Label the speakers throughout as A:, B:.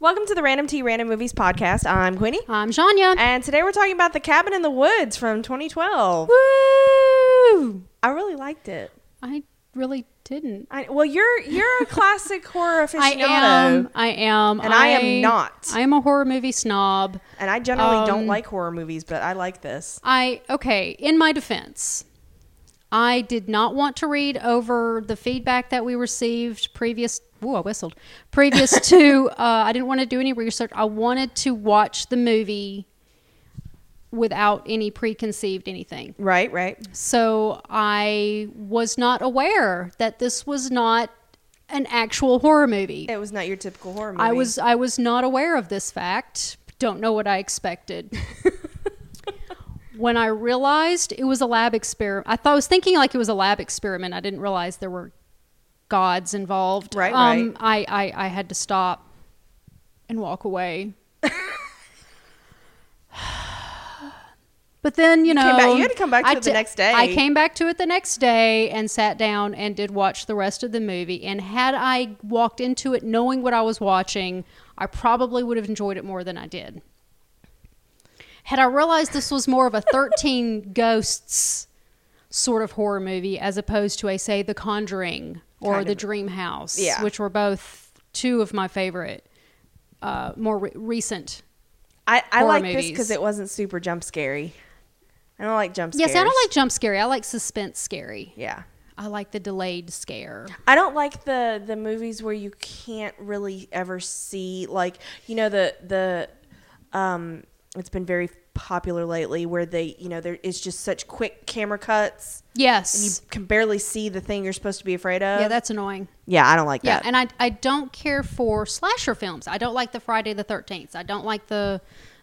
A: Welcome to the Random Tea Random Movies podcast. I'm Quinny,
B: I'm Shania.
A: and today we're talking about The Cabin in the Woods from 2012.
B: Woo!
A: I really liked it.
B: I really didn't.
A: I, well, you're you're a classic horror aficionado,
B: I am. I am.
A: And I am not.
B: I am a horror movie snob.
A: and I generally don't
B: Um,
A: like horror movies, but I like this.
B: I okay. In my defense, I did not want to read over the feedback that we received previous. Ooh, I whistled. Previous to, uh, I didn't want to do any research. I wanted to watch the movie without any preconceived anything.
A: Right, right.
B: So I was not aware that this was not an actual horror movie.
A: It was not your typical horror movie.
B: I was I was not aware of this fact. Don't know what I expected. when I realized it was a lab experiment, I thought I was thinking like it was a lab experiment. I didn't realize there were gods involved.
A: Right,
B: Um, I, I I had to stop and walk away. But then you know,
A: came back- you had to come back to
B: I
A: it the next day.
B: I came back to it the next day and sat down and did watch the rest of the movie. And had I walked into it knowing what I was watching, I probably would have enjoyed it more than I did. Had I realized this was more of a thirteen ghosts sort of horror movie as opposed to a say The Conjuring or
A: Kind
B: The
A: of.
B: Dream House,
A: Yeah.
B: which were both two of my favorite, uh, more re- recent
A: I, I
B: horror
A: like this because
B: movies.
A: it wasn't super jump scary. I don't like jump scares.
B: Yes, I don't like jump scary. I like suspense scary.
A: Yeah,
B: I like the delayed scare.
A: I don't like the the movies where you can't really ever see like you know the the um it's been very popular lately where they you know there it's just such quick camera cuts and you
B: Yes.
A: can barely see the thing you're supposed to be afraid of.
B: yeah, that's annoying.
A: yeah, I don't like
B: Yeah,
A: that.
B: and I I don't care for slasher films. I don't like the Friday the Thirteenth. I don't like the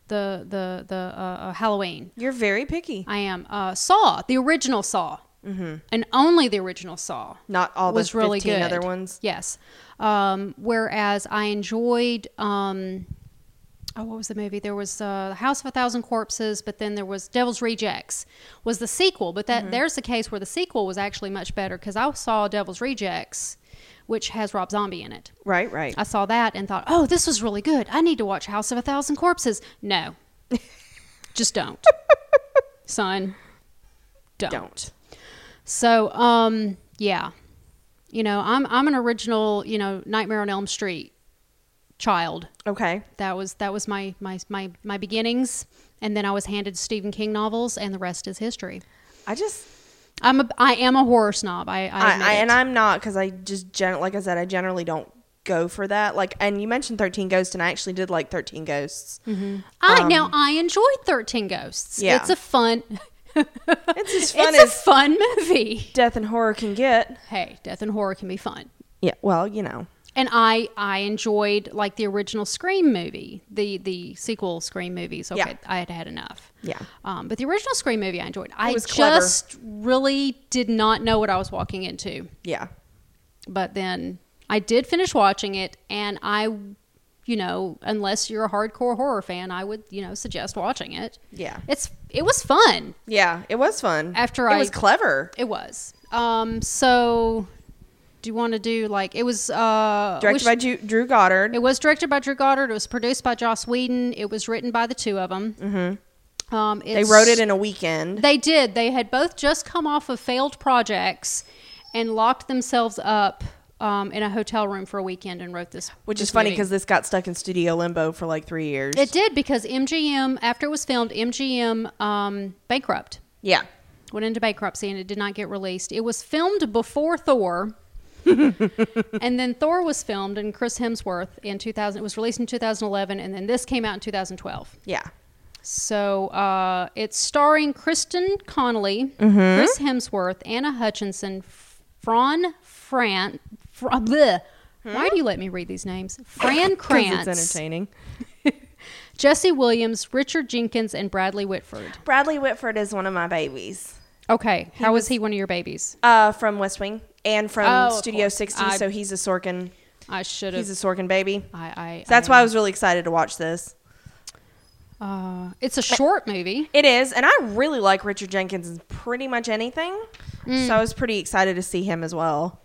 B: the the the uh, uh, Halloween.
A: you're very picky.
B: I am uh, Saw, the original Saw, mm-hmm. and only the original Saw.
A: Not all those
B: was really
A: 15
B: good.
A: other ones.
B: Yes. Um, whereas I enjoyed. Um, Oh, what was the movie? There was uh, House of a Thousand Corpses, but then there was Devil's Rejects, was the sequel. But
A: Mm-hmm.
B: that there's the case where the sequel was actually much better because I saw Devil's Rejects, which has Rob Zombie in it.
A: Right, right.
B: I saw that and thought, oh, this was really good. I need to watch House of a Thousand Corpses. No, just don't, son. Don't.
A: Don't.
B: So, um, yeah, you know, I'm I'm an original, you know, Nightmare on Elm Street child.
A: Okay.
B: That was that was my my my my beginnings, and then I was handed Stephen King novels, and the rest is history.
A: I just
B: I'm a I am a horror snob. I I,
A: I,
B: admit
A: I
B: it.
A: and I'm not because I just gen- like I said I generally don't go for that. Like, and you mentioned Thirteen Ghosts, and I actually did like Thirteen Ghosts.
B: Mm-hmm. I now I enjoyed Thirteen Ghosts.
A: Yeah.
B: it's a fun.
A: It's as fun
B: it's
A: as
B: a fun movie.
A: death and horror can get.
B: Hey, death and horror can be fun.
A: Yeah. Well, you know.
B: And I I enjoyed like the original Scream movie, the the sequel Scream movies. Okay,
A: Yeah.
B: I had had enough.
A: Yeah.
B: Um, but the original Scream movie I enjoyed. I
A: was clever.
B: just really did not know what I was walking into.
A: Yeah.
B: But then I did finish watching it, and I, you know, unless you're a hardcore horror fan, I would you know suggest watching it.
A: Yeah.
B: It's it was fun.
A: Yeah. It was fun.
B: After
A: it
B: I-
A: was clever.
B: It was. Um. So, do you want to do like it was? Uh,
A: Directed
B: wish-
A: by Ju- Drew Goddard.
B: It was directed by Drew Goddard. It was produced by Joss Whedon. It was written by the two of them. Mm-hmm. Um,
A: they
B: it's-
A: wrote it in a weekend.
B: They did. They had both just come off of failed projects and locked themselves up um, in a hotel room for a weekend and wrote this.
A: which
B: this
A: is funny
B: movie.
A: because this got stuck in studio limbo for like three years.
B: it did because MGM after it was filmed, MGM um, bankrupt
A: yeah.
B: went into bankruptcy and it did not get released. It was filmed before Thor. and then Thor was filmed and Chris Hemsworth in 2000 it was released in 2011 and then this came out in 2012.
A: Yeah.
B: So uh, it's starring Kristen Connolly,
A: Mm-hmm.
B: Chris Hemsworth, Anna Hutchinson, F- Fran Fran. Fr- uh, bleh. Why do you let me read these names?
A: 'Cause
B: Fran
A: It's
B: Krantz,
A: entertaining.
B: Jesse Williams, Richard Jenkins, and Bradley Whitford.
A: Bradley Whitford is one of my babies
B: Okay, how was he one of your babies?
A: uh, from West Wing and from
B: Oh, of
A: Studio
B: course.
A: 60.
B: I-
A: so he's a Sorkin.
B: I should have.
A: He's a Sorkin baby.
B: I. I
A: So that's
B: I,
A: why I was really excited to watch this.
B: Uh, it's a short movie.
A: It is, and I really like Richard Jenkins in pretty much anything.
B: Mm.
A: So I was pretty excited to see him as well.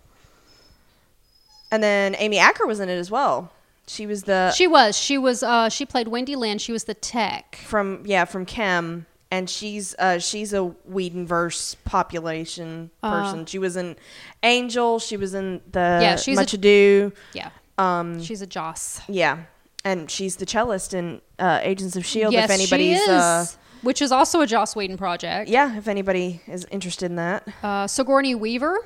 A: And then Amy Acker was in it as well. She was the
B: She was. She was. Uh, she played Wendy Lynn. She was the tech.
A: from yeah from Chem, and she's uh, she's a Whedonverse population person. she was in Angel. She was in the
B: Uh-huh. Yeah, she's a-
A: Much Ado.
B: Yeah.
A: Um,
B: She's a Joss.
A: yeah, and she's the cellist in uh, Agents of Shield.
B: yes,
A: if anybody's
B: she is.
A: Uh,
B: which is also a Joss Whedon project.
A: yeah, if anybody is interested in that,
B: Uh, Sigourney Weaver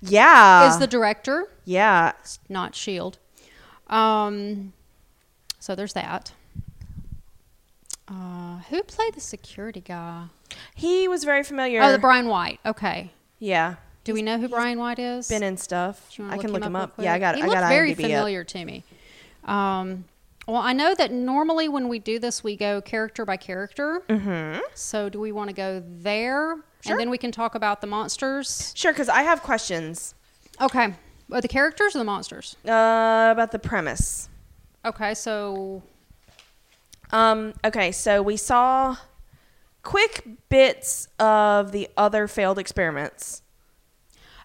A: yeah,
B: is the director,
A: yeah.
B: not Shield. E Um, so there's that. Uh, who played the security guy?
A: He was very familiar.
B: Oh, the Brian White. Okay.
A: yeah,
B: Do we know who Brian White is?
A: been in stuff.
B: Do you wanna
A: I can look him up.
B: real
A: Yeah, I
B: quick?
A: got.
B: He
A: I
B: looked
A: got
B: very
A: IMDb up.
B: familiar to me. Um, well, I know that normally when we do this, we go character by character. Mm-hmm. So, do we want to go there, and then we can talk about the monsters?
A: Sure, because I have questions
B: Okay, Are the characters or the monsters?
A: uh, about the premise.
B: Okay, so
A: Um, okay, so we saw quick bits of the other failed experiments.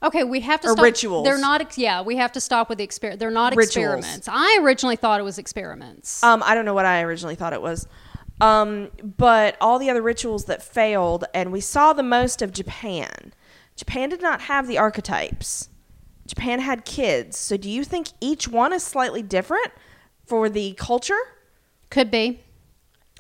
B: okay, we have to
A: Or
B: stop.
A: rituals.
B: They're not. ex- Yeah, we have to stop with the experiment. They're not
A: Rituals.
B: experiments. I originally thought it was experiments.
A: Um, I don't know what I originally thought it was. Um, but all the other rituals that failed, and we saw the most of Japan. Japan did not have the archetypes. Japan had kids. So do you think each one is slightly different for the culture?
B: Could be.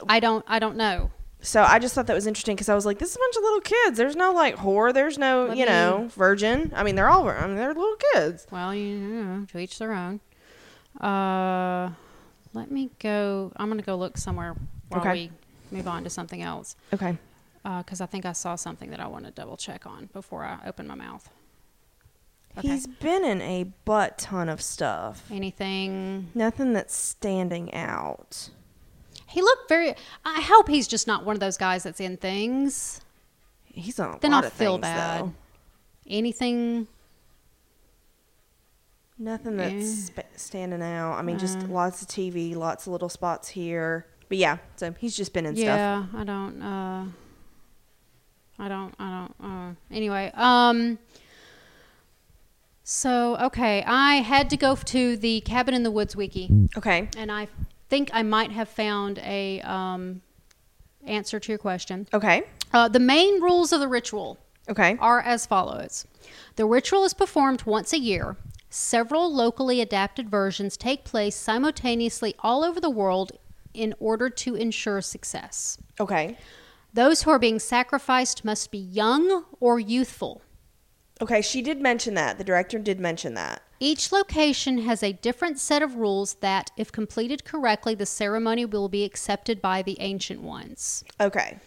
B: I don't. I don't know.
A: So I just thought that was interesting because I was like, this is a bunch of little kids. There's no like whore. There's no,
B: Let
A: you know, virgin. I mean, they're all, I mean, they're little kids.
B: Well, you know, to each their own. Uh, let me go. I'm going to go look somewhere while
A: Okay.
B: we move on to something else
A: Okay.
B: because I think I saw something that I want to double check on before I open my mouth. Okay.
A: He's been in a butt ton of stuff.
B: Anything?
A: Nothing that's standing out.
B: He looked very. I hope he's just not one of those guys that's in things.
A: He's on a
B: Then
A: lot
B: I'll
A: of
B: feel
A: things,
B: bad.
A: though.
B: Anything?
A: Nothing
B: Yeah.
A: that's sp- standing out. I mean, just lots of TV, lots of little spots here. But yeah, so he's just been in stuff.
B: Yeah, I don't. Uh, I don't. I don't. Uh, anyway, um. So okay, I had to go to the Cabin in the Woods wiki,
A: Okay.
B: and I think I might have found a um, answer to your question.
A: Okay.
B: Uh, the main rules of the ritual
A: Okay.
B: are as follows The ritual is performed once a year. Several locally adapted versions take place simultaneously all over the world in order to ensure success.
A: Okay.
B: Those who are being sacrificed must be young or youthful.
A: Okay. She did mention that. The director did mention that.
B: Each location has a different set of rules that, if completed correctly, the ceremony will be accepted by the ancient ones.
A: Okay.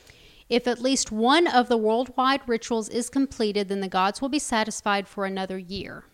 B: If at least one of the worldwide rituals is completed, then the gods will be satisfied for another year.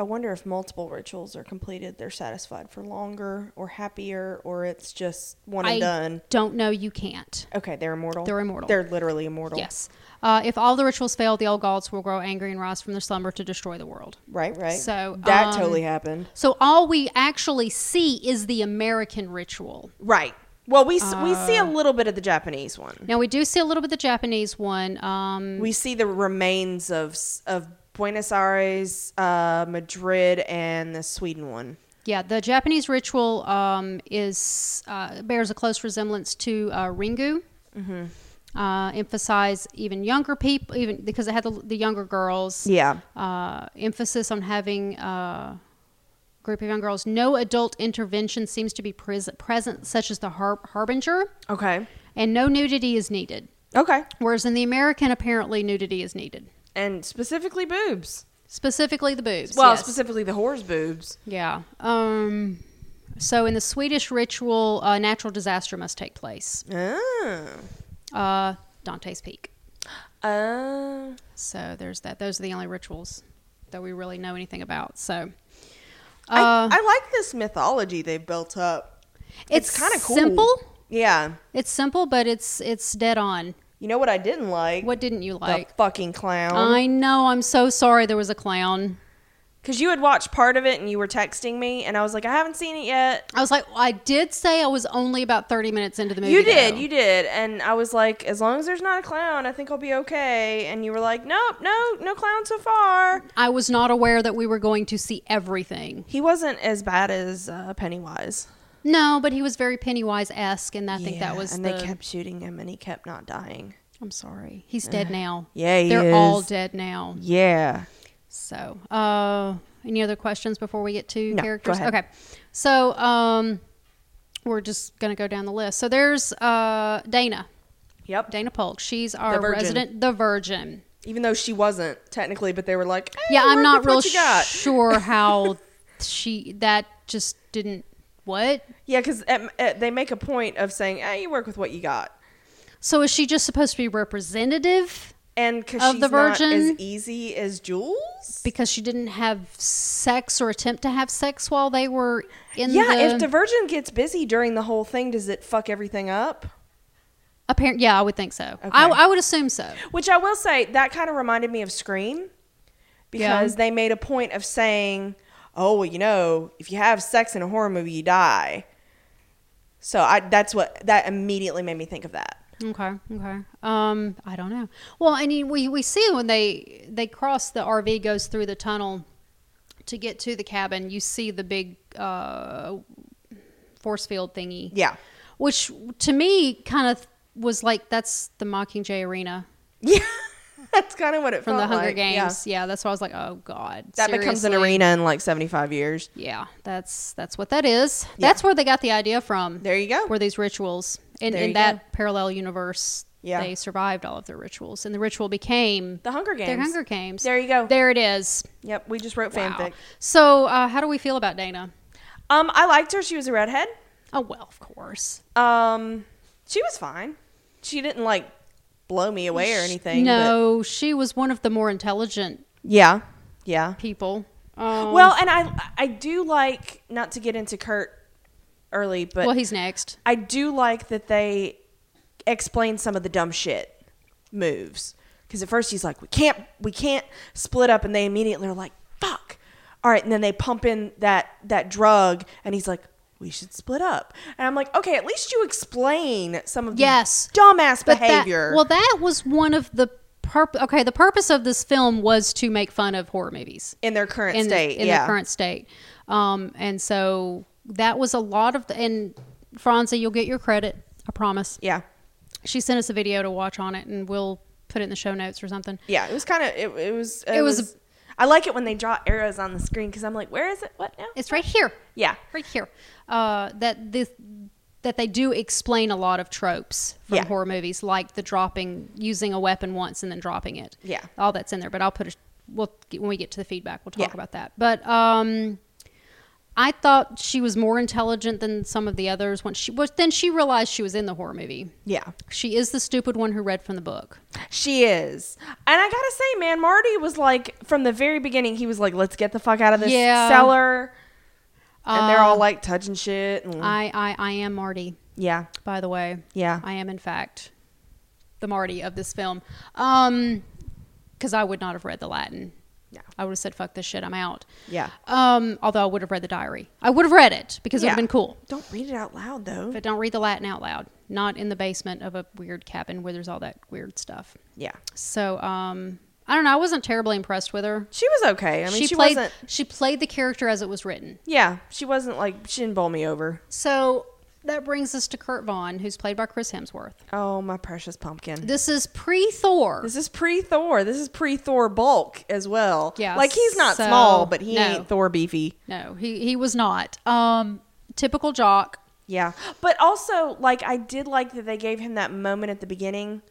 A: I wonder if multiple rituals are completed, they're satisfied for longer or happier, or it's just one and
B: I
A: done.
B: don't know, you can't.
A: Okay, they're immortal.
B: They're immortal.
A: They're literally immortal.
B: Yes. Uh, if all the rituals fail, the old gods will grow angry and rise from their slumber to destroy the world.
A: Right, right.
B: So,
A: that
B: um,
A: totally happened.
B: So all we actually see is the American ritual.
A: Right. Well, we s we see a
B: uh,
A: little bit of the Japanese one.
B: Now we do see a little bit of the Japanese one. Um,
A: We see the remains of s- of Buenos Aires, uh, Madrid, and the Sweden one.
B: yeah, the Japanese ritual um, is uh, bears a close resemblance to uh, Ringu.
A: Mm-hmm.
B: Uh, emphasize even younger people, even because it had the, the younger girls.
A: Yeah.
B: uh, emphasis on having a group of young girls. No adult intervention seems to be pres- present, such as the har- harbinger,
A: Okay.
B: and no nudity is needed.
A: Okay.
B: Whereas in the American, apparently nudity is needed,
A: And specifically boobs.
B: specifically the boobs.
A: Well,
B: yes.
A: specifically the whore's boobs.
B: yeah. Um, so in the Swedish ritual, a natural disaster must take place.
A: Oh.
B: Uh, Dante's Peak.
A: Uh,
B: So there's that. Those are the only rituals that we really know anything about. So.
A: I, I like this mythology they've built up. It's, kind of cool.
B: simple.
A: Yeah.
B: It's simple, but it's it's dead on.
A: You know what I didn't like? Uh.
B: What didn't you
A: the
B: like?
A: fucking clown.
B: I know. I'm so sorry. There was a clown.
A: Because you had watched part of it and you were texting me, and I was like, I haven't seen it yet.
B: I was like, I did say I was only about 30 minutes into the movie.
A: you did,
B: though.
A: you did. And I was like, as long as there's not a clown, I think I'll be okay. And you were like, nope, no, no clown so far.
B: I was not aware that we were going to see everything.
A: He wasn't as bad as uh, Pennywise.
B: No, but he was very Pennywise esque, and I think that
A: Yeah,
B: was.
A: And
B: the,
A: they kept shooting him, and he kept not dying.
B: I'm sorry, he's dead now.
A: Uh, yeah, he
B: they're all
A: is.
B: dead now.
A: Yeah.
B: So, uh, any other questions before we get to
A: No, go
B: characters?
A: ahead.
B: Okay, so um, we're just gonna go down the list. So there's uh, Dana,
A: Yep.
B: Dana Polk. She's our
A: virgin.
B: resident, the Virgin.
A: Even though she wasn't technically, but they were like, "Hey,
B: Yeah, I'm
A: work
B: not
A: with
B: real
A: what you got.
B: sure how she that just didn't what.
A: Yeah, because they make a point of saying, "Hey, you work with what you got,"
B: So is she just supposed to be representative?
A: and because
B: Of
A: she's
B: the
A: not as
B: virgin?
A: easy as Jules.
B: because she didn't have sex or attempt to have sex while they were in
A: yeah,
B: the
A: if the virgin gets busy during the whole thing, does it fuck everything up?
B: apparent yeah i would think so I, I would assume so
A: Which I will say that kind of reminded me of Scream, because they made a point of saying, "Oh, well, you know, if you have sex in a horror movie, you die." So I that's what that immediately made me think of that.
B: okay okay um i don't know well i mean we we see when they they cross the rv goes through the tunnel to get to the cabin you see the big uh force field thingy
A: Yeah.
B: which to me kind of was like that's the mockingjay arena
A: Yeah. that's kind of what it
B: from the
A: felt
B: hunger
A: Oh, like. Yeah.
B: games yeah. that's why i was like oh god
A: That becomes an
B: seriously?
A: arena in like 75 years.
B: Yeah, that's that's what that is. That's where they got the idea from.
A: There you go.
B: Were these rituals in,
A: Oh. There you
B: in that parallel universe?
A: Yeah.
B: they survived all of their rituals, and the ritual became
A: The Hunger Games.
B: their Hunger Games.
A: There you go.
B: There it is.
A: Yep, we just wrote
B: Wow.
A: fanfic.
B: So, uh, how do we feel about Dana?
A: Um, I liked her. She was a redhead.
B: Oh well, of course.
A: Um, she was fine. She didn't like blow me away or anything. but-
B: no, she was one of the more intelligent
A: yeah. Yeah.
B: people. Um,
A: Well, and I I do like not to get into Kurt early, but
B: well, he's next.
A: I do like that they explain some of the dumb shit moves. Because at first he's like, we can't, we can't split up, and they immediately are like, fuck. All right, and then they pump in that that drug, and he's like, we should split up. And I'm like, okay, at least you explain some of the
B: Yes.
A: dumbass
B: But that-
A: behavior.
B: well, that was one of the purp. Okay, the purpose of this film was to make fun of horror movies.
A: in their current
B: in,
A: state,
B: in
A: yeah,
B: their current state. Um, and so that was a lot of, the, and Franzi, you'll get your credit, I promise.
A: yeah,
B: She sent us a video to watch on it, and we'll put it in the show notes or something.
A: yeah. It was kind of, it, it was, it,
B: It was
A: was. I like it when they draw arrows on the screen because I'm like, where is it? What now?
B: It's right here,
A: Yeah,
B: right here. Uh, that this that they do explain a lot of tropes from
A: Yeah.
B: horror movies, like the dropping, using a weapon once and then dropping it.
A: Yeah.
B: all that's in there. But I'll put a, we'll get, when we get to the feedback, we'll talk
A: Yeah.
B: about that. But um, I thought she was more intelligent than some of the others. Once she was, then she realized she was in the horror movie.
A: yeah.
B: She is the stupid one who read from the book.
A: She is. And I gotta say, man, Marty was like from the very beginning, he was like, Let's get the fuck out of this
B: Yeah.
A: cellar. And they're
B: Uh,
A: all like touching shit and
B: I, I I am Marty,
A: Yeah.
B: by the way.
A: Yeah.
B: I am in fact the Marty of this film. Um, because I would not have read the Latin.
A: No.
B: I would have said, "Fuck this shit, I'm out."
A: Yeah.
B: Um, although I would have read the diary. I would have read it because it would
A: Yeah.
B: have been cool.
A: Don't read it out loud though.
B: But don't read the Latin out loud. Not in the basement of a weird cabin where there's all that weird stuff.
A: yeah.
B: So um, I don't know. I wasn't terribly impressed with her.
A: She was okay. I mean she,
B: played.
A: wasn't
B: She played the character as it was written.
A: yeah, she wasn't like she didn't bowl me over.
B: So that brings us to Kurt Vaughn, who's played by Chris Hemsworth.
A: Oh my precious pumpkin.
B: This is pre-Thor.
A: This is pre Thor. This is pre Thor bulk as well.
B: Yeah,
A: Like he's not
B: so-
A: small, but he
B: no.
A: ain't Thor beefy.
B: no, he he was not. Um, typical jock.
A: Yeah. But also, like, I did like that they gave him that moment at the beginning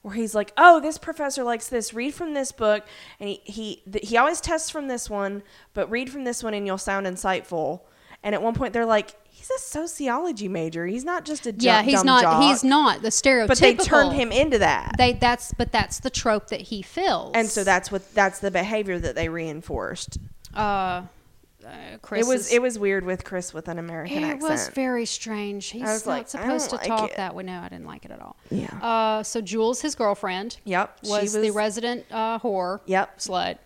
A: where he's like, oh, this professor likes this. Read from this book. And he, he, th- he always tests from this one, but read from this one and you'll sound insightful. And at one point, they're like, he's a sociology major. He's not just a ju-
B: yeah, he's
A: dumb
B: not.
A: jock."
B: He's not the stereotypical.
A: But they turned him into that.
B: They that's but that's the trope that he fills.
A: and so that's what that's the behavior that they reinforced.
B: uh, uh Chris
A: it was
B: is-
A: it was weird with Chris with an American
B: It
A: accent.
B: was very strange. He's
A: was
B: not
A: like, I
B: supposed to
A: don't like
B: talk
A: it.
B: that way. No, I didn't like it at all.
A: Yeah.
B: Uh, so Jules, his girlfriend,
A: Yep, she
B: was, the
A: was-
B: resident uh, whore.
A: Yep.
B: Slut.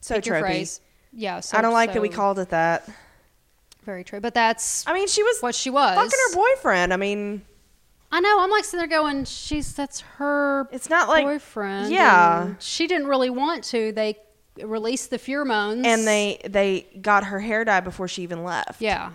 A: so
B: Pick your
A: tropey.
B: phrase. yeah. So,
A: I don't like that we
B: so-
A: called it that.
B: Very true, but that's
A: I mean, she was
B: what she was.
A: fucking her boyfriend. I mean,
B: I know. I'm like sitting there going, she's that's her
A: it's not like
B: boyfriend.
A: yeah.
B: and she didn't really want to. They released the pheromones,
A: and they they got her hair dye before she even left.
B: yeah.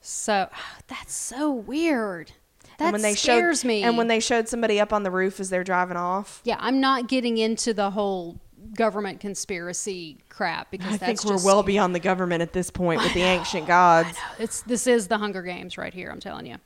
B: So that's so weird. That
A: and when they
B: scares
A: showed,
B: me.
A: And when they showed somebody up on the roof as they're driving off,
B: yeah, I'm not getting into the whole government conspiracy crap because
A: I
B: that's
A: think we're
B: just,
A: well beyond the government at this point with the ancient
B: I
A: gods.
B: know. It's this is the Hunger Games right here. I'm telling you,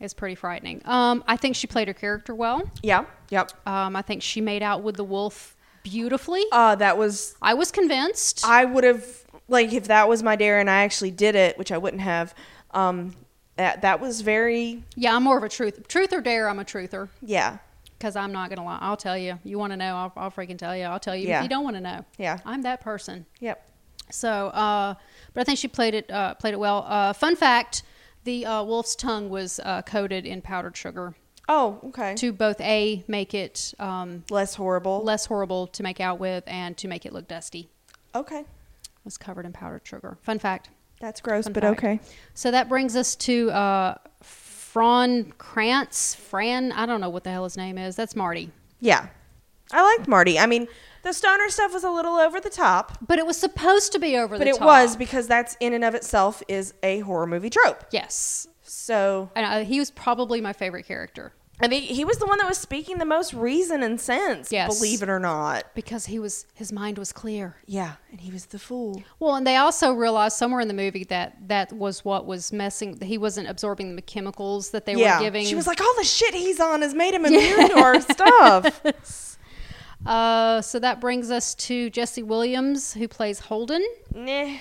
B: it's pretty frightening. Um, I think she played her character well.
A: Yeah, yep.
B: Um, I think she made out with the wolf beautifully.
A: Uh, that was
B: I was convinced.
A: I would have like if that was my dare and I actually did it, which I wouldn't have. Um, that that was very
B: yeah, I'm more of a truth, truth or dare. I'm a truther
A: yeah
B: because I'm not gonna lie. I'll tell you. You want to know? I'll, I'll freaking tell you. I'll tell you
A: Yeah.
B: if you don't want to know.
A: Yeah.
B: I'm that person.
A: yep.
B: So, uh, but I think she played it uh, played it well. Uh, fun fact: the uh, wolf's tongue was uh, coated in powdered sugar
A: Oh, okay.
B: to both a make it um,
A: Less horrible.
B: less horrible to make out with and to make it look dusty.
A: okay,
B: It was covered in powdered sugar. Fun fact.
A: that's gross,
B: Fun
A: but
B: fact.
A: okay.
B: So that brings us to uh, Fran Krantz. Fran, I don't know what the hell his name is. That's Marty.
A: Yeah, I liked Marty. I mean, the stoner stuff was a little over the top,
B: But it was supposed to be over
A: but
B: the
A: it
B: top.
A: was because that's in and of itself is a horror movie trope.
B: Yes.
A: So
B: And uh, he was probably my favorite character
A: I mean, he was the one that was speaking the most reason and sense.
B: Yes.
A: believe it or not.
B: because he was his mind was clear.
A: Yeah, and he was the fool.
B: Well, and they also realized somewhere in the movie that that was what was messing. He wasn't absorbing the chemicals that they
A: yeah,
B: were giving.
A: she was like, all the shit he's on has made him immune to our stuff.
B: uh, so that brings us to Jesse Williams, who plays Holden.
A: nah,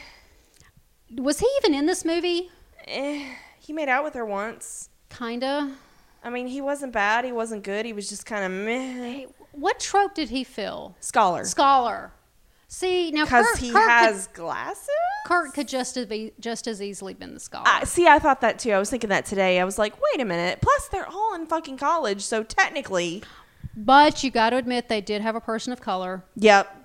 B: Was he even in this movie?
A: eh. he made out with her once.
B: Kinda.
A: I mean, he wasn't bad. He wasn't good. He was just kind of meh.
B: What trope did he fill?
A: Scholar,
B: Scholar. See now,
A: because
B: Kurt,
A: he
B: Kurt
A: has glasses.
B: Could, Kurt could just as be just as easily been the scholar.
A: I, see, I thought that too. I was thinking that today. I was like, wait a minute. Plus, they're all in fucking college, so technically,
B: but you got to admit they did have a person of color.
A: yep.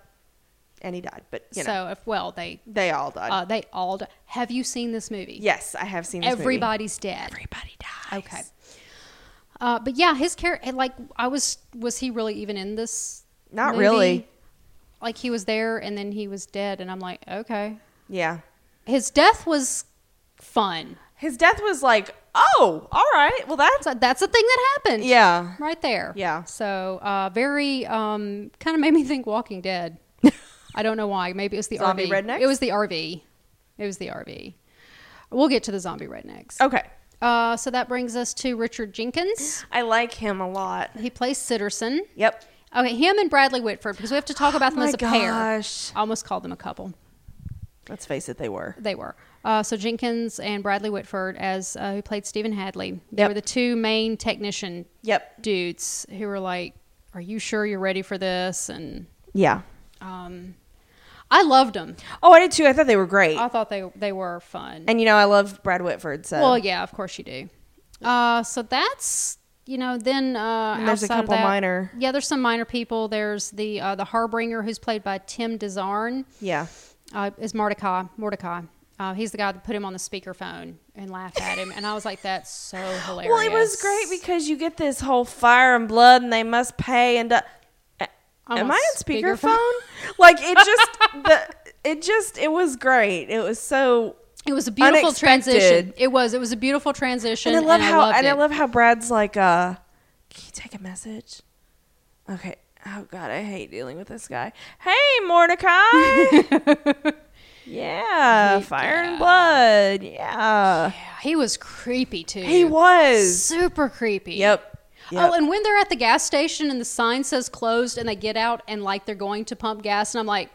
A: And he died, but you know,
B: so if well they
A: they all died.
B: uh, they all. d- Have you seen this movie?
A: yes, I have seen this movie.
B: Everybody's dead.
A: Everybody dies.
B: Okay. Uh, but yeah, his character, like, I was, was he really even in this?
A: Not
B: movie?
A: really.
B: Like, he was there and then he was dead, and I'm like, okay.
A: Yeah.
B: His death was fun.
A: His death was like, oh, all right. Well, that's
B: So that's a thing that happened.
A: yeah.
B: Right there.
A: Yeah.
B: So, uh, very, um, kind of made me think Walking Dead. I don't know why. Maybe it was the
A: Zombie
B: RV.
A: rednecks?
B: It was the RV. It was the RV. We'll get to the zombie rednecks.
A: Okay.
B: Uh, so that brings us to Richard Jenkins.
A: I like him a lot.
B: He plays Sitterson.
A: Yep.
B: Okay, him and Bradley Whitford, because we have to talk about them
A: Oh My
B: as a pair. I
A: gosh.
B: almost called them a couple.
A: Let's face it, they were.
B: They were. Uh, so Jenkins and Bradley Whitford, as uh, who played Stephen Hadley, they
A: Yep.
B: were the two main technician
A: Yep.
B: dudes who were like, "Are you sure you're ready for this?" And
A: Yeah.
B: um, I loved them.
A: Oh, I did too. I thought they were great.
B: I thought they they were fun.
A: and you know, I love Brad Whitford. So
B: well, yeah, of course you do. Uh, so that's you know then uh,
A: And there's a
B: outside of
A: couple
B: that-
A: minor-
B: Yeah, there's some minor people. There's the uh, the harbinger who's played by Tim Desarn.
A: yeah.
B: uh, is Mordecai. Mordecai. Uh, he's the guy that put him on the speakerphone and laughed at him, and I was like, "That's so hilarious."
A: Well, it was great because you get this whole fire and blood, and they must pay. And uh,
B: I'm
A: am I
B: on
A: on
B: speakerphone.
A: speakerphone? like it just the it just it was great. It was so.
B: it was a beautiful transition.
A: Unexpected.
B: It was. It was a beautiful transition.
A: And I love how
B: loved
A: and I
B: it.
A: love how Brad's like, uh, can you take a message? Okay. Oh God, I hate dealing with this guy. Hey, Mordecai. yeah,
B: He-
A: fire
B: yeah.
A: and blood. Yeah,
B: Yeah, he was creepy too.
A: he was.
B: super creepy.
A: Yep.
B: Oh, and when they're at the gas station and the sign says closed, and they get out and like they're going to pump gas, and I'm like,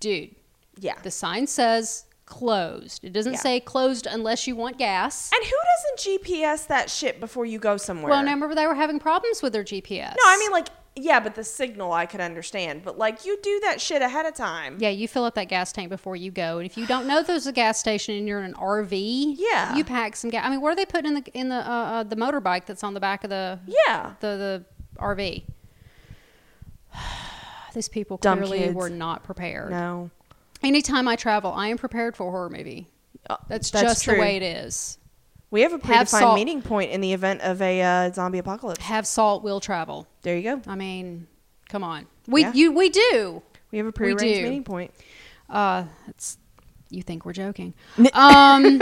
B: "Dude,
A: yeah.
B: the sign says closed. It doesn't
A: Yeah.
B: say closed unless you want gas."
A: And who doesn't GPS that shit before you go somewhere?
B: Well, now remember they were having problems with their GPS.
A: No, I mean like yeah, but the signal I could understand, but like you do that shit ahead of time.
B: Yeah, you fill up that gas tank before you go, and if you don't know there's a gas station and you're in an RV,
A: Yeah.
B: you pack some gas. I mean, what are they putting in the in the uh, uh, the motorbike that's on the back of the
A: Yeah.
B: the, the RV? These people
A: Dumb
B: clearly
A: kids.
B: were not prepared.
A: No.
B: Anytime I travel, I am prepared for a horror movie.
A: Uh,
B: That's,
A: that's
B: just
A: true.
B: the way it is.
A: We have a
B: Have
A: predefined
B: salt.
A: meeting point in the event of a uh, zombie apocalypse.
B: Have salt, will travel.
A: There you go.
B: I mean, come on. We
A: Yeah.
B: you we do.
A: We have a
B: We
A: prearranged
B: do.
A: meeting point.
B: Uh, it's, you think we're joking? um,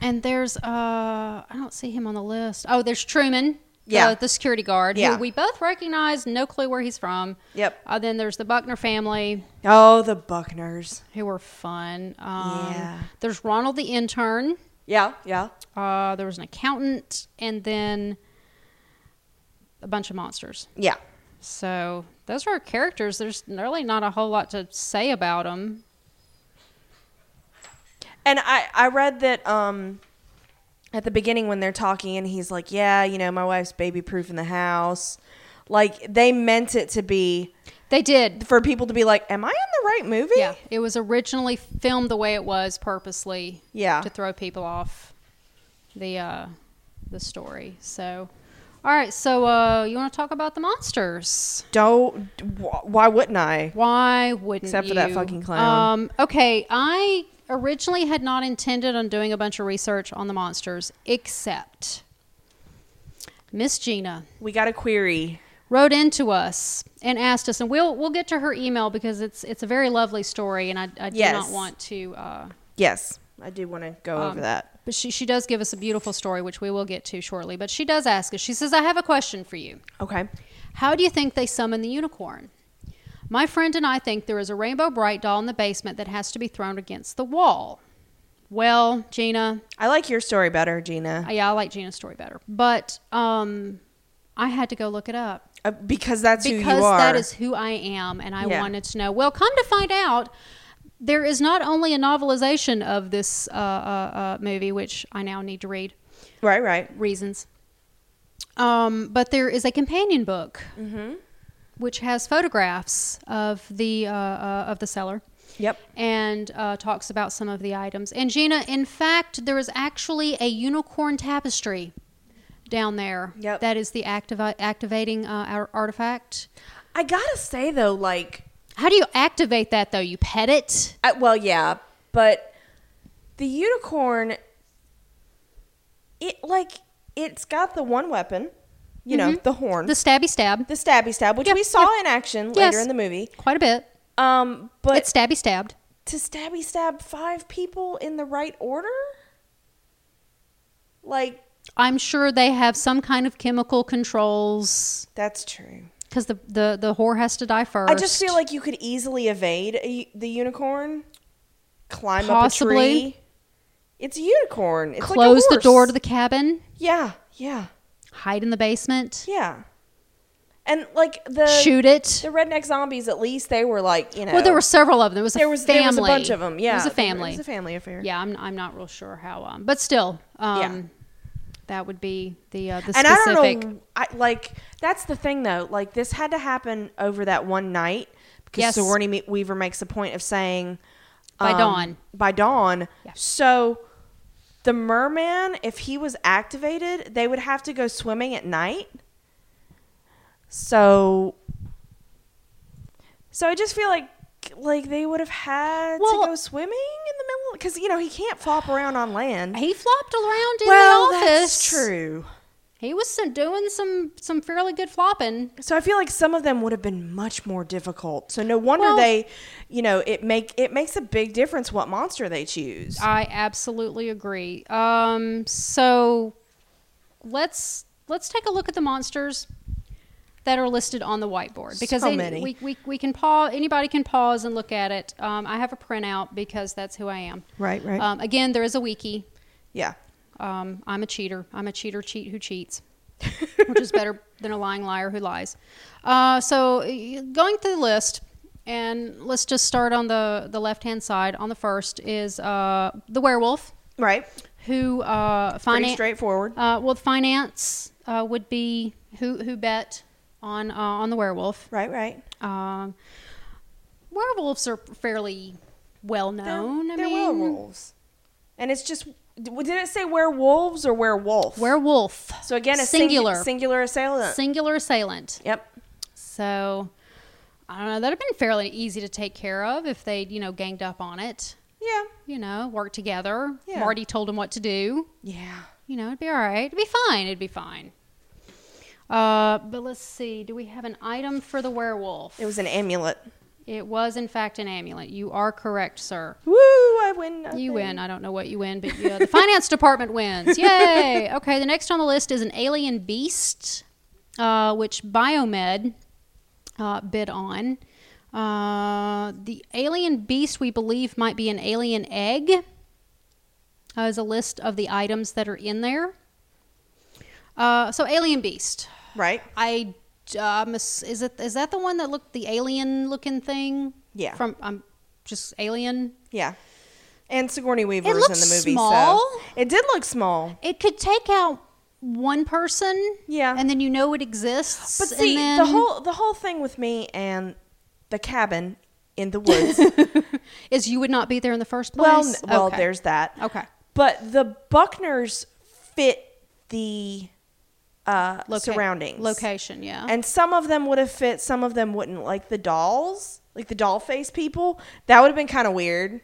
B: and there's uh, I don't see him on the list. Oh, there's Truman.
A: Yeah.
B: the, the security guard.
A: Yeah.
B: who we both recognize. No clue where he's from.
A: Yep.
B: Uh, then there's the Buckner family,
A: Oh, the Buckners.
B: who were fun. Um,
A: Yeah.
B: There's Ronald the intern.
A: Yeah, yeah.
B: Uh, there was an accountant, and then a bunch of monsters.
A: Yeah.
B: So those are our characters. There's really not a whole lot to say about them.
A: And I, I read that um, at the beginning when they're talking and he's like, yeah, you know, my wife's baby proof in the house. Like they meant it to be
B: They did.
A: for people to be like, am I in the right movie?
B: Yeah, it was originally filmed the way it was purposely
A: Yeah.
B: to throw people off the uh, the story. So, all right. So uh, you want to talk about the monsters?
A: Don't. wh- Why wouldn't I?
B: Why wouldn't
A: Except for that
B: you?
A: fucking clown.
B: Um, okay, I originally had not intended on doing a bunch of research on the monsters, except Miss Gina
A: We got a query.
B: wrote into us and asked us, and we'll we'll get to her email because it's it's a very lovely story, and I, I do
A: Yes.
B: not want to. Uh,
A: Yes, I do want to go over that.
B: but she she does give us a beautiful story, which we will get to shortly. But she does ask us. She says, "I have a question for you.
A: Okay.
B: How do you think they summon the unicorn?" My friend and I think there is a rainbow bright doll in the basement that has to be thrown against the wall. Well, Gina,
A: I like your story better, Gina,
B: yeah, I like Gina's story better, but um, I had to go look it up.
A: uh, because that's who
B: because
A: you are.
B: that is who I am, and I
A: Yeah.
B: wanted to know. Well, come to find out, there is not only a novelization of this uh, uh, uh, movie, which I now need to read
A: right, right.
B: reasons, um, but there is a companion book,
A: Mm-hmm.
B: which has photographs of the uh, uh, of the seller
A: Yep.
B: and uh, talks about some of the items. And Gina, in fact, there is actually a unicorn tapestry down there
A: Yep.
B: that is the activi- activating uh, our artifact.
A: I gotta say though, like,
B: How do you activate that though? You pet it?
A: I, well, yeah, but the unicorn, it like it's got the one weapon, you know, the horn,
B: The
A: Mm-hmm. the,
B: stabby stab.
A: stabby stab, which
B: Yeah,
A: we saw
B: yeah.
A: in action
B: Yes.
A: later in the movie.
B: Quite a bit.
A: Um, but
B: it's stabby stabbed.
A: to stabby stab five people in the right order, like
B: I'm sure they have some kind of chemical controls
A: that's true.
B: because the, the, the whore has to die first.
A: I just feel like you could easily evade a, the unicorn, climb
B: Possibly.
A: up a tree. It's a unicorn. It's
B: close
A: like a
B: the door
A: horse.
B: to the cabin,
A: Yeah, yeah,
B: hide in the basement,
A: yeah. And like the
B: shoot it.
A: the redneck zombies, at least they were like you know.
B: Well, there were several of them. There was a
A: there was
B: family.
A: there was a bunch of them. Yeah,
B: it was a
A: there-
B: family.
A: It was a family affair.
B: yeah, I'm I'm not real sure how. Um, but still, um, that would be the uh, the
A: And
B: specific.
A: I don't know. I, like that's the thing though. Like this had to happen over that one night because
B: Yes.
A: Sigourney Me- Weaver makes a point of saying
B: By
A: um,
B: dawn.
A: By dawn.
B: Yeah.
A: So the merman, if he was activated, they would have to go swimming at night. So. So I just feel like like they would have had
B: Well-
A: to go swimming in the middle because you know he can't flop around on land.
B: He flopped around in
A: well,
B: the office.
A: that's true.
B: He was some, doing some some fairly good flopping.
A: So I feel like some of them would have been much more difficult. So no wonder
B: Well-
A: they, you know, it make it makes a big difference what monster they choose.
B: I absolutely agree. Um, so let's let's take a look at the monsters that are listed on the whiteboard because
A: So
B: they-
A: many.
B: We, we we can pause. Anybody can pause and look at it. Um, I have a printout because that's who I am.
A: Right, right.
B: Um, again, there is a wiki.
A: yeah.
B: Um, I'm a cheater. I'm a cheater cheat who cheats, which is better than a lying liar who lies. Uh, so y- going through the list, and let's just start on the, the left hand side. On the first is uh, the werewolf,
A: Right.
B: who uh,
A: Pretty
B: finance.
A: straightforward.
B: Uh, well, finance uh, would be who who bet on uh, on the werewolf.
A: right, right.
B: Um, werewolves are fairly well known. Oh, I
A: They're
B: mean,
A: werewolves. And it's just did it say werewolves or werewolf?
B: werewolf.
A: so again, a singular
B: singular.
A: singular assailant.
B: singular assailant.
A: yep.
B: So I don't know. That'd have been fairly easy to take care of if they'd, you know, ganged up on it.
A: Yeah.
B: You know, worked together.
A: Yeah.
B: Marty told him what to do.
A: Yeah.
B: You know, it'd be all right. It'd be fine. It'd be fine. Uh, but let's see. Do we have an item for the werewolf?
A: It was an amulet.
B: It was, in fact, an amulet. You are correct, sir.
A: Woo! I win. nothing.
B: You win. I don't know what you win, but yeah, the finance department wins. Yay! Okay, the next on the list is an alien beast, uh, which Biomed uh, bid on. Uh, the alien beast we believe might be an alien egg. Uh, is a list of the items that are in there. Uh, so alien beast.
A: Right.
B: I um, is is it is that the one that looked the alien looking thing?
A: Yeah.
B: From um, just alien.
A: Yeah. And Sigourney Weaver was
B: looked
A: in the movie.
B: small.
A: So it did look small.
B: It could take out one person.
A: Yeah.
B: And then you know it exists.
A: But
B: and
A: see,
B: then-
A: the whole the whole thing with me and the cabin in the woods.
B: is you would not be there in the first place.
A: well, n- well,
B: Okay.
A: there's that.
B: Okay.
A: But the Buckners fit the uh,
B: Loca- uh-huh.
A: surroundings.
B: Location, yeah.
A: And some of them would have fit, some of them wouldn't. Like the dolls, like the doll face people, that would have been kind of weird.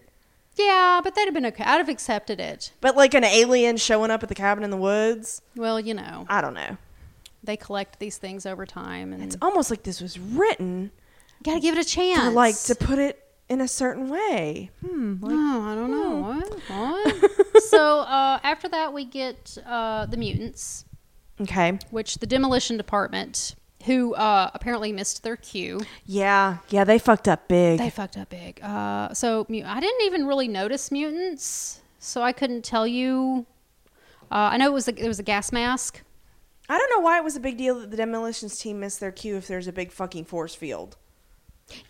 B: yeah, but that'd have been okay. I'd have accepted it.
A: But like an alien showing up at the cabin in the woods,
B: Well, you know,
A: I don't know.
B: they collect these things over time and
A: It's almost like this was written
B: gotta give it a chance.
A: for like to put it in a certain way. Hmm.
B: oh, I don't know. What? What? so uh, after that, we get uh, the mutants,
A: Okay.
B: which the demolition department, who uh, apparently missed their cue.
A: Yeah. Yeah. They fucked up big.
B: They fucked up big. Uh, so mu- I didn't even really notice mutants, so I couldn't tell you. Uh, I know it was a, it was a gas mask.
A: I don't know why it was a big deal that the demolitions team missed their cue if there's a big fucking force field.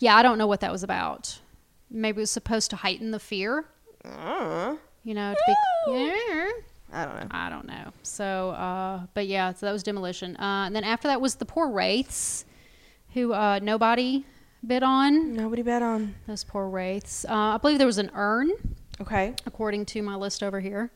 B: Yeah, I don't know what that was about. Maybe it was supposed to heighten the fear,
A: Uh,
B: you know, to be. Yeah.
A: I don't know.
B: I don't know. So, uh, but yeah, so that was demolition. Uh, and then after that was the poor wraiths, who uh, nobody bid on.
A: Nobody bet on.
B: Those poor wraiths. Uh, I believe there was an urn.
A: Okay.
B: according to my list over here.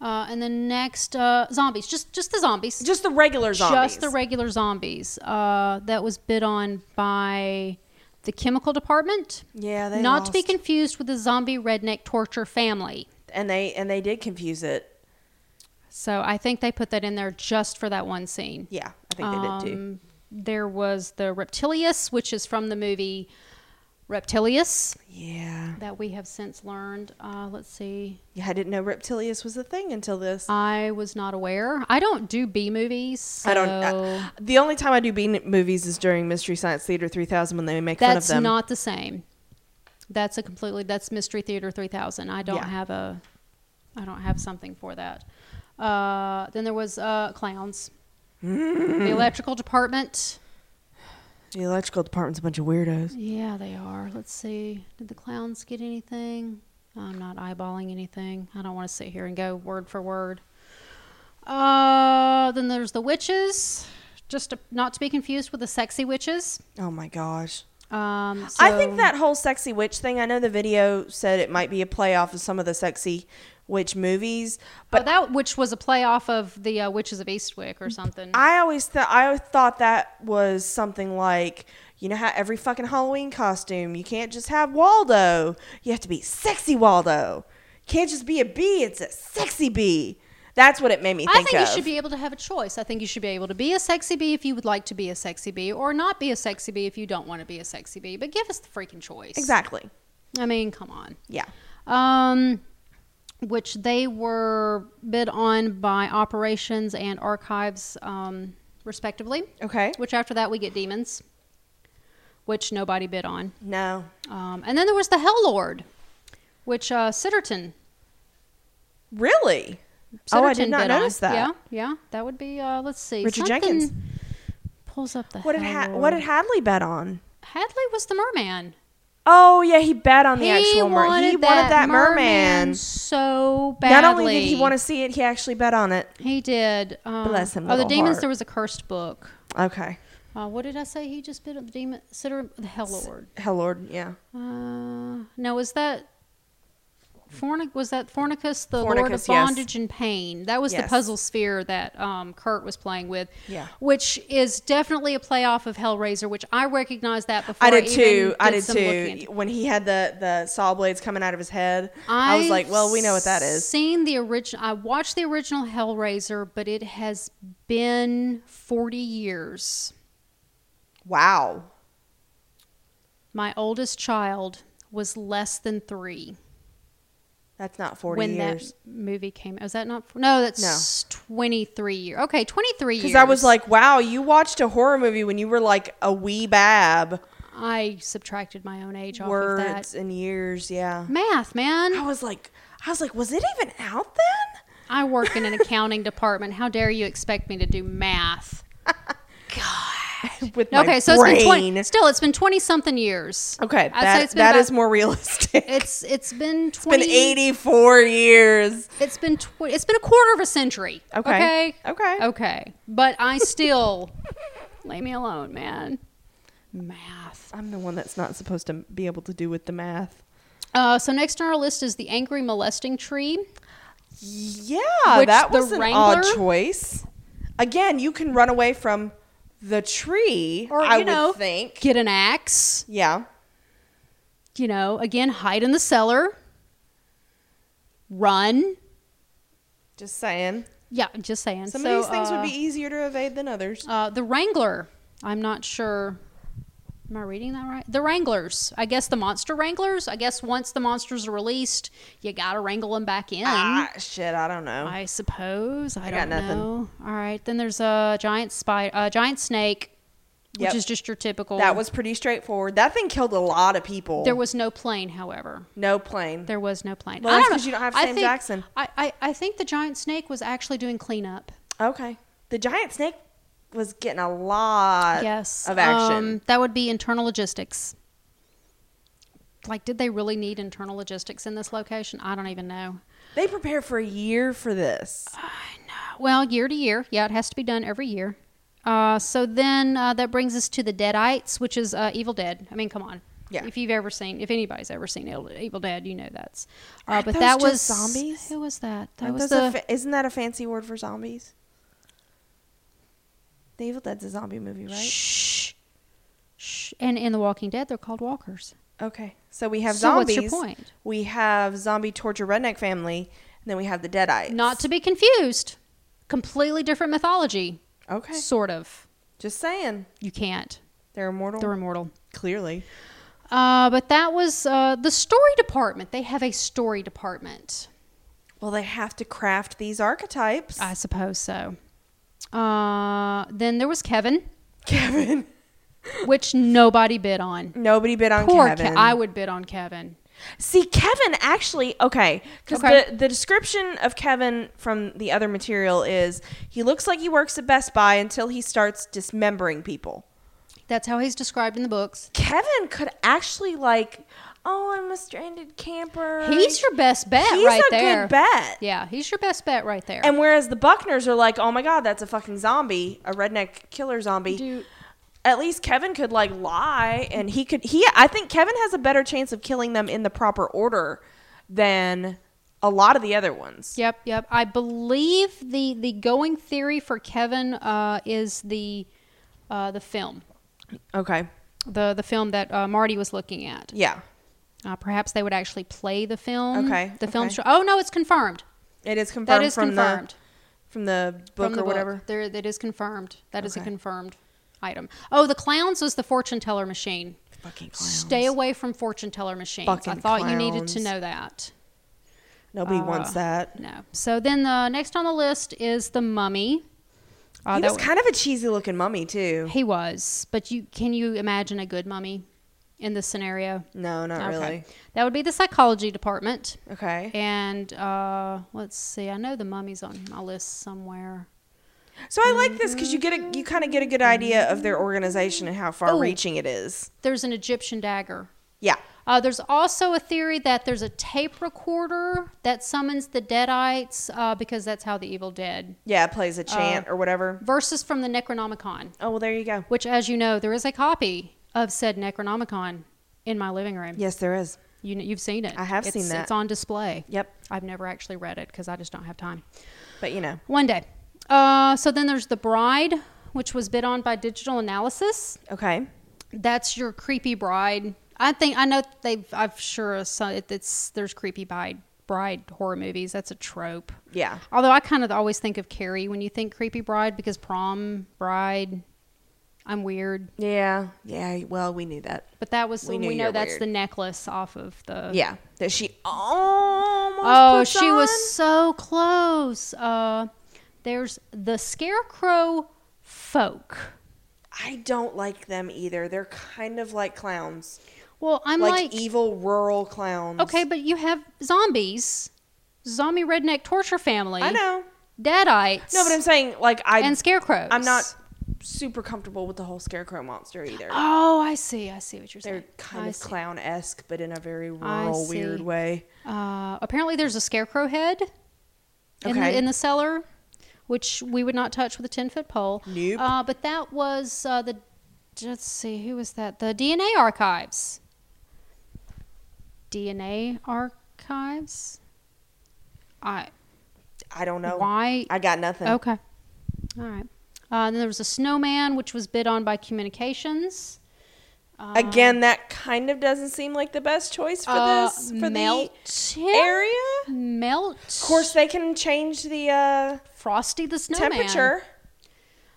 B: Uh, and then next, uh, zombies. Just just the zombies.
A: Just the regular zombies.
B: Just the regular zombies. Uh, that was bid on by the chemical department.
A: Yeah, they
B: Not to be
A: lost.
B: confused with the zombie redneck torture family.
A: and they and they did confuse it.
B: So I think they put that in there just for that one scene.
A: Yeah, I think they did too.
B: Um, There was the Reptilius, which is from the movie Reptilius,
A: Yeah.
B: that we have since learned. Uh, let's see.
A: Yeah, I didn't know Reptilius was a thing until this.
B: I was not aware. I don't do B movies. So
A: I don't. uh, I, the only time I do B movies is during Mystery Science Theater 3000 when they make fun of
B: that's
A: them.
B: not the same. That's a completely that's Mystery Theater 3000. I don't
A: Yeah.
B: have a I don't have something for that. Uh, then there was uh, clowns. the electrical department.
A: the electrical department's a bunch of weirdos.
B: Yeah, they are. Let's see. Did the clowns get anything? I'm not eyeballing anything. I don't want to sit here and go word for word. Uh, then there's the witches. Just to, not to be confused with the sexy witches.
A: Oh my gosh.
B: Um,
A: I think
B: so-
A: that whole sexy witch thing. I know the video said it might be a playoff of some of the sexy witch movies,
B: but
A: but
B: that which was a playoff of the uh, Witches of Eastwick or something.
A: I always thought I always thought that was something like you know how every fucking Halloween costume you can't just have Waldo. You have to be sexy Waldo. Can't just be a bee. It's a sexy bee. That's what it made me
B: I
A: think,
B: think you
A: of.
B: should be able to have a choice. I think you should be able to be a sexy bee if you would like to be a sexy bee, or not be a sexy bee if you don't want to be a sexy bee. But give us the freaking choice.
A: exactly.
B: I mean, come on.
A: Yeah.
B: Um, which they were bid on by operations and archives, um, respectively.
A: Okay.
B: Which after that we get demons, which nobody bid on.
A: No.
B: Um, and then there was the Hell Lord, which uh, Sitterton
A: Really? oh, I did
B: Sitterton
A: not
B: bid on.
A: notice that.
B: Yeah, yeah, that would be. Uh, let's see.
A: Richard
B: something
A: Jenkins.
B: pulls up the.
A: What did
B: hell
A: ha-
B: or-
A: what did Hadley bet on?
B: Hadley was the merman.
A: Oh yeah, he bet on the actual mer-
B: wanted
A: He wanted that merman.
B: so badly.
A: Not only did he want to see it, he actually bet on it.
B: He did. Um,
A: Bless him,
B: Oh, the
A: little
B: demons.
A: heart.
B: There was a cursed book.
A: Okay.
B: Uh, what did I say? He just bid on the demon. Sitter, the Hell Lord.
A: Hell Lord, yeah.
B: Uh, no, is that Fornic was that Fornicus, the Lord of
A: Fornicus, yes.
B: Bondage and Pain. That was the
A: Yes.
B: puzzle sphere that um, Kurt was playing with.
A: Yeah.
B: which is definitely a playoff of Hellraiser, which I recognized that before.
A: I did
B: even
A: too. I did
B: some looking
A: too. When he had the the saw blades coming out of his head, I was
B: I've
A: like, "Well, we know what that is."
B: Seen the original. I watched the original Hellraiser, but it has been forty years.
A: Wow.
B: My oldest child was less than three
A: That's not 40
B: when
A: years.
B: that movie came. Was that not? No, that's twenty three years. Okay, twenty three years.
A: Because I was like, wow, you watched a horror movie when you were like a wee bab.
B: I subtracted my own age off of that.
A: Words and years, yeah.
B: Math, man.
A: I was like, I was like, was it even out then?
B: I work in an accounting department. How dare you expect me to do math?
A: With my
B: Okay, so it's been
A: brain.
B: twenty. Still, it's been twenty something years.
A: Okay,
B: I'd
A: that,
B: say
A: that
B: it's
A: is
B: been about-
A: more realistic.
B: It's it's been
A: It's
B: twenty.
A: been 84 years.
B: It's been tw- it's been a quarter of a century.
A: Okay.
B: Okay.
A: Okay.
B: Okay. But I still lay me alone, man. Math.
A: I'm the one that's not supposed to be able to do with the math.
B: Uh, so next on our list is the angry molesting tree.
A: Yeah,
B: Which
A: that
B: the
A: was an
B: Wrangler-
A: odd choice. Again, you can run away from the tree,
B: Or
A: I
B: you know,
A: would think.
B: get an axe.
A: yeah.
B: You know, again, hide in the cellar. Run.
A: Just saying.
B: Yeah, I'm just saying.
A: Some
B: So,
A: of these things
B: uh,
A: would be easier to evade than others.
B: Uh, the Wrangler. I'm not sure. Am I reading that right? The Wranglers. I guess the monster Wranglers. I guess once the monsters are released, you gotta wrangle them back in.
A: ah, shit, I don't know.
B: I suppose. I,
A: got
B: don't
A: nothing.
B: know. All right. Then there's a giant spider, a giant snake,
A: Yep.
B: which is just your typical.
A: that was pretty straightforward. That thing killed a lot of people.
B: There was no plane, however.
A: no plane.
B: There was no plane.
A: Well,
B: I
A: that's
B: don't know.
A: 'cause you don't have
B: I
A: Sam
B: think-
A: Jackson.
B: I, I, I think the giant snake was actually doing cleanup.
A: okay. The giant snake was getting a lot
B: yes
A: Uh, of action.
B: Um, that would be internal logistics like did they really need internal logistics in this location i don't even know
A: they prepare for a year for this.
B: well year to year yeah it has to be done every year uh, so then uh, that brings us to the deadites which is uh, evil dead i mean come on
A: Yeah.
B: if you've ever seen if anybody's ever seen evil Evil dead you know that's uh, but
A: those
B: that
A: just
B: was
A: zombies?
B: who was that that
A: Aren't
B: was
A: those a
B: the
A: fa- isn't that a fancy word for zombies? The Evil Dead's a zombie movie, right?
B: shh, shh. and in the walking dead they're called walkers
A: Okay. So we have
B: So what's
A: zombies.
B: your point?
A: We have zombie torture redneck family, and then we have the Deadites.
B: not to be confused completely different mythology
A: Okay.
B: sort of
A: Just saying.
B: you can't
A: They're immortal.
B: they're immortal
A: Clearly.
B: uh, but that was uh, the story department they have a story department
A: Well, they have to craft these archetypes.
B: i suppose so uh, then there was kevin
A: Kevin.
B: which nobody bid on
A: Nobody bid on
B: poor
A: Kevin.
B: Ke- i would bid on kevin
A: See, Kevin actually, okay, because
B: Okay.
A: the, the description of Kevin from the other material is he looks like he works at Best Buy until he starts dismembering people.
B: that's how he's described in the books
A: Kevin could actually, like, oh, I'm a stranded camper.
B: he's your best bet
A: He's
B: right
A: a
B: there
A: good bet.
B: yeah he's your best bet right there
A: And whereas the Buckners are like, oh my God, that's a fucking zombie, a redneck killer zombie.
B: Dude.
A: At least Kevin could like lie, and he could. He, I think Kevin has a better chance of killing them in the proper order than a lot of the other ones.
B: Yep, yep. I believe the the going theory for Kevin uh, is the uh, the film,
A: Okay.
B: the the film that uh, Marty was looking at.
A: Yeah.
B: Uh, perhaps they would actually play the film.
A: Okay,
B: The film.
A: okay.
B: str- Oh no, it's confirmed.
A: It is confirmed
B: That is
A: from
B: confirmed
A: the from the book
B: from the
A: or whatever.
B: Book. There, that is confirmed. That is a
A: Okay.
B: confirmed item. Oh, the clowns was the fortune teller machine.
A: Fucking
B: Stay away from fortune teller machines. I
A: Fucking
B: thought you needed to
A: clowns.
B: know that.
A: Nobody
B: Uh,
A: wants that.
B: No. So then the next on the list is the mummy. Uh,
A: he
B: that
A: was kind of a cheesy looking mummy too.
B: He was, but you can you imagine a good mummy in this scenario?
A: No, not really.
B: That would be the psychology department.
A: Okay.
B: And uh, let's see, I know the mummy's on my list somewhere.
A: So I like this because you get a you kind of get a good idea of their organization and how far
B: Ooh.
A: reaching it is.
B: There's an Egyptian dagger.
A: Yeah.
B: Uh, there's also a theory that there's a tape recorder that summons the Deadites uh, because that's how the evil dead.
A: Yeah, it plays a chant or whatever.
B: Verses from the Necronomicon,
A: Oh well, there you go.
B: which, as you know, there is a copy of said Necronomicon in my living room.
A: Yes, there is.
B: You kn- you've seen it.
A: I have
B: It's-
A: seen that.
B: It's on display.
A: Yep.
B: I've never actually read it because I just don't have time.
A: But you know,
B: One day. Uh, so then there's The Bride, which was bid on by Digital Analysis.
A: okay.
B: That's your creepy bride. I think I know they've. I'm sure so it, it's there's creepy bride bride horror movies. That's a trope.
A: Yeah.
B: Although I kind of always think of Carrie when you think creepy bride because prom bride. I'm weird,
A: Yeah. Yeah. Well, we knew that.
B: but that was
A: We
B: we,
A: knew you
B: know
A: were
B: that's
A: weird.
B: the necklace off of the
A: Yeah. That she almost.
B: Oh,
A: puts
B: she was
A: on.
B: so close. Uh, there's the Scarecrow folk.
A: I don't like them either. They're kind of like clowns,
B: Well, I'm
A: like,
B: like,
A: evil rural clowns.
B: okay, but you have zombies, zombie redneck torture family,
A: I know.
B: deadites,
A: No, but I'm saying like I.
B: and scarecrows.
A: I'm not super comfortable with the whole scarecrow monster either.
B: Oh, I see. I see what you're
A: They're
B: saying.
A: kind
B: I
A: of
B: see.
A: clown esque, but in a very
B: I
A: rural, weird
B: see.
A: way.
B: Uh, apparently, there's a scarecrow head in,
A: Okay.
B: the, in the cellar, which we would not touch with a 10 foot pole.
A: Nope.
B: Uh, but that was uh, the, let's see, who was that? The DNA archives. DNA archives? I,
A: I don't know.
B: why?
A: I got nothing.
B: Okay. All right. Uh, then there was a snowman, which was bid on by communications. Uh,
A: Again, that kind of doesn't seem like the best choice for
B: uh,
A: this for
B: melt
A: the area.
B: Melt.
A: Of course, they can change the uh,
B: Frosty the Snowman.
A: temperature.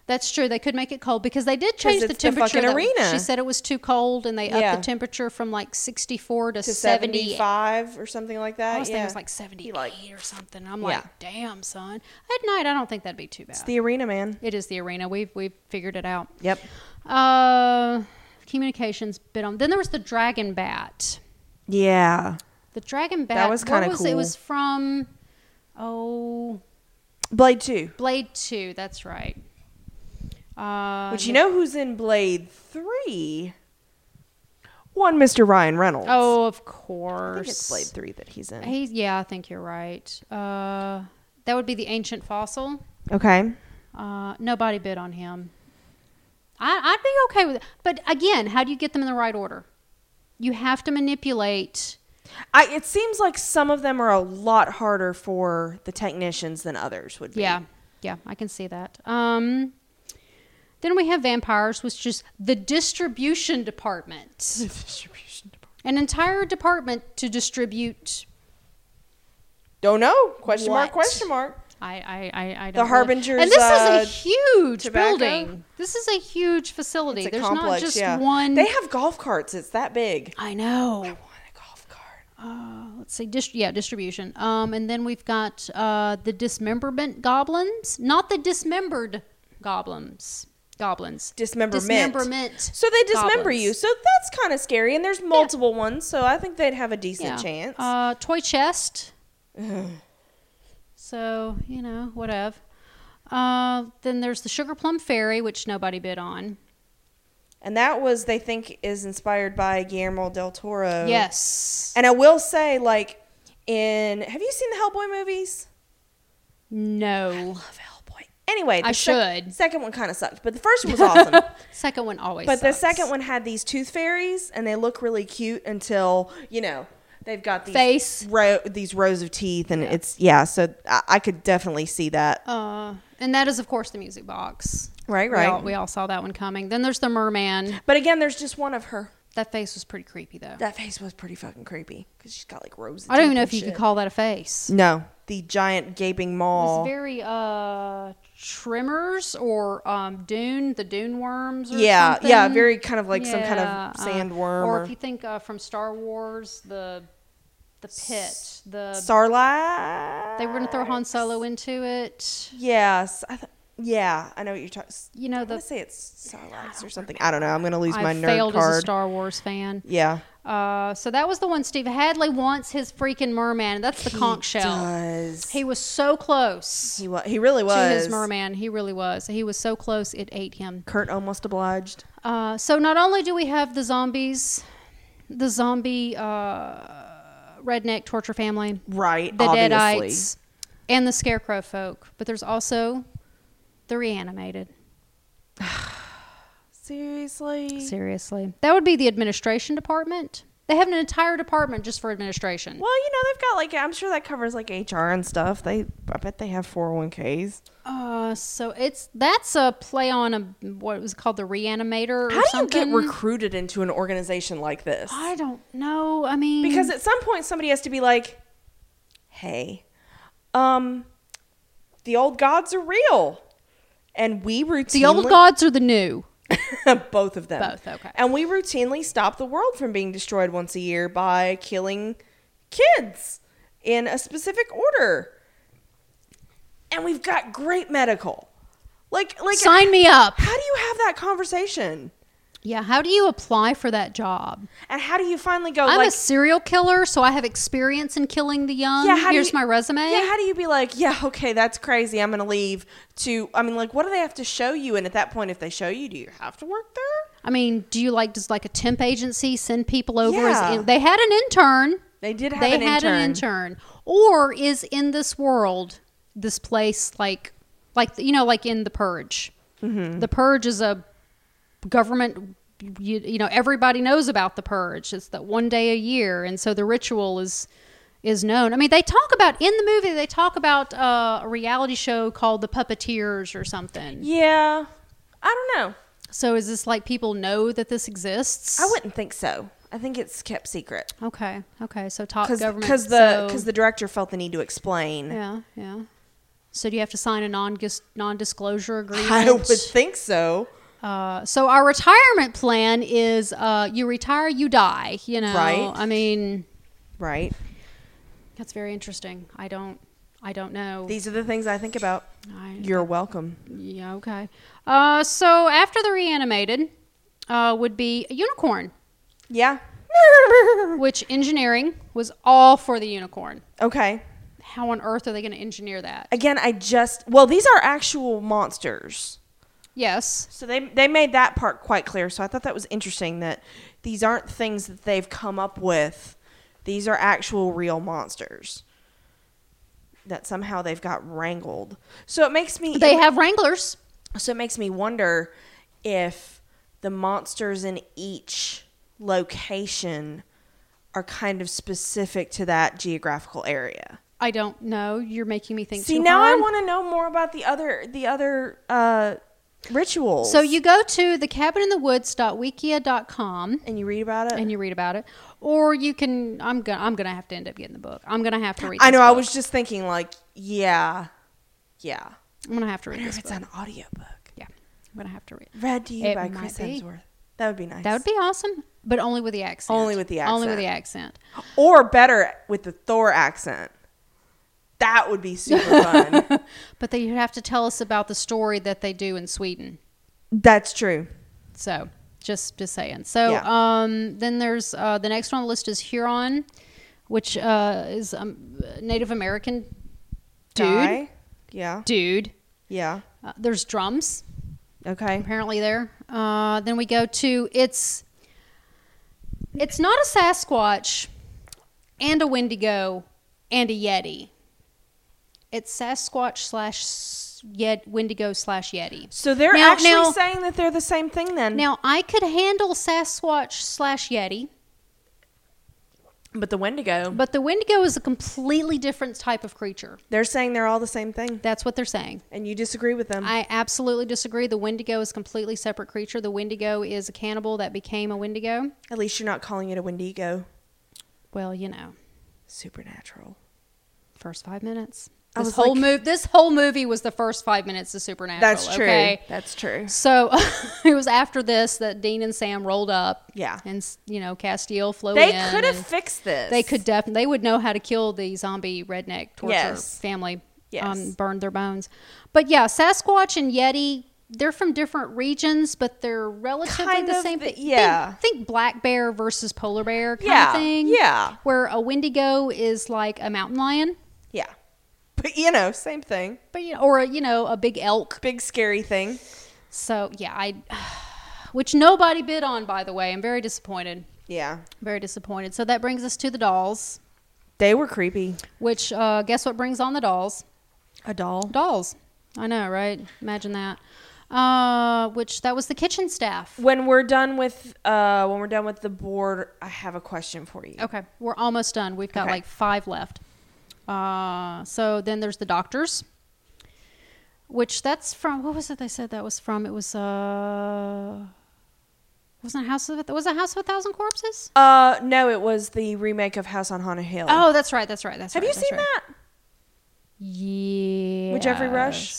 B: That's true. They could make it cold because they did change the
A: it's the
B: temperature.
A: fucking
B: that-
A: arena.
B: She said it was too cold, and they
A: Yeah.
B: upped the temperature from like sixty-four to,
A: to
B: 70.
A: 75 or something like that.
B: I was
A: yeah.
B: thinking it was like seventy-eight
A: like-
B: or something. I'm
A: Yeah.
B: like, damn, son. At night, I don't think that'd be too bad.
A: it's the arena, man.
B: it is the arena. We've we've figured it out.
A: Yep.
B: Uh, communications bit on. Then there was the Dragon Bat.
A: Yeah.
B: The Dragon Bat.
A: was
B: what
A: kinda
B: It
A: cool.
B: was from oh
A: Blade 2.
B: Blade Two. That's right. Uh,
A: But you know who's in Blade 3? One Mr. Ryan Reynolds.
B: Oh, of
A: I
B: course.
A: think it's Blade 3 that he's in.
B: He, yeah, I think you're right. Uh, that would be the ancient fossil.
A: Okay.
B: Uh, nobody bid on him. I, I'd be okay with it. But again, how do you get them in the right order? You have to manipulate.
A: I, it seems like some of them are a lot harder for the technicians than others would be.
B: Yeah, yeah, I can see that. Um, then we have vampires, which is the distribution department,
A: Distribution department.
B: an entire department to distribute.
A: Don't know. Question
B: What?
A: mark, question mark.
B: I, I, I, I don't
A: The
B: know.
A: Harbinger's,
B: and this
A: uh,
B: is a huge
A: tobacco?
B: building. This is a huge facility.
A: It's a
B: There's
A: complex,
B: not just
A: yeah.
B: one.
A: They have golf carts. It's that big.
B: I
A: I
B: know.
A: want a golf cart.
B: Uh, let's see, dist- yeah, distribution. Um, and then we've got uh, the dismemberment goblins, not the dismembered goblins. Goblins.
A: Dismemberment.
B: Dismemberment.
A: So they dismember
B: goblins.
A: you. So that's kind of scary. And there's multiple ones, so I think they'd have a decent
B: Yeah.
A: chance.
B: Uh, toy chest. so you know, whatever. Uh, then there's the sugar plum fairy, which nobody bid on.
A: and that was, they think, is inspired by Guillermo del Toro.
B: Yes.
A: And I will say, like, in have you seen the Hellboy movies?
B: No.
A: Love Hellboy. Anyway, the
B: I
A: sec-
B: should.
A: second one kind of sucked, but the first one was awesome.
B: Second one always.
A: But the
B: sucks.
A: second one had these tooth fairies, and they look really cute until you know they've got these
B: Face.
A: row, these rows of teeth, and it's yeah. So I, I could definitely see that.
B: Uh, and that is, of course, the music box.
A: Right,
B: We
A: right.
B: all, we all saw that one coming. Then there's the merman.
A: But again, there's just one of her.
B: That face was pretty creepy, though.
A: That face was pretty fucking creepy because she's got like rows. Of
B: I don't
A: teeth
B: even know
A: and
B: if you could
A: shit.
B: call that a face.
A: No, the giant gaping
B: It
A: maw.
B: was very uh, Tremors or um, Dune, the Dune worms. Or
A: yeah, yeah,
B: something.
A: very kind of like some kind
B: Yeah, uh,
A: of sandworm
B: or
A: or,
B: if you think uh, from Star Wars, the the pit, the
A: starlight.
B: uh, they were gonna throw Han Solo into it.
A: Yes, I th- yeah, I know what you're talking.
B: You know,
A: I
B: the-
A: want to say it's starlights or something. I don't know. I'm gonna lose my
B: I
A: nerd
B: failed as a
A: card.
B: Star Wars fan.
A: Yeah.
B: Uh, so that was the one Steve Hadley wants his freaking merman. That's the conch shell.
A: Does.
B: He was so close
A: He, wa- he really was.
B: to his merman. He really was. He was so close, it ate him.
A: Kurt almost obliged.
B: Uh, so not only do we have the zombies, the zombie uh, redneck torture family,
A: Right.
B: the
A: obviously.
B: deadites, and the scarecrow folk, but there's also the reanimated.
A: Seriously.
B: Seriously, that would be the administration department. They have an entire department just for administration.
A: Well, you know, they've got like I'm sure that covers like HR and stuff. They I bet they have 401k's.
B: Uh, so it's that's a play on a what was called the reanimator. Or
A: How do
B: something.
A: you get recruited into an organization like this?
B: I don't know. I mean,
A: Because at some point somebody has to be like, "Hey, um the old gods are real." And we routinely
B: the old gods are the new.
A: both of them.
B: Both, okay.
A: And we routinely stop the world from being destroyed once a year by killing kids in a specific order. And we've got great medical. Like like
B: Sign me up.
A: How do you have that conversation?
B: Yeah, how do you apply for that job?
A: And how do you finally go
B: I'm
A: Oh, like
B: a serial killer, so I have experience in killing the young.
A: yeah, how do
B: Here's
A: you-
B: my resume.
A: Yeah, how do you be like, yeah, okay, that's crazy. I'm going to leave. To I mean, like, what do they have to show you? And at that point, if they show you, do you have to work there?
B: I mean, do you like does like a temp agency send people over?
A: Yeah.
B: As, they had an intern.
A: They did have
B: They
A: an
B: had
A: intern.
B: an intern. Or is in this world this place like like you know like in the Purge?
A: Mm-hmm.
B: The Purge is a government. You, you know everybody knows about the Purge. It's that one day a year, and so the ritual is is known. I mean, they talk about in the movie. They talk about uh, a reality show called The Puppeteers or something.
A: Yeah, I don't know.
B: So is this like people know that this exists?
A: I wouldn't think so. I think it's kept secret
B: Okay. Okay. So top
A: because
B: Uh, government.
A: the
B: so-
A: because the director felt the need to explain.
B: yeah yeah. So do you have to sign a non non disclosure agreement?
A: I would think so.
B: Uh, so our retirement plan is uh, you retire, you die. You know.
A: Right.
B: I mean,
A: Right.
B: that's very interesting. I don't. I don't know.
A: These are the things I think about.
B: I-
A: You're welcome.
B: yeah. Okay. Uh, so after the reanimated uh, would be a unicorn,
A: Yeah.
B: which engineering was all for the unicorn.
A: okay.
B: How on earth are they going to engineer that?
A: Again, I just well, these are actual monsters.
B: Yes.
A: So they they made that part quite clear. So I thought that was interesting that these aren't things that they've come up with. These are actual real monsters that somehow they've got wrangled. So it makes me
B: They have wranglers.
A: so it makes me wonder if the monsters in each location are kind of specific to that geographical area.
B: I don't know. You're making me think.
A: See,
B: too
A: now I
B: hard.
A: want to know more about the other the other uh, rituals.
B: So you go to thecabininthewoods.wikia.com
A: and you read about it.
B: and you read about it, or you can. I'm gonna. I'm gonna have to end up getting the book. I'm gonna have to read.
A: I
B: this
A: know. I
B: book.
A: was just thinking, like, yeah, yeah.
B: I'm gonna have to read
A: Or
B: this
A: if it's
B: book.
A: an audiobook.
B: yeah, I'm gonna have to read.
A: Read to you
B: It
A: by
B: might
A: Chris
B: be.
A: Hemsworth. That would be nice.
B: That would be awesome, but only with the accent.
A: Only with the
B: Only with
A: accent.
B: the accent.
A: or better with the Thor accent. That would be super fun.
B: But they have to tell us about the story that they do in Sweden.
A: That's true.
B: So just just saying. So
A: Yeah.
B: um, then there's uh, the next one on the list is Huron, which uh, is um, Native American dude.
A: Guy? Yeah.
B: Dude.
A: Yeah.
B: Uh, there's drums
A: Okay.
B: apparently there. Uh, then we go to it's it's not a Sasquatch and a Wendigo and a Yeti. It's Sasquatch slash s- Yet Wendigo slash Yeti.
A: So they're
B: Now-
A: actually
B: now-
A: saying that they're the same thing then.
B: Now I could handle Sasquatch slash Yeti,
A: but the Wendigo,
B: but the Wendigo is a completely different type of creature.
A: they're saying they're all the same thing.
B: That's what they're saying.
A: And you disagree with them.
B: I absolutely disagree. The Wendigo is a completely separate creature. The Wendigo is a cannibal that became a Wendigo.
A: At least you're not calling it a Wendigo.
B: Well, you know.
A: Supernatural.
B: first five minutes.
A: I
B: This
A: was
B: whole
A: like-
B: move, this whole movie was the first five minutes of Supernatural.
A: That's true.
B: Okay?
A: That's true.
B: So it was after this that Dean and Sam rolled up.
A: Yeah.
B: and s- you know Castiel flew
A: They
B: in.
A: could have
B: and
A: fixed this.
B: They could definitely. They would know how to kill the zombie redneck torture
A: Yes.
B: family.
A: Yes.
B: Um, burn their bones. But yeah, Sasquatch and Yeti. They're from different regions, but they're relatively
A: Kind
B: the
A: of
B: same
A: the-
B: thing. Think-
A: yeah.
B: Think, black bear versus polar bear kind
A: Yeah,
B: of thing.
A: yeah.
B: Where a Wendigo is like a mountain lion.
A: Yeah. But you know, same thing.
B: but you know, or you know, a big elk.
A: Big scary thing.
B: So yeah, I, which nobody bid on, by the way. I'm very disappointed.
A: Yeah.
B: Very disappointed. So that brings us to the dolls.
A: They were creepy.
B: Which uh, guess what brings on the dolls?
A: A doll.
B: Dolls. I know, right? Imagine that. uh, which that was the kitchen staff.
A: When we're done with uh, when we're done with the board, I have a question for you.
B: Okay, we're almost done. We've got
A: Okay.
B: like five left. Uh, so then there's the doctors, which that's from what was it they said that was from? It was uh, wasn't it House of was it House of a Thousand Corpses?
A: Uh, no, it was the remake of House on Haunted Hill.
B: Oh, that's right, that's right, that's
A: have
B: right.
A: you
B: that's
A: seen
B: right.
A: that?
B: Yeah.
A: With Jeffrey Rush?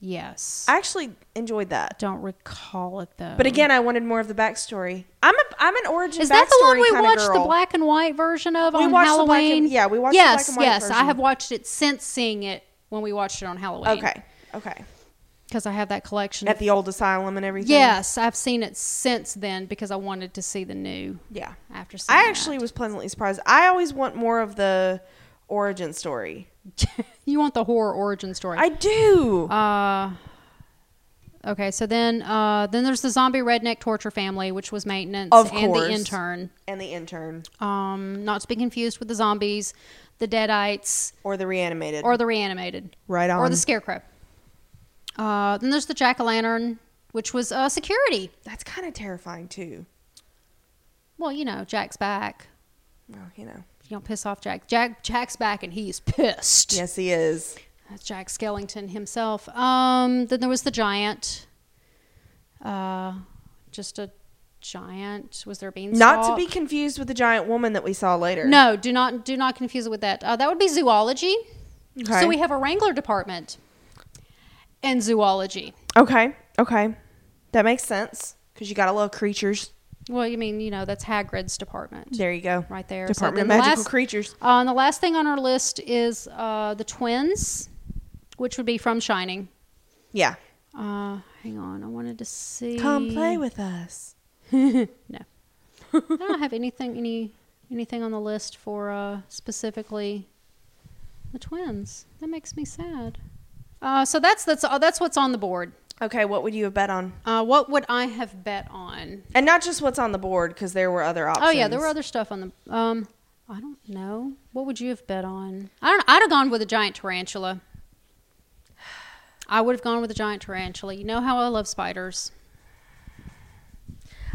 B: Yes.
A: I actually enjoyed that.
B: don't recall it though.
A: But again, I wanted more of the backstory. I'm a I'm an origin.
B: Um, is that the one
A: backstory
B: we
A: kinda
B: watched the
A: girl.
B: black and white version of
A: We
B: on
A: watched the
B: Halloween?
A: black and- yeah, we watched the
B: yes,
A: black and white
B: yes. I
A: version.
B: have watched it since seeing it when we watched it on Halloween.
A: Okay, okay.
B: because I have that collection.
A: At the old asylum and everything.
B: yes, I've seen it since then because I wanted to see the new
A: yeah.
B: after seeing.
A: I actually was pleasantly surprised. I always want more of the origin story.
B: that. you want the horror origin story.
A: I do.
B: uh, okay, so then uh, then there's the zombie redneck torture family, which was maintenance
A: Of
B: and the
A: course.
B: intern.
A: and the intern
B: Um, not to be confused with the zombies, the deadites,
A: or the reanimated
B: or the reanimated.
A: right on.
B: or the scarecrow. Uh, then there's the jack o' lantern, which was uh, security.
A: That's kind of terrifying too.
B: Well, you know, Jack's back.
A: Well, you know.
B: You don't piss off Jack. Jack Jack's back, and he's pissed.
A: Yes, he is.
B: That's Jack Skellington himself. Um, then there was the giant. Uh, just a giant. Was there a beanstalk?
A: Not to be confused with the giant woman that we saw later.
B: No, do not do not confuse it with that. Uh, that would be zoology.
A: Okay.
B: So we have a wrangler department and zoology.
A: okay. Okay. That makes sense because you got to love creatures.
B: Well, you mean you know that's Hagrid's department.
A: There you go.
B: right there. So
A: Department
B: then
A: of
B: the
A: Magical
B: last-
A: Creatures.
B: Uh, and the last thing on our list is uh, the twins, which would be from Shining.
A: Yeah.
B: Uh, hang on, I wanted to see.
A: Come play with us.
B: No, I don't have anything any anything on the list for uh, specifically the twins. That makes me sad. Uh, so that's that's uh, that's what's on the board.
A: Okay, what would you have bet on?
B: Uh, what would I have bet on?
A: And not just what's on the board because there were other options.
B: Oh yeah, there were other stuff on the. Um, I don't know. What would you have bet on? I don't. I'd have gone with a giant tarantula. I would have gone with a giant tarantula. You know how I love spiders.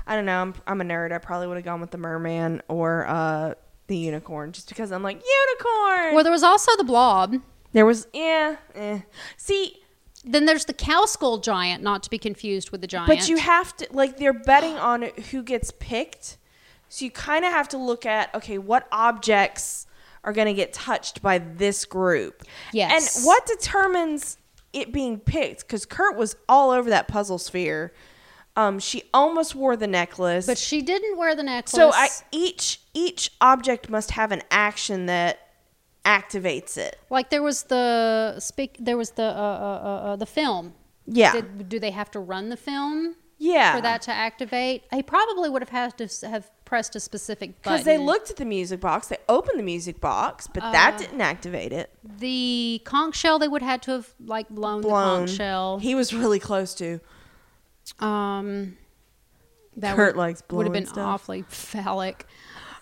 A: I don't know. I'm, I'm a nerd. I probably would have gone with the merman or uh, the unicorn just because I'm like, unicorn!
B: Well, there was also the blob.
A: there was, yeah. Eh. See,
B: Then there's the cow skull giant, not to be confused with the giant.
A: But you have to like they're betting on who gets picked. So you kind of have to look at okay, what objects are going to get touched by this group.
B: Yes.
A: And what determines it being picked cuz Kurt was all over that puzzle sphere. Um she almost wore the necklace.
B: but she didn't wear the necklace.
A: so I each each object must have an action that activates it.
B: like there was the speak. There was the uh, uh, uh, uh, the film.
A: Yeah.
B: Did, do they have to run the film?
A: yeah.
B: For that to activate, he probably would have had to s- have pressed a specific button. Uh.
A: Cuz they looked at the music box, they opened the music box, but that didn't activate it.
B: The conch shell they would had to have like blown, the
A: blown.
B: conch shell.
A: He was really close to.
B: Um, that
A: Kurt
B: would,
A: likes
B: would have
A: blowing
B: been
A: stuff.
B: awfully phallic.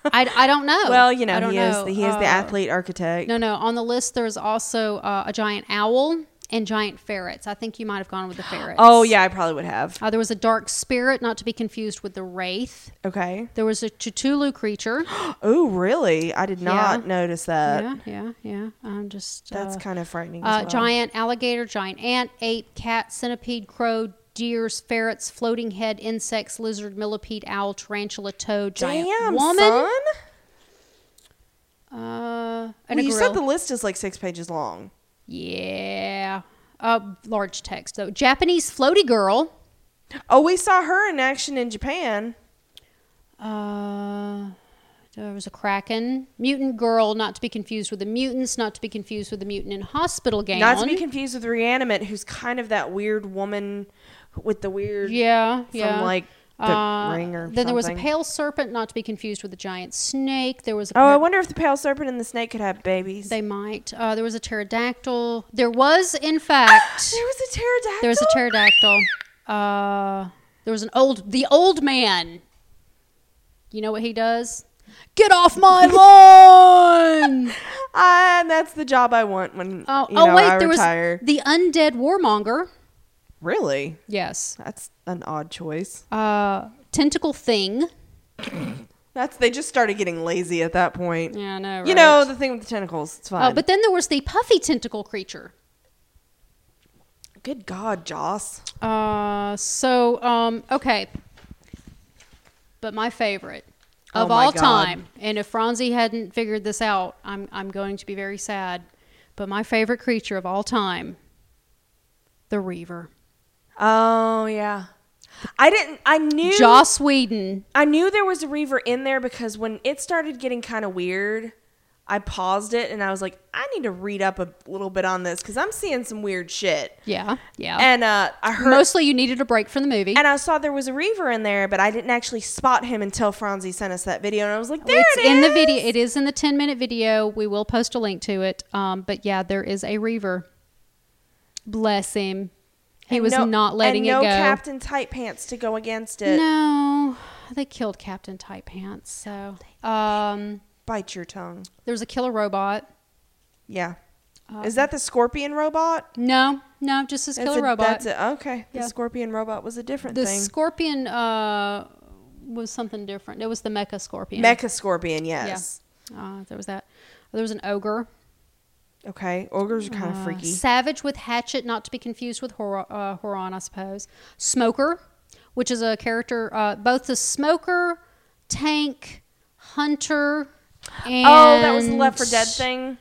B: I, I don't know.
A: Well, you
B: Oh,
A: know,
B: I don't
A: he is the, he is the
B: Uh,
A: athlete architect.
B: No, no. On the list, there's also uh, a giant owl and giant ferrets. I think you might have gone with the ferrets.
A: Oh yeah, I probably would have.
B: Uh, there was a dark spirit, not to be confused with the wraith.
A: Okay.
B: There was a Chutulu creature.
A: Oh really? I did not
B: Yeah.
A: notice that.
B: yeah, yeah, yeah. I'm just.
A: Uh, That's
B: uh,
A: kind of frightening. as
B: Uh,
A: well.
B: Giant alligator, giant ant, ape, cat, centipede, crow, deers, ferrets, floating head, insects, lizard, millipede, owl, tarantula, toad, giant
A: Damn
B: woman,
A: son.
B: uh, and
A: Well,
B: a
A: you
B: gorilla.
A: said the list is like six pages long.
B: yeah, uh, large text though. Japanese floaty girl.
A: Oh, we saw her in action in Japan.
B: Uh, there was a kraken, mutant girl, not to be confused with the mutants, not to be confused with the mutant in hospital gown.
A: Not to be confused with Reanimate, who's kind of that weird woman with the weird
B: yeah,
A: from
B: yeah.
A: like the
B: Uh,
A: ring or
B: then there was a
A: something.
B: pale serpent, not to be confused with a giant snake. There was a
A: Oh, I
B: par-
A: wonder if the pale serpent and the snake could have babies.
B: They might. Uh, there was a pterodactyl. There was, in fact,
A: there was a pterodactyl.
B: there was a pterodactyl. Uh, there was an old, the old man. You know what he does? Get off my lawn!
A: Ah, and Uh, that's the job I want when
B: Oh,
A: you
B: oh
A: know,
B: wait,
A: I
B: there
A: retire.
B: was the undead warmonger.
A: Really?
B: Yes.
A: That's an odd choice.
B: Uh, tentacle thing.
A: That's they just started getting lazy at that point.
B: Yeah, I know.
A: You
B: right?
A: know the thing with the tentacles. It's fine.
B: Uh, but then there was the puffy tentacle creature.
A: good God, Joss.
B: Uh, so um, okay. But my favorite
A: Oh
B: of
A: my
B: all
A: God.
B: time, and if Phronsie hadn't figured this out, I'm I'm going to be very sad. But my favorite creature of all time, the Reaver,
A: Oh yeah. I didn't. I knew.
B: Joss Whedon.
A: I knew there was a reaver in there because when it started getting kind of weird, I paused it and I was like, I need to read up a little bit on this because I'm seeing some weird shit.
B: Yeah, yeah.
A: And uh, I heard
B: Mostly, you needed a break from the movie.
A: and I saw there was a reaver in there, but I didn't actually spot him until Phronsie sent us that video, and I was like, there
B: it's
A: it is.
B: in the video. It is in the ten minute video. We will post a link to it. Um, but yeah, there is a Reaver. Bless him. He
A: And
B: was
A: no-
B: not letting
A: and no
B: it go.
A: Captain Tight Pants to go against it.
B: No, they killed Captain Tight Pants. So, um,
A: Bite your tongue.
B: there's a killer robot.
A: Yeah. is that the scorpion robot?
B: No, no, just this
A: That's
B: killer
A: a-
B: robot.
A: That's a, okay.
B: Yeah.
A: The scorpion robot was a different
B: The
A: thing.
B: scorpion uh, was something different. It was the mecha scorpion.
A: Mecha scorpion, yes.
B: Uh, there was that. There was an ogre.
A: Okay. Ogres are kind of
B: Uh,
A: freaky.
B: Savage with Hatchet, not to be confused with Hor- uh, Horon, I suppose. Smoker, which is a character, uh, both the Smoker, Tank, Hunter, and.
A: oh, that was the Left for Dead thing.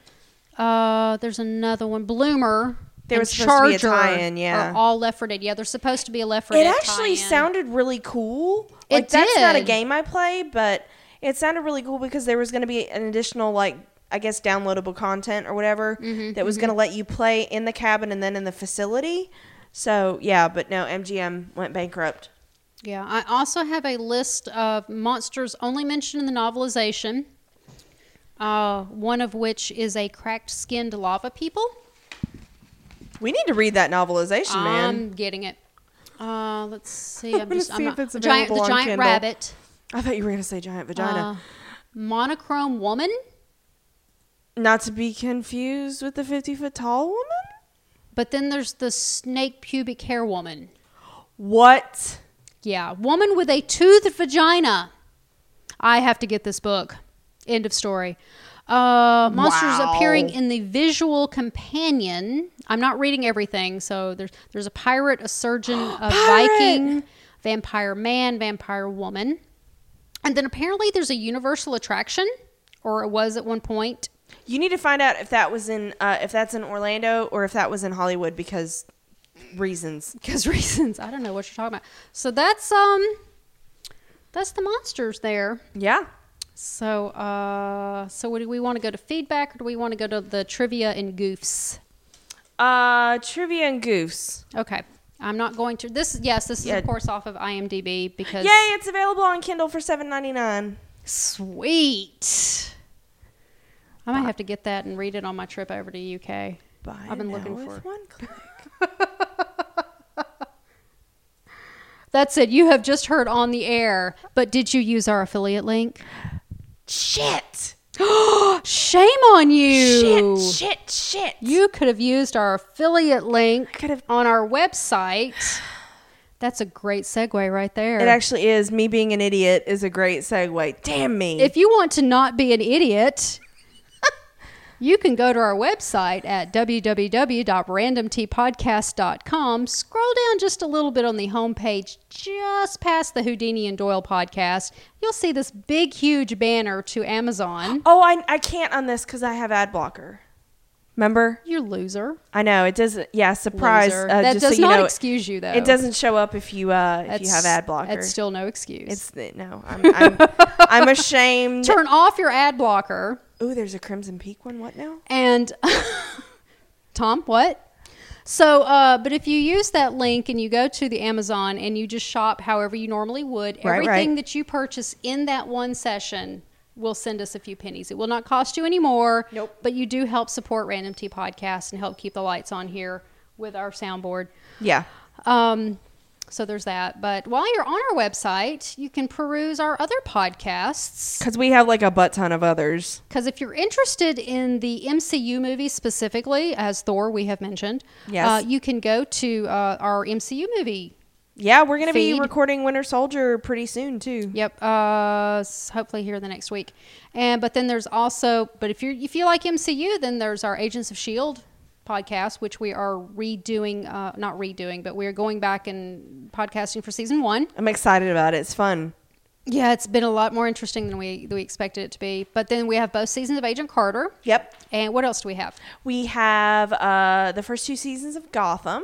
B: Uh, there's another one, Bloomer.
A: There
B: and
A: was supposed to be a
B: Charger
A: tie-in, yeah.
B: are all Left 4 Dead. Yeah, there's supposed to be a Left 4
A: It
B: Dead.
A: actually
B: tie-in.
A: sounded really cool.
B: It
A: Like that's not a
B: did.
A: game I play, but it sounded really cool because there was going to be an additional like I guess downloadable content or whatever
B: Mm-hmm,
A: that was going to let you play in the cabin and then in the facility. So yeah, but no, MGM went bankrupt.
B: Yeah, I also have a list of monsters only mentioned in the novelization. Uh, one of which is a cracked-skinned lava people.
A: We need to read that novelization,
B: Um,
A: man.
B: I'm getting it. Uh, let's see. I'm
A: gonna
B: just. I'm
A: see if
B: not,
A: it's
B: giant, the
A: available on
B: giant
A: Kindle.
B: rabbit.
A: I thought you were going to say giant
B: Uh,
A: vagina.
B: monochrome woman,
A: not to be confused with the 50 foot tall woman?
B: but then there's the snake pubic hair woman.
A: What?
B: Yeah, woman with a toothed vagina. I have to get this book. End of story. Uh, monsters
A: Wow.
B: appearing in the visual companion. I'm not reading everything, so there's there's a pirate, a surgeon, a Viking, vampire man, vampire woman, and then apparently there's a universal attraction, or it was at one point.
A: You need to find out if that was in uh, if that's in Orlando or if that was in Hollywood because reasons.
B: because reasons. I don't know what you're talking about. So that's um, that's the monsters there.
A: Yeah.
B: So, uh, so do we want to go to feedback or do we want to go to the trivia and goofs?
A: Uh, trivia and goofs.
B: Okay, I'm not going to this. Yes, this is
A: Yeah.
B: of course off of IMDb because
A: Yay! It's available on Kindle for seven ninety nine.
B: sweet. I might have to get that and read it on my trip over to UK.
A: Buy
B: I've been
A: now
B: looking
A: with
B: for it.
A: one click.
B: That's it. You have just heard on the air, but did you use our affiliate link?
A: Shit!
B: Shame on you!
A: Shit! Shit! Shit!
B: You could have used our affiliate link
A: could have-
B: on our website. That's a great segue right there.
A: It actually is. Me being an idiot is a great segue. Damn me.
B: if you want to not be an idiot, you can go to our website at www.randomtpodcast.com. Scroll down just a little bit on the homepage, just past the Houdini and Doyle podcast. You'll see this big, huge banner to Amazon.
A: oh, I I can't on this because I have ad blocker. Remember?
B: You loser.
A: I know it doesn't. Yeah, surprise.
B: Loser.
A: Uh,
B: that
A: just
B: does
A: so you
B: not
A: know,
B: excuse you, though.
A: It doesn't show up if you uh, if you
B: That's-
A: have ad blocker.
B: That's still no excuse.
A: It's no. I'm I'm, I'm ashamed.
B: turn off your ad blocker
A: Ooh, there's a Crimson Peak one. What now?
B: and tom what so uh, but if you use that link and you go to the amazon and you just shop however you normally would
A: Right,
B: everything
A: right.
B: that you purchase in that one session will send us a few pennies it will not cost you any more
A: Nope.
B: but you do help support random tea podcast and help keep the lights on here with our soundboard
A: Yeah.
B: um, So there's that. But while you're on our website, you can peruse our other podcasts.
A: Because we have like a butt ton of others.
B: Because if you're interested in the MCU movies specifically, as Thor we have mentioned,
A: Yes.
B: uh, you can go to uh, our MCU movie.
A: Yeah, we're gonna be
B: Feed.
A: recording Winter Soldier pretty soon too.
B: Yep. Uh, s- hopefully here the next week. And but then there's also but if you are if you like MCU, then there's our Agents of Shield E podcast, which we are redoing. Uh, not redoing, but we're going back and podcasting for season one.
A: I'm excited about it. It's fun.
B: Yeah, it's been a lot more interesting than we than we expected it to be. But then we have both seasons of Agent Carter.
A: Yep.
B: And what else do we have?
A: We have uh, the first two seasons of Gotham.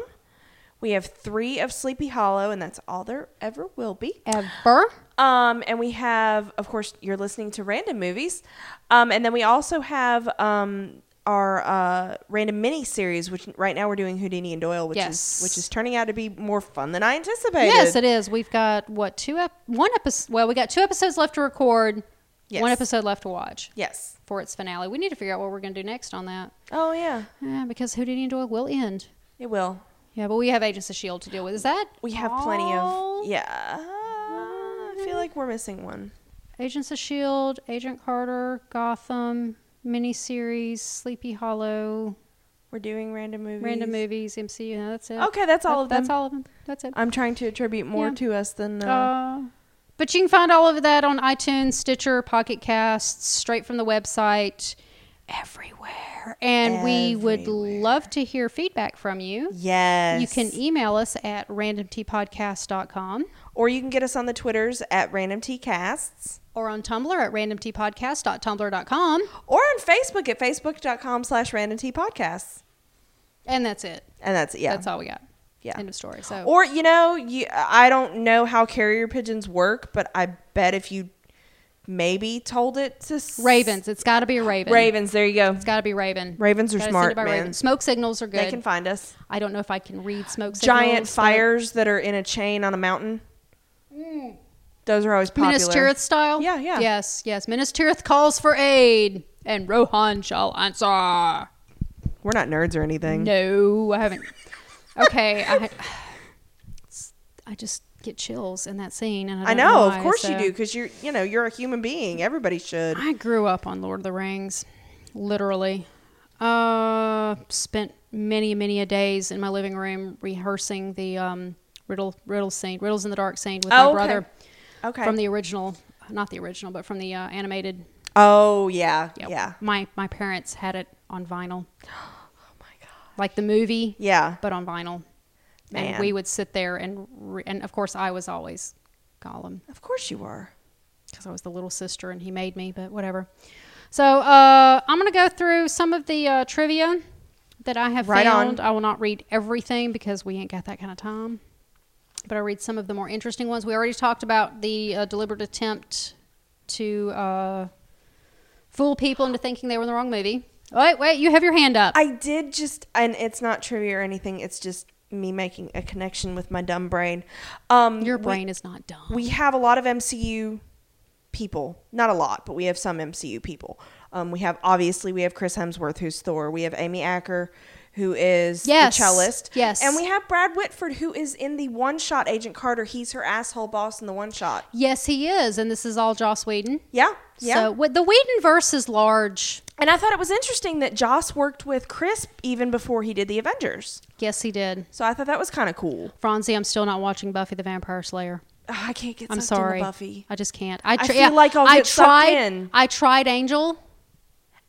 A: We have three of Sleepy Hollow, and that's all there ever will be.
B: Ever.
A: Um, and we have, of course, you're listening to random movies. Um, and then we also have um, our uh, random mini series, which right now we're doing Houdini and Doyle, which
B: Yes.
A: is which is turning out to be more fun than I anticipated.
B: Yes, it is. We've got what two ep- one episode? Well, we got two episodes left to record.
A: Yes.
B: One episode left to watch
A: Yes.
B: for its finale. We need to figure out what we're going to do next on that.
A: Oh yeah,
B: Yeah, because Houdini and Doyle will end.
A: it will.
B: Yeah, but we have Agents of Shield E to deal with. Is that
A: We have plenty
B: all?
A: of yeah. I feel like we're missing one.
B: Agents of Shield, E Agent Carter, Gotham miniseries, Sleepy Hollow,
A: We're doing random movies.
B: random movies, MCU. No, that's it.
A: Okay, that's all of them.
B: That's all of them. That's it.
A: I'm trying to attribute more
B: Yeah.
A: to us than uh,
B: Uh, but you can find all of that on iTunes, Stitcher, Pocket Casts, straight from the website, everywhere. And we would
A: Everywhere.
B: love to hear feedback from you.
A: yes.
B: You can e- email us at randomtpodcast.com
A: or you can get us on the Twitters at randomtcasts
B: or on Tumblr at randomtpodcast.tumblr.com.
A: or on Facebook at facebook.com slash randomtpodcasts.
B: And that's it.
A: And that's yeah.
B: That's all we got.
A: Yeah.
B: End of story. So
A: Or you know, you I don't know how carrier pigeons work, but I bet if you maybe told it to s-
B: Ravens. It's got to be a Raven.
A: Ravens, there you go.
B: It's got to be Raven.
A: Ravens are
B: Gotta send
A: smart,
B: it by
A: man.
B: Smoke signals are good.
A: They can find us.
B: I don't know if I can read smoke
A: Giant
B: signals. but-
A: fires that are in a chain on a mountain.
B: Mm.
A: Those are always popular.
B: Minas Tirith style?
A: Yeah, yeah.
B: Yes, yes. Minas Tirith calls for aid, and Rohan shall answer.
A: We're not nerds or anything.
B: No, I haven't. Okay, I, I just get chills in that scene, and I,
A: I
B: don't
A: know,
B: why,
A: of course you
B: so-
A: do, because you're, you know, you're a human being. Everybody should.
B: I grew up on Lord of the Rings, literally. Uh, spent many, many a days in my living room rehearsing the um, riddle, riddle scene, riddles in the dark scene with
A: Oh,
B: my
A: okay.
B: brother
A: Okay.
B: from the original, not the original, but from the uh, animated
A: oh yeah,
B: Yep.
A: yeah.
B: My my parents had it on vinyl,
A: Oh my god.
B: like the movie,
A: Yeah.
B: but on vinyl.
A: Man.
B: And we would sit there and re- and of course I was always Gollum
A: Of course you are.
B: because I was the little sister and he made me, but whatever. So uh, I'm gonna go through some of the uh, trivia that I have
A: Right on.
B: found. I will not read everything because we ain't got that kind of time. But I'll read some of the more interesting ones. We already talked about the uh, deliberate attempt to uh, fool people into thinking they were in the wrong movie. Oh, Wait, wait, you have your hand up.
A: I did just, and it's not trivia or anything. It's just me making a connection with my dumb brain. Um,
B: your
A: we-
B: brain is not dumb.
A: we have a lot of MCU people. Not a lot, but we have some MCU people. Um, we have obviously we have Chris Hemsworth who's Thor. We have Amy Acker who is
B: Yes.
A: the cellist.
B: Yes.
A: And we have Brad Whitford who is in the one shot Agent Carter. He's her asshole boss in the one shot.
B: yes, he is, and this is all Joss Whedon.
A: Yeah. Yeah.
B: So what the Whedon verse is large.
A: and I thought it was interesting that Joss worked with Chris even before he did the Avengers.
B: Yes, he did.
A: So I thought that was kind of cool.
B: Franzi, I'm still not watching Buffy the Vampire Slayer.
A: Ugh, I can't get
B: I'm
A: sucked into
B: sorry,
A: Buffy.
B: I just can't. I,
A: feel like I'll get sucked
B: tried.
A: in.
B: I tried Angel.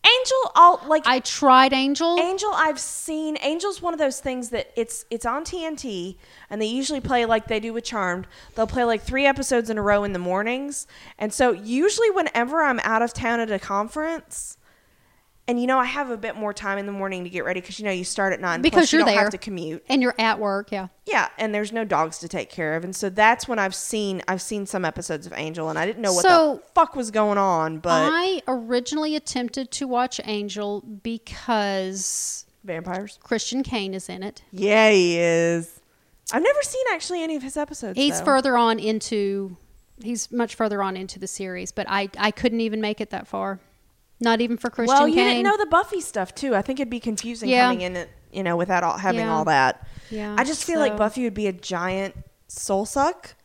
A: Angel, I'll like
B: I tried Angel.
A: Angel, I've seen Angel's one of those things that it's it's on TNT, and they usually play like they do with Charmed. They'll play like three episodes in a row in the mornings, and so usually whenever I'm out of town at a conference, and you know I have a bit more time in the morning to get ready because you know you start at nine
B: Because
A: plus you
B: you're
A: don't
B: there.
A: have to commute.
B: and you're at work. Yeah.
A: Yeah, and there's no dogs to take care of, and so that's when I've seen I've seen some episodes of Angel, and I didn't know what
B: So-
A: the fuck was going on, but
B: I originally attempted to watch Angel because
A: vampires.
B: Christian Kane is in it.
A: Yeah, he is. I've never seen actually any of his episodes.
B: He's
A: though.
B: further on into. He's much further on into the series, but I I couldn't even make it that far. Not even for Christian
A: Well, you didn't
B: Kane.
A: know the Buffy stuff too. I think it'd be confusing
B: Yeah.
A: coming in, it, you know, without all, having
B: Yeah.
A: all that.
B: Yeah,
A: I just feel like
B: so-
A: Buffy would be a giant soul suck.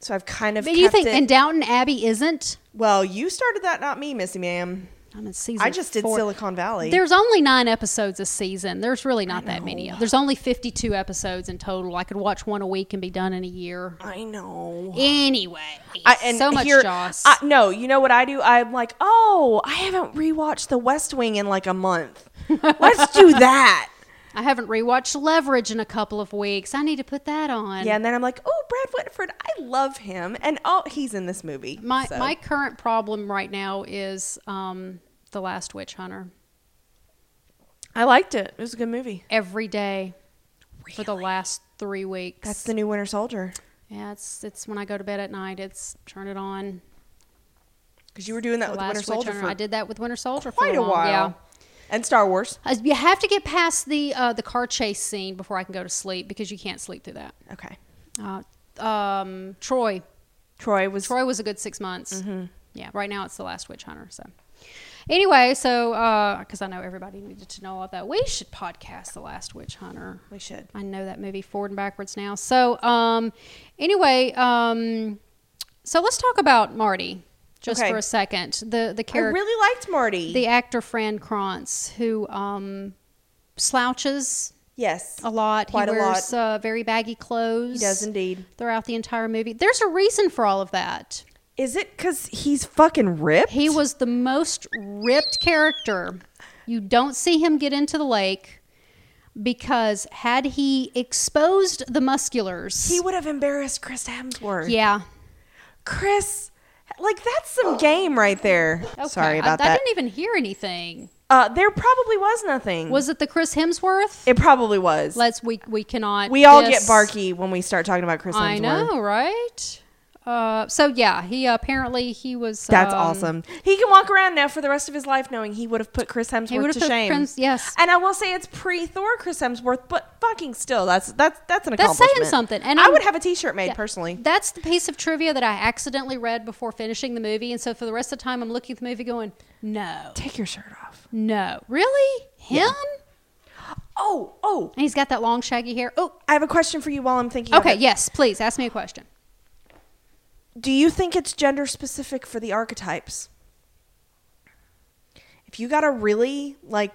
A: So I've kind of.
B: But you
A: kept
B: think
A: it-
B: and Downton Abbey isn't?
A: well, you started that, not me, Missy Ma'am.
B: I'm in season.
A: I just did
B: four.
A: Silicon Valley.
B: There's only nine episodes a season. There's really not that many.
A: know.
B: There's only 52 episodes in total. I could watch one a week and be done in a year.
A: I know.
B: Anyway,
A: I, and
B: so much
A: here,
B: Joss.
A: I, no, you know what I do? I'm like, oh, I haven't rewatched The West Wing in like a month. Let's do that.
B: I haven't rewatched Leverage in a couple of weeks. I need to put that on.
A: Yeah, and then I'm like, oh, Brad Whitford, I love him, and oh, he's in this movie.
B: My
A: so.
B: my current problem right now is um, the Last Witch Hunter.
A: I liked it. It was a good movie.
B: Every day for the last three weeks.
A: That's the new Winter Soldier.
B: yeah. It's it's when I go to bed at night. It's turn it on.
A: Because you were doing that
B: The
A: with Oh,
B: Last
A: Winter
B: Witch
A: Soldier
B: Hunter.
A: for
B: I did that with Winter Soldier
A: quite
B: for
A: a
B: long,
A: while.
B: Yeah.
A: And Star Wars.
B: As- Uh, You have to get past the uh, the car chase scene before I can go to sleep because you can't sleep through that.
A: Okay.
B: Uh, um, Troy,
A: Troy was.
B: Troy was a good six months.
A: Mm-hmm.
B: Yeah, right now it's the last witch hunter. So anyway, so because I know everybody needed to know all that, we should podcast the last witch hunter.
A: We should.
B: I know that movie forward and backwards now. So um, anyway, um, so let's talk about Marty just
A: Okay.
B: for a second. The the
A: I
B: character
A: really liked Marty.
B: the actor Fran Krantz, who um, slouches
A: yes.
B: a lot.
A: Quite a
B: he wears Uh, very baggy clothes.
A: He does indeed.
B: Throughout the entire movie, there's a reason for all of that.
A: Is it because he's fucking ripped?
B: He was the most ripped character. You don't see him get into the lake because had he exposed the musculars,
A: He would have embarrassed Chris Hemsworth.
B: yeah.
A: Chris, like that's some game right there.
B: Okay,
A: Sorry about
B: I, I
A: that.
B: didn't even hear anything.
A: Uh, there probably was nothing.
B: Was it the Chris Hemsworth?
A: it probably was.
B: Let's we we cannot.
A: we all get
B: diss-
A: barky when we start talking about Chris Hemsworth.
B: I know, right? Uh, so yeah, he apparently he was.
A: That's
B: um,
A: awesome. He can walk around now for the rest of his life knowing he would have put Chris
B: He
A: Hemsworth
B: would
A: to
B: have put
A: shame.
B: Prince- yes,
A: and I will say it's pre Thor Chris Hemsworth, but fucking still, that's that's that's an
B: That's saying
A: accomplishment.
B: something, and
A: I
B: I'm-
A: would have a T-shirt made personally.
B: that's the piece of trivia that I accidentally read before finishing the movie, and so for the rest of the time I'm looking at the movie going, no,
A: Take your shirt off.
B: no, really him?
A: Oh, oh!
B: And he's got that long shaggy hair. Oh,
A: I have a question for you while I'm thinking. of
B: okay,
A: it.
B: yes, please ask me a question.
A: Do you think it's gender specific for the archetypes? If you got a really like,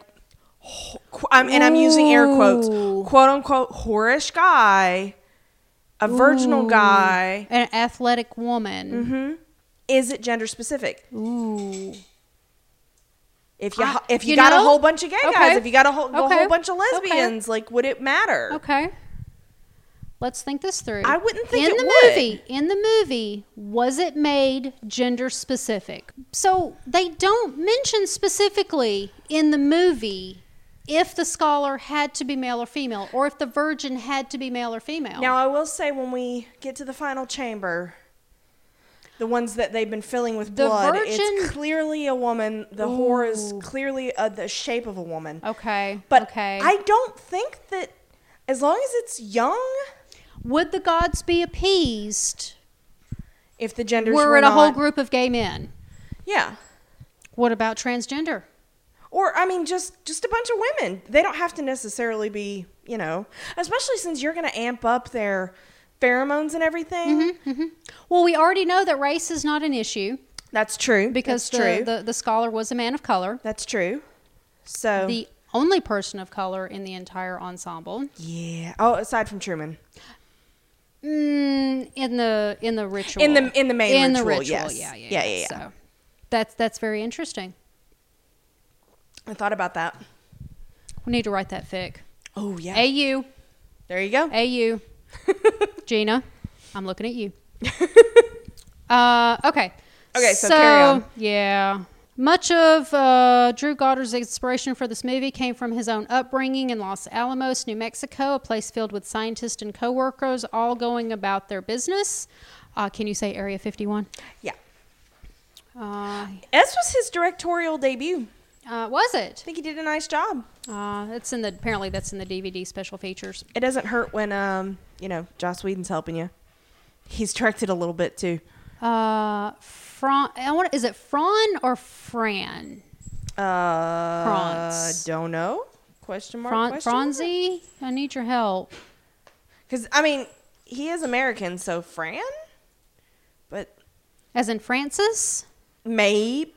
A: wh- qu- I'm, and I'm using air quotes,
B: Ooh.
A: quote unquote, whorish guy, a virginal
B: Ooh,
A: guy,
B: an athletic woman.
A: is it gender specific?
B: Ooh,
A: If you
B: I-
A: ho- if you,
B: Uh, you
A: got a
B: know?
A: whole bunch of gay guys,
B: Okay.
A: if you got a whole, a
B: Okay.
A: whole bunch of
B: Okay.
A: lesbians, like would it matter?
B: okay. Let's think this through.
A: I wouldn't think
B: in
A: it
B: the
A: would.
B: movie. In the movie, was it made gender specific? So they don't mention specifically in the movie if the scholar had to be male or female, or if the virgin had to be male or female.
A: Now I will say when we get to the final chamber, the ones that they've been filling with
B: The
A: blood,
B: virgin-
A: it's clearly a woman. The whore is clearly uh the shape of a woman.
B: okay,
A: But
B: okay.
A: I don't think that as long as it's young,
B: Would the gods be appeased?
A: if the genders
B: Were
A: were
B: it a whole
A: not-
B: group of gay men?
A: yeah.
B: What about transgender?
A: Or I mean, just just a bunch of women. They don't have to necessarily be, you know, especially since you're going to amp up their pheromones and everything.
B: Mm-hmm. Well, we already know that race is not an issue
A: That's true.
B: because
A: That's true.
B: the, the, the scholar was a man of color,
A: That's true. So
B: the only person of color in the entire ensemble.
A: yeah. Oh, aside from Truman.
B: Mm, in the in the ritual
A: In the- in the main
B: in the
A: ritual,
B: ritual
A: yes.
B: yeah yeah
A: Yeah,
B: yeah,
A: yeah, yeah.
B: so that's that's very interesting
A: I thought about that.
B: we need to write that fic
A: Oh yeah.
B: au
A: There you go.
B: au gina i'm looking at you uh okay
A: Okay, so carry on.
B: yeah much of uh, Drew Goddard's inspiration for this movie came from his own upbringing in Los Alamos, New Mexico, a place filled with scientists and coworkers all going about their business. Uh, can you say Area 51?
A: Yeah.
B: Uh,
A: This was his directorial debut.
B: Uh, was it?
A: I think he did a nice job.
B: Uh, it's in the apparently that's in the DVD special features.
A: It doesn't hurt when um, you know, Joss Whedon's helping you. He's directed a little bit too.
B: Uh, Fran, I want is it Fran or Fran?
A: Uh
B: Franz.
A: don't know. Question mark
B: Fran
A: question
B: Franzi, I need your help.
A: Cuz I mean, he is American, so Fran? But
B: As in Francis?
A: maybe?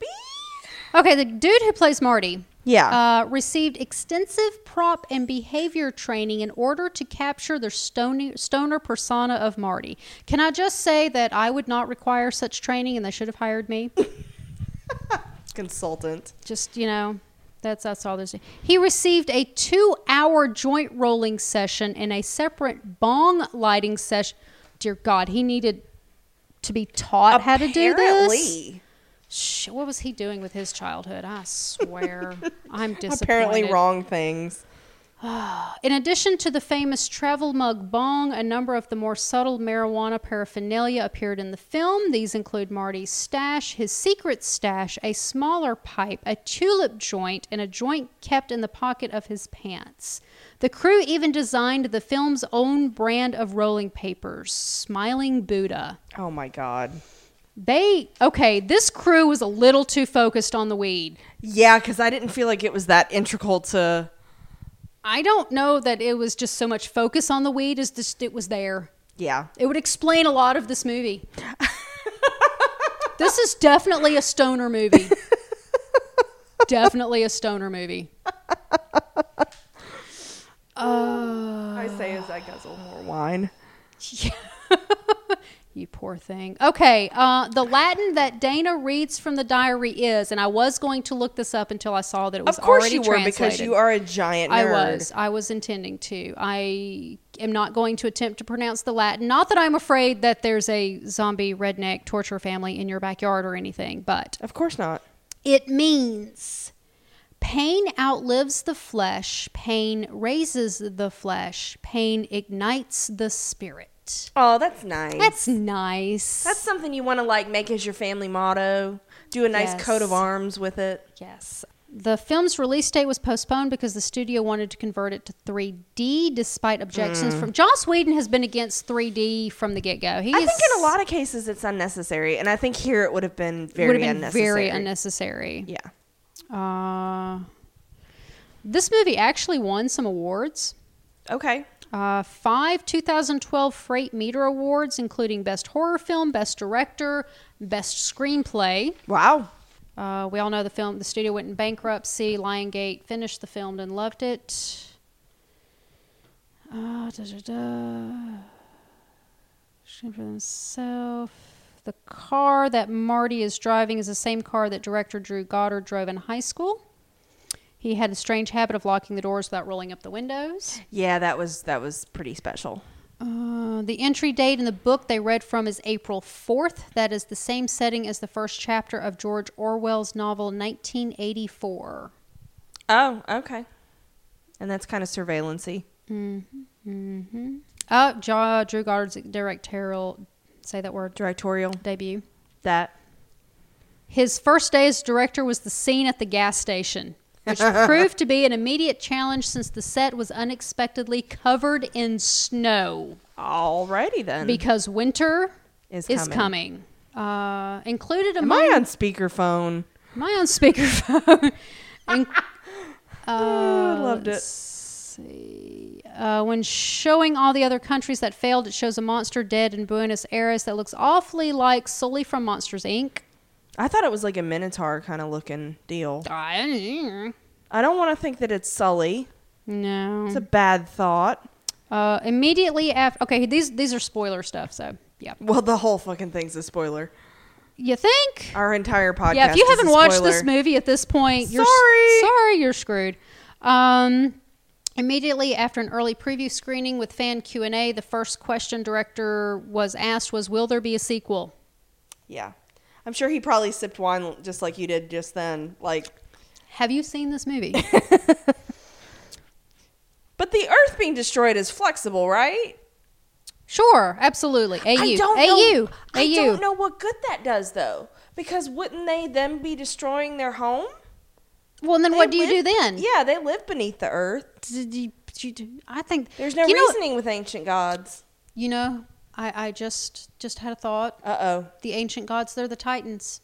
B: Okay, the dude who plays Marty
A: Yeah.
B: uh, received extensive prop and behavior training in order to capture the stony, stoner persona of Marty. Can I just say that I would not require such training and they should have hired me?
A: Uh, Consultant.
B: just you know that's that's all there's he received a two hour joint rolling session and a separate bong lighting session dear god he needed to be taught how to do this
A: Apparently.
B: Sh- what was he doing with his childhood i swear i'm disappointed
A: Apparently wrong things.
B: in addition to the famous travel mug bong, a number of the more subtle marijuana paraphernalia appeared in the film. These include Marty's stash, his secret stash, a smaller pipe, a tulip joint, and a joint kept in the pocket of his pants. The crew even designed the film's own brand of rolling papers, Smiling Buddha.
A: Oh my god.
B: They, okay, this crew was a little too focused on the weed.
A: Yeah, because I didn't feel like it was that integral to.
B: I don't know that it was just so much focus on the weed as just it was there.
A: Yeah.
B: It would explain a lot of this movie. this is definitely a stoner movie. definitely a stoner movie.
A: I say as I guzzle more wine.
B: You poor thing. Okay, uh, the Latin that Dana reads from the diary is, and I was going to look this up until I saw that it was
A: Of course
B: already
A: you were
B: translated.
A: because you are a giant nerd.
B: I was. I was intending to. I am not going to attempt to pronounce the Latin. Not that I'm afraid that there's a zombie redneck torture family in your backyard or anything, but
A: Of course not.
B: It means pain outlives the flesh, pain raises the flesh, pain ignites the spirit.
A: Oh, that's nice.
B: That's nice.
A: That's something you want to like make as your family motto. Do a nice
B: Yes.
A: coat of arms with it.
B: yes. The film's release date was postponed because the studio wanted to convert it to 3D despite objections from Joss Whedon has been against 3D from the get-go. He
A: Hmm. I
B: is
A: think in a lot of cases it's unnecessary, and I think here it would have been very
B: would have been
A: unnecessary.
B: very unnecessary.
A: yeah.
B: Uh, this movie actually won some awards.
A: Okay.
B: Uh, five 2012 Freight Meter Awards, including Best Horror Film, Best Director, Best Screenplay.
A: Wow.
B: Uh, we all know the film. The studio went in bankruptcy. Liongate finished the film and loved it. Uh, da, da, da. Shame for themself. The car that Marty is driving is the same car that director Drew Goddard drove in high school. He had a strange habit of locking the doors without rolling up the windows.
A: Yeah, that was that was pretty special.
B: Uh, the entry date in the book they read from is April 4th. That is the same setting as the first chapter of George Orwell's novel 1984.
A: Oh, okay. And that's kind of surveillancy.
B: Mm-hmm. Uh, Ja- Drew Goddard's directorial, say that word,
A: Directorial.
B: debut.
A: That.
B: His first day as director was the scene at the gas station, which proved to be an immediate challenge since the set was unexpectedly covered in snow.
A: Alrighty then.
B: Because winter
A: Is
B: is
A: coming.
B: coming. Uh, included
A: Am
B: among
A: I on speakerphone?
B: Am I on speakerphone? and, uh,
A: loved it.
B: let's see. Uh, when showing all the other countries that failed, it shows a monster dead in Buenos Aires that looks awfully like Sully from Monsters Inc.
A: I thought it was like a minotaur kind of looking deal.
B: I-
A: I don't want to think that it's Sully.
B: No.
A: It's a bad thought.
B: Uh, immediately after. Okay, these these are spoiler stuff. So yeah,
A: Well, the whole fucking thing's a spoiler.
B: you think?
A: Our entire podcast.
B: yeah, if
A: is
B: you
A: a
B: haven't watched this
A: spoiler.
B: movie at this point, you're s-
A: Sorry.
B: sorry, you're screwed. Um, immediately after an early preview screening with fan Q and A, the first question director was asked was, "Will there be a sequel?"
A: Yeah. I'm sure he probably sipped wine just like you did just then. Like,
B: Have you seen this movie?
A: but the earth being destroyed is flexible, right?
B: sure, absolutely. AU,
A: I don't
B: AU,
A: know.
B: AU.
A: I don't know what good that does though, because wouldn't they then be destroying their home?
B: Well, and then
A: They
B: what do you do
A: live-
B: then?
A: Yeah, they live beneath the earth.
B: Did you- did you do- I think
A: There's no
B: you know-
A: reasoning with ancient gods.
B: you know, I, I just just had a thought.
A: Uh oh.
B: The ancient gods, they're the titans.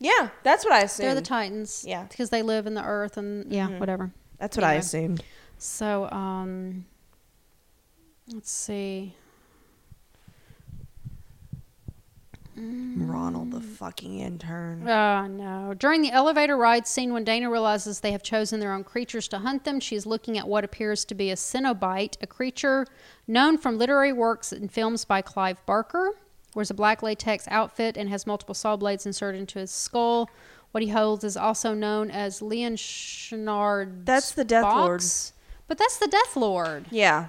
A: Yeah, that's what I assumed.
B: They're the titans.
A: Yeah.
B: because they live in the earth and yeah,
A: Mm-hmm.
B: whatever.
A: that's what I
B: Anyway.
A: assumed.
B: So, um, let's see.
A: Ronald the fucking intern.
B: Oh, no. During the elevator ride scene, when Dana realizes they have chosen their own creatures to hunt them, she's looking at what appears to be a Cenobite, a creature known from literary works and films by Clive Barker. Wears a black latex outfit and has multiple saw blades inserted into his skull. What he holds is also known as Leon Schnard's
A: That's the Death Lord.
B: box. But that's the Death Lord.
A: Yeah.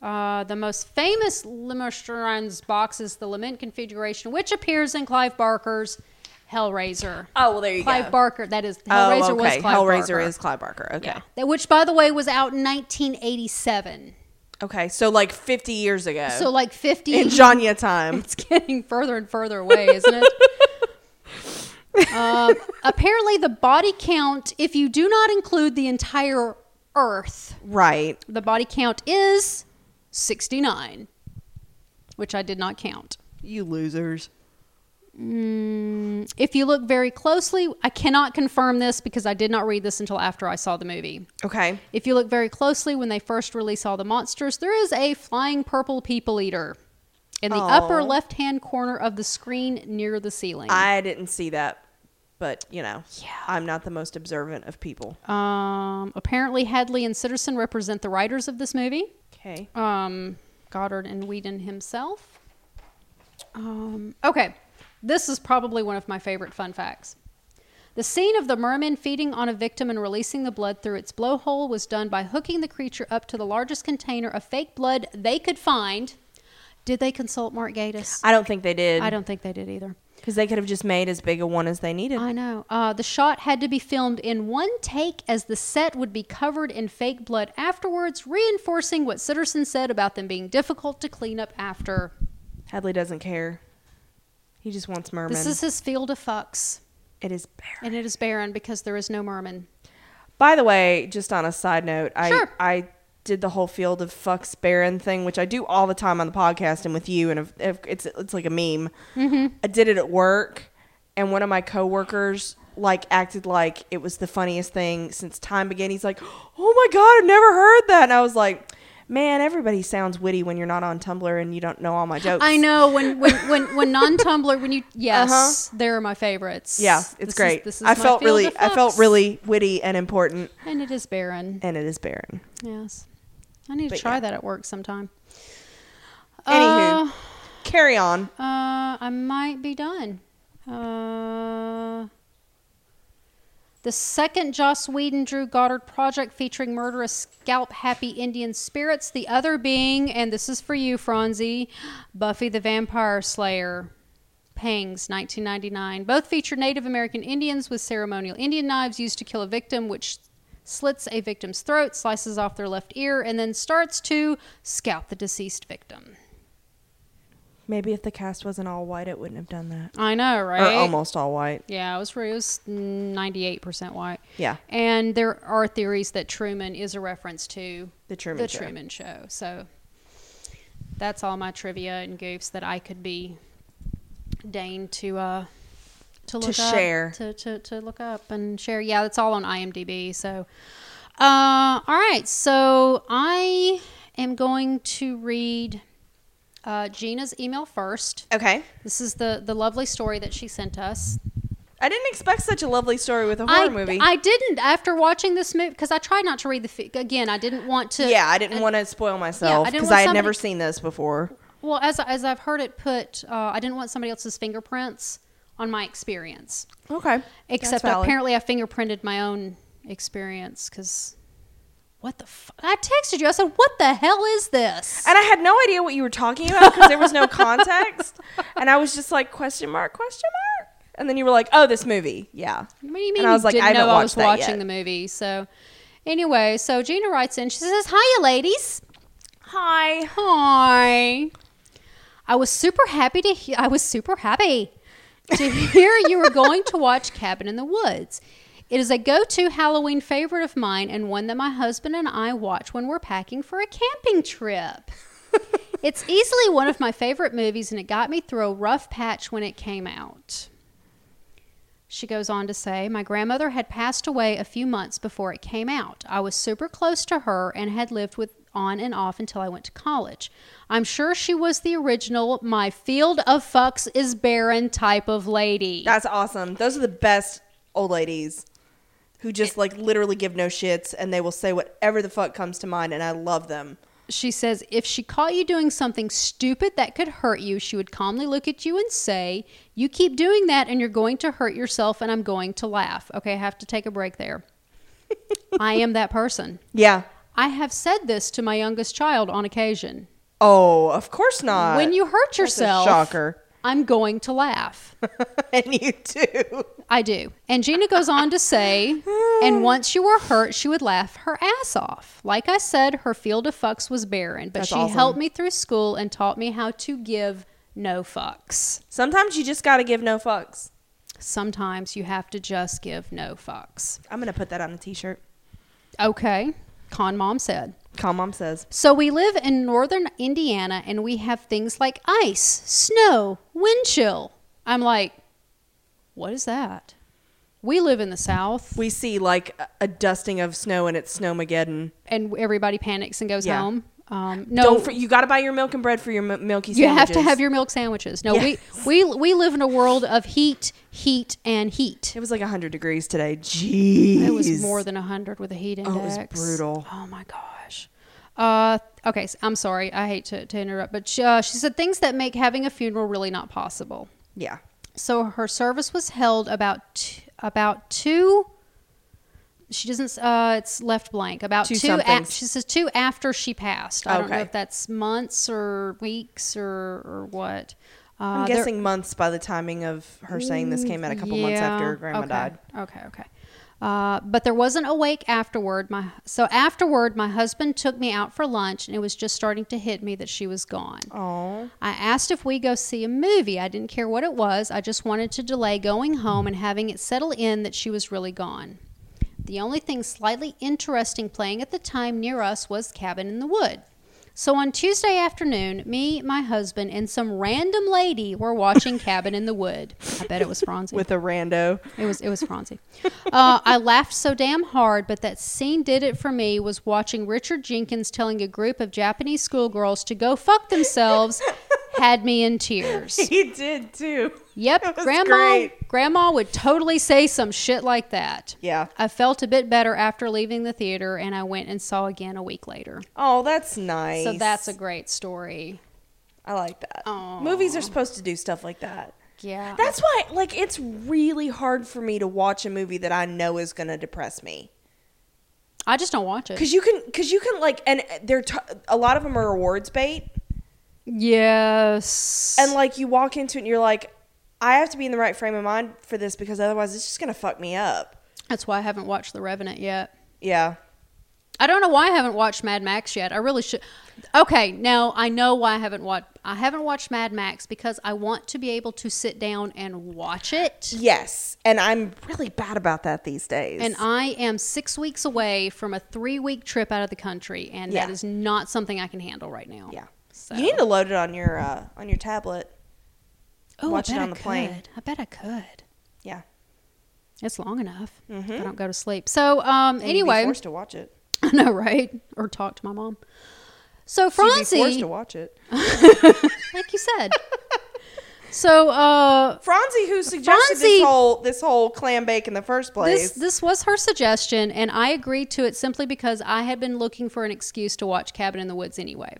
B: Uh, the most famous Limouchine's box is the Lament configuration, which appears in Clive Barker's Hellraiser.
A: Oh well, there you
B: Clive
A: go.
B: Barker, that is
A: Oh,
B: Hellraiser
A: okay.
B: was Clive
A: Hellraiser
B: Barker.
A: is Clive Barker. Okay.
B: yeah. That- which by the way was out in 1987.
A: Okay. So like 50 years ago.
B: So like 50
A: in Janya time.
B: it's getting further and further away, isn't it? um, apparently the body count if you do not include the entire earth,
A: right.
B: the body count is 69, which I did not count.
A: You losers.
B: Mm, if you look very closely, I cannot confirm this because I did not read this until after I saw the movie.
A: Okay.
B: If you look very closely, when they first release all the monsters, there is a flying purple people eater in the
A: Aw.
B: upper left hand corner of the screen near the ceiling.
A: I didn't see that, but you know,
B: Yeah.
A: I'm not the most observant of people.
B: um, apparently, Hadley and Sitterson represent the writers of this movie,
A: Okay.
B: um, Goddard and Whedon himself. Um, okay, this is probably one of my favorite fun facts. The scene of the merman feeding on a victim and releasing the blood through its blowhole was done by hooking the creature up to the largest container of fake blood they could find. Did they consult Mark Gatiss?
A: I don't think they did.
B: I don't think they did either.
A: because they could have just made as big a one as they needed.
B: I know. Uh, the shot had to be filmed in one take as the set would be covered in fake blood afterwards, reinforcing what Sitterson said about them being difficult to clean up after.
A: Hadley doesn't care. He just wants mermen.
B: This is his field of fucks,
A: it is bare.
B: and it is barren because there is no merman.
A: By the way, just on a side note, I
B: Sure.
A: I did the whole field of fucks barren thing, which I do all the time on the podcast and with you, and if, if it's it's like a meme.
B: Mm-hmm.
A: I did it at work, and one of my coworkers like acted like it was the funniest thing since time began. He's like, "Oh my god, I've never heard that," and I was like. Man, everybody sounds witty when you're not on Tumblr and you don't know all my jokes.
B: I know when when when, when non Tumblr when you yes they're my favorites.
A: Uh-huh. Yeah, it's
B: This is-
A: great.
B: this is
A: I
B: my
A: felt
B: field
A: really,
B: of
A: I felt
B: fucks.
A: really witty and important,
B: and it is barren.
A: and it is barren.
B: Yes, I need to
A: But
B: try
A: yeah.
B: that at work sometime.
A: Anywho,
B: Uh,
A: carry on.
B: Uh, I might be done. Uh, the second Joss Whedon Drew Goddard project featuring murderous scalp happy Indian spirits, the other being, and this is for you, Phronsie, Buffy the Vampire Slayer. Pangs, 1999. Both feature Native American Indians with ceremonial Indian knives used to kill a victim, which slits a victim's throat, slices off their left ear, and then starts to scalp the deceased victim.
A: Maybe if the cast wasn't all white, it wouldn't have done that.
B: I know, right?
A: Or almost all white.
B: Yeah, it was it was ninety eight percent white.
A: Yeah.
B: and there are theories that Truman is a reference to
A: The Truman
B: the
A: Show.
B: Truman Show. So that's all my trivia and goofs that I could be deigned to uh to look up,
A: share.
B: to, to to look up and share. Yeah, that's all on IMDb. So, uh, all right, so I am going to read uh, Gina's email first.
A: Okay.
B: This is the the lovely story that she sent us.
A: I didn't expect such a lovely story with a
B: I,
A: horror movie.
B: I didn't after watching this movie because I tried not to read the fi- again. I didn't want to.
A: yeah, I didn't want to spoil myself
B: didn't
A: because
B: want
A: I, had
B: somebody-
A: never seen this before.
B: Well, as as I've heard it put, uh, I didn't want somebody else's fingerprints on my experience.
A: Okay.
B: Except
A: That's valid.
B: apparently, I fingerprinted my own experience because what the fuck? I texted you. I said, "What the hell is this?"
A: And I had no idea what you were talking about because there was no context, and I was just like question mark question mark, and then you were like, "Oh, this movie, yeah."
B: What do you mean?
A: And I was
B: you
A: like,
B: didn't
A: I haven't
B: know I was
A: watched that
B: watching
A: yet.
B: the movie. So, anyway, so Gina writes in. She says, "Hiya, ladies."
A: Hi.
B: Hi. I was super happy to hear. I was super happy to hear you were going to watch Cabin in the Woods. It is a go-to Halloween favorite of mine and one that my husband and I watch when we're packing for a camping trip. it's easily one of my favorite movies and it got me through a rough patch when it came out. She goes on to say, My grandmother had passed away a few months before it came out. I was super close to her and had lived with on and off until I went to college. I'm sure she was the original, my field of fucks is barren type of lady.
A: That's awesome. Those are the best old ladies who just like literally give no shits and they will say whatever the fuck comes to mind and I love them.
B: She says, if she caught you doing something stupid that could hurt you, she would calmly look at you and say, You keep doing that and you're going to hurt yourself, and I'm going to laugh. Okay, I have to take a break there. I am that person.
A: Yeah.
B: I have said this to my youngest child on occasion.
A: Oh, of course not.
B: when you hurt
A: That's a
B: yourself,
A: shocker.
B: I'm going to laugh.
A: and you too.
B: I do. And Gina goes on to say, and once you were hurt, she would laugh her ass off. Like I said, her field of fucks was barren, but
A: That's
B: she
A: awesome.
B: helped me through school and taught me how to give no fucks.
A: Sometimes you just gotta give no fucks.
B: Sometimes you have to just give no fucks.
A: I'm gonna put that on a t-shirt.
B: Okay, Con Mom said.
A: Call mom says.
B: So we live in northern Indiana and we have things like ice, snow, wind chill. I'm like, what is that? We live in the South.
A: We see like a- a dusting of snow and it's snowmageddon.
B: and everybody panics and goes
A: Yeah.
B: home. Um, no,
A: Don't for, you got to buy your milk and bread for your mi- milky
B: you
A: sandwiches.
B: have to have your milk sandwiches. No, we, we we live in a world of heat, heat, and heat.
A: It was like 100 degrees today. Jeez.
B: It was more than hundred with a heat index.
A: Oh, it was brutal.
B: Oh my gosh. Uh, okay, s- I'm sorry. I hate to, to interrupt, but she, uh, she said things that make having a funeral really not possible.
A: Yeah.
B: So her service was held about t- about two. She doesn't. s- Uh, it's left blank. About
A: Two
B: two. a-
A: somethings.
B: she says two after she passed. I don't know
A: Okay.
B: if that's months or weeks or or what. Uh,
A: I'm
B: there-
A: guessing months by the timing of her saying this came out a couple months
B: yeah,
A: after grandma
B: okay,
A: died.
B: Okay, okay. Uh, but there wasn't a wake afterward. My so afterward, my husband took me out for lunch, and it was just starting to hit me that she was gone.
A: Oh.
B: I asked if we go see a movie. I didn't care what it was. I just wanted to delay going home and having it settle in that she was really gone. The only thing slightly interesting playing at the time near us was Cabin in the Wood. So on Tuesday afternoon, me, my husband, and some random lady were watching Cabin in the Wood. I bet it was Phronsie.
A: With a rando.
B: It was it was Phronsie. Uh, I laughed so damn hard, but that scene did it for me. Was watching Richard Jenkins telling a group of Japanese schoolgirls to go fuck themselves had me in tears.
A: He did too.
B: Yep,
A: That was
B: grandma
A: Oh, great.
B: grandma would totally say some shit like that.
A: Yeah.
B: I felt a bit better after leaving the theater, and I went and saw again a week later.
A: Oh, that's nice.
B: So that's a great story.
A: I like that.
B: Aw. Uh-huh.
A: Movies are supposed to do stuff like that.
B: Yeah,
A: That's why, like, it's really hard for me to watch a movie that I know is going to depress me.
B: I just don't watch it.
A: Cause you can, cause you can, like, and uh, they're t- a lot of them are awards bait,
B: Yes,
A: and like you walk into it and you're like, I have to be in the right frame of mind for this because otherwise it's just gonna fuck me up.
B: that's why I haven't watched The Revenant yet.
A: Yeah,
B: I don't know why I haven't watched Mad Max yet. I really should. Okay, now I know why I haven't watched. I haven't watched Mad Max because I want to be able to sit down and watch it.
A: yes, and I'm really bad about that these days.
B: And I am six weeks away from a three-week trip out of the country, and that
A: Yeah.
B: is not something I can handle right now.
A: yeah,
B: So.
A: you need to load it on your uh, on your tablet.
B: oh,
A: watch it
B: I bet
A: on
B: I
A: the plane.
B: could. I bet I could.
A: Yeah.
B: It's long enough.
A: Mm-hmm.
B: I don't go to sleep. So um, anyway,
A: you'd be forced to watch it.
B: I know, right? Or talk to my mom. So
A: You'd be forced
B: Francie,
A: to watch it.
B: like you said. so uh,
A: Franzi, who suggested
B: Franzi-
A: this whole this whole clam bake in the first place.
B: This this was her suggestion, and I agreed to it simply because I had been looking for an excuse to watch Cabin in the Woods anyway.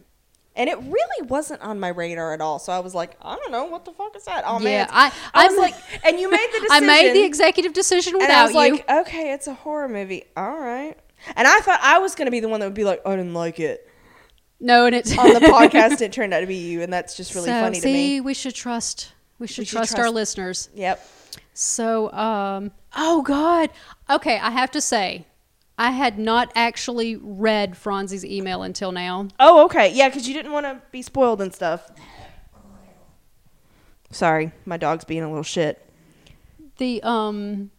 A: and it really wasn't on my radar at all. So I was like, I don't know what the fuck is that. Oh
B: Yeah,
A: man,
B: I-
A: I was
B: I'm-
A: like, and you made the
B: I
A: decision.
B: made the executive decision
A: and
B: without
A: I was
B: you.
A: like, okay, it's a horror movie. All right. And I thought I was going to be the one that would be like, I didn't like it
B: no, and it's
A: on the podcast. it turned out to be you, and that's just really
B: so,
A: funny to
B: see,
A: me.
B: we should trust. We should,
A: We should
B: trust, our
A: trust-
B: listeners.
A: Yep.
B: So, um, oh God, okay. I have to say, I had not actually read Franzie's email until now.
A: Oh, okay. Yeah, because you didn't want to be spoiled and stuff. Sorry, my dog's being a little shit.
B: The um,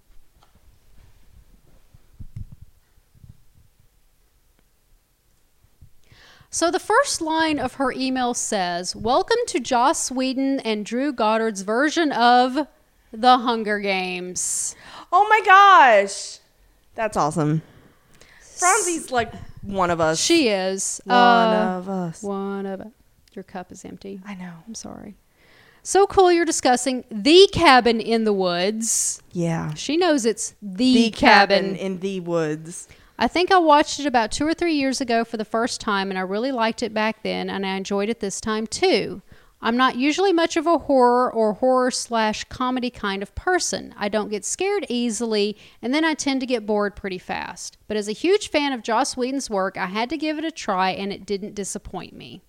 B: So the first line of her email says, "Welcome to Joss Whedon and Drew Goddard's version of The Hunger Games."
A: Oh my gosh, that's awesome. Franzi's like one of us.
B: She is
A: one
B: uh,
A: of us.
B: one of your cup is empty.
A: I know.
B: I'm sorry. So cool you're discussing the cabin in the woods.
A: Yeah.
B: She knows it's the, cabin.
A: in the woods.
B: I think I watched it about two or three years ago for the first time, and I really liked it back then, and I enjoyed it this time too. I'm not usually much of a horror or horror slash comedy kind of person. I don't get scared easily, and then I tend to get bored pretty fast. But as a huge fan of Joss Whedon's work, I had to give it a try, and it didn't disappoint me.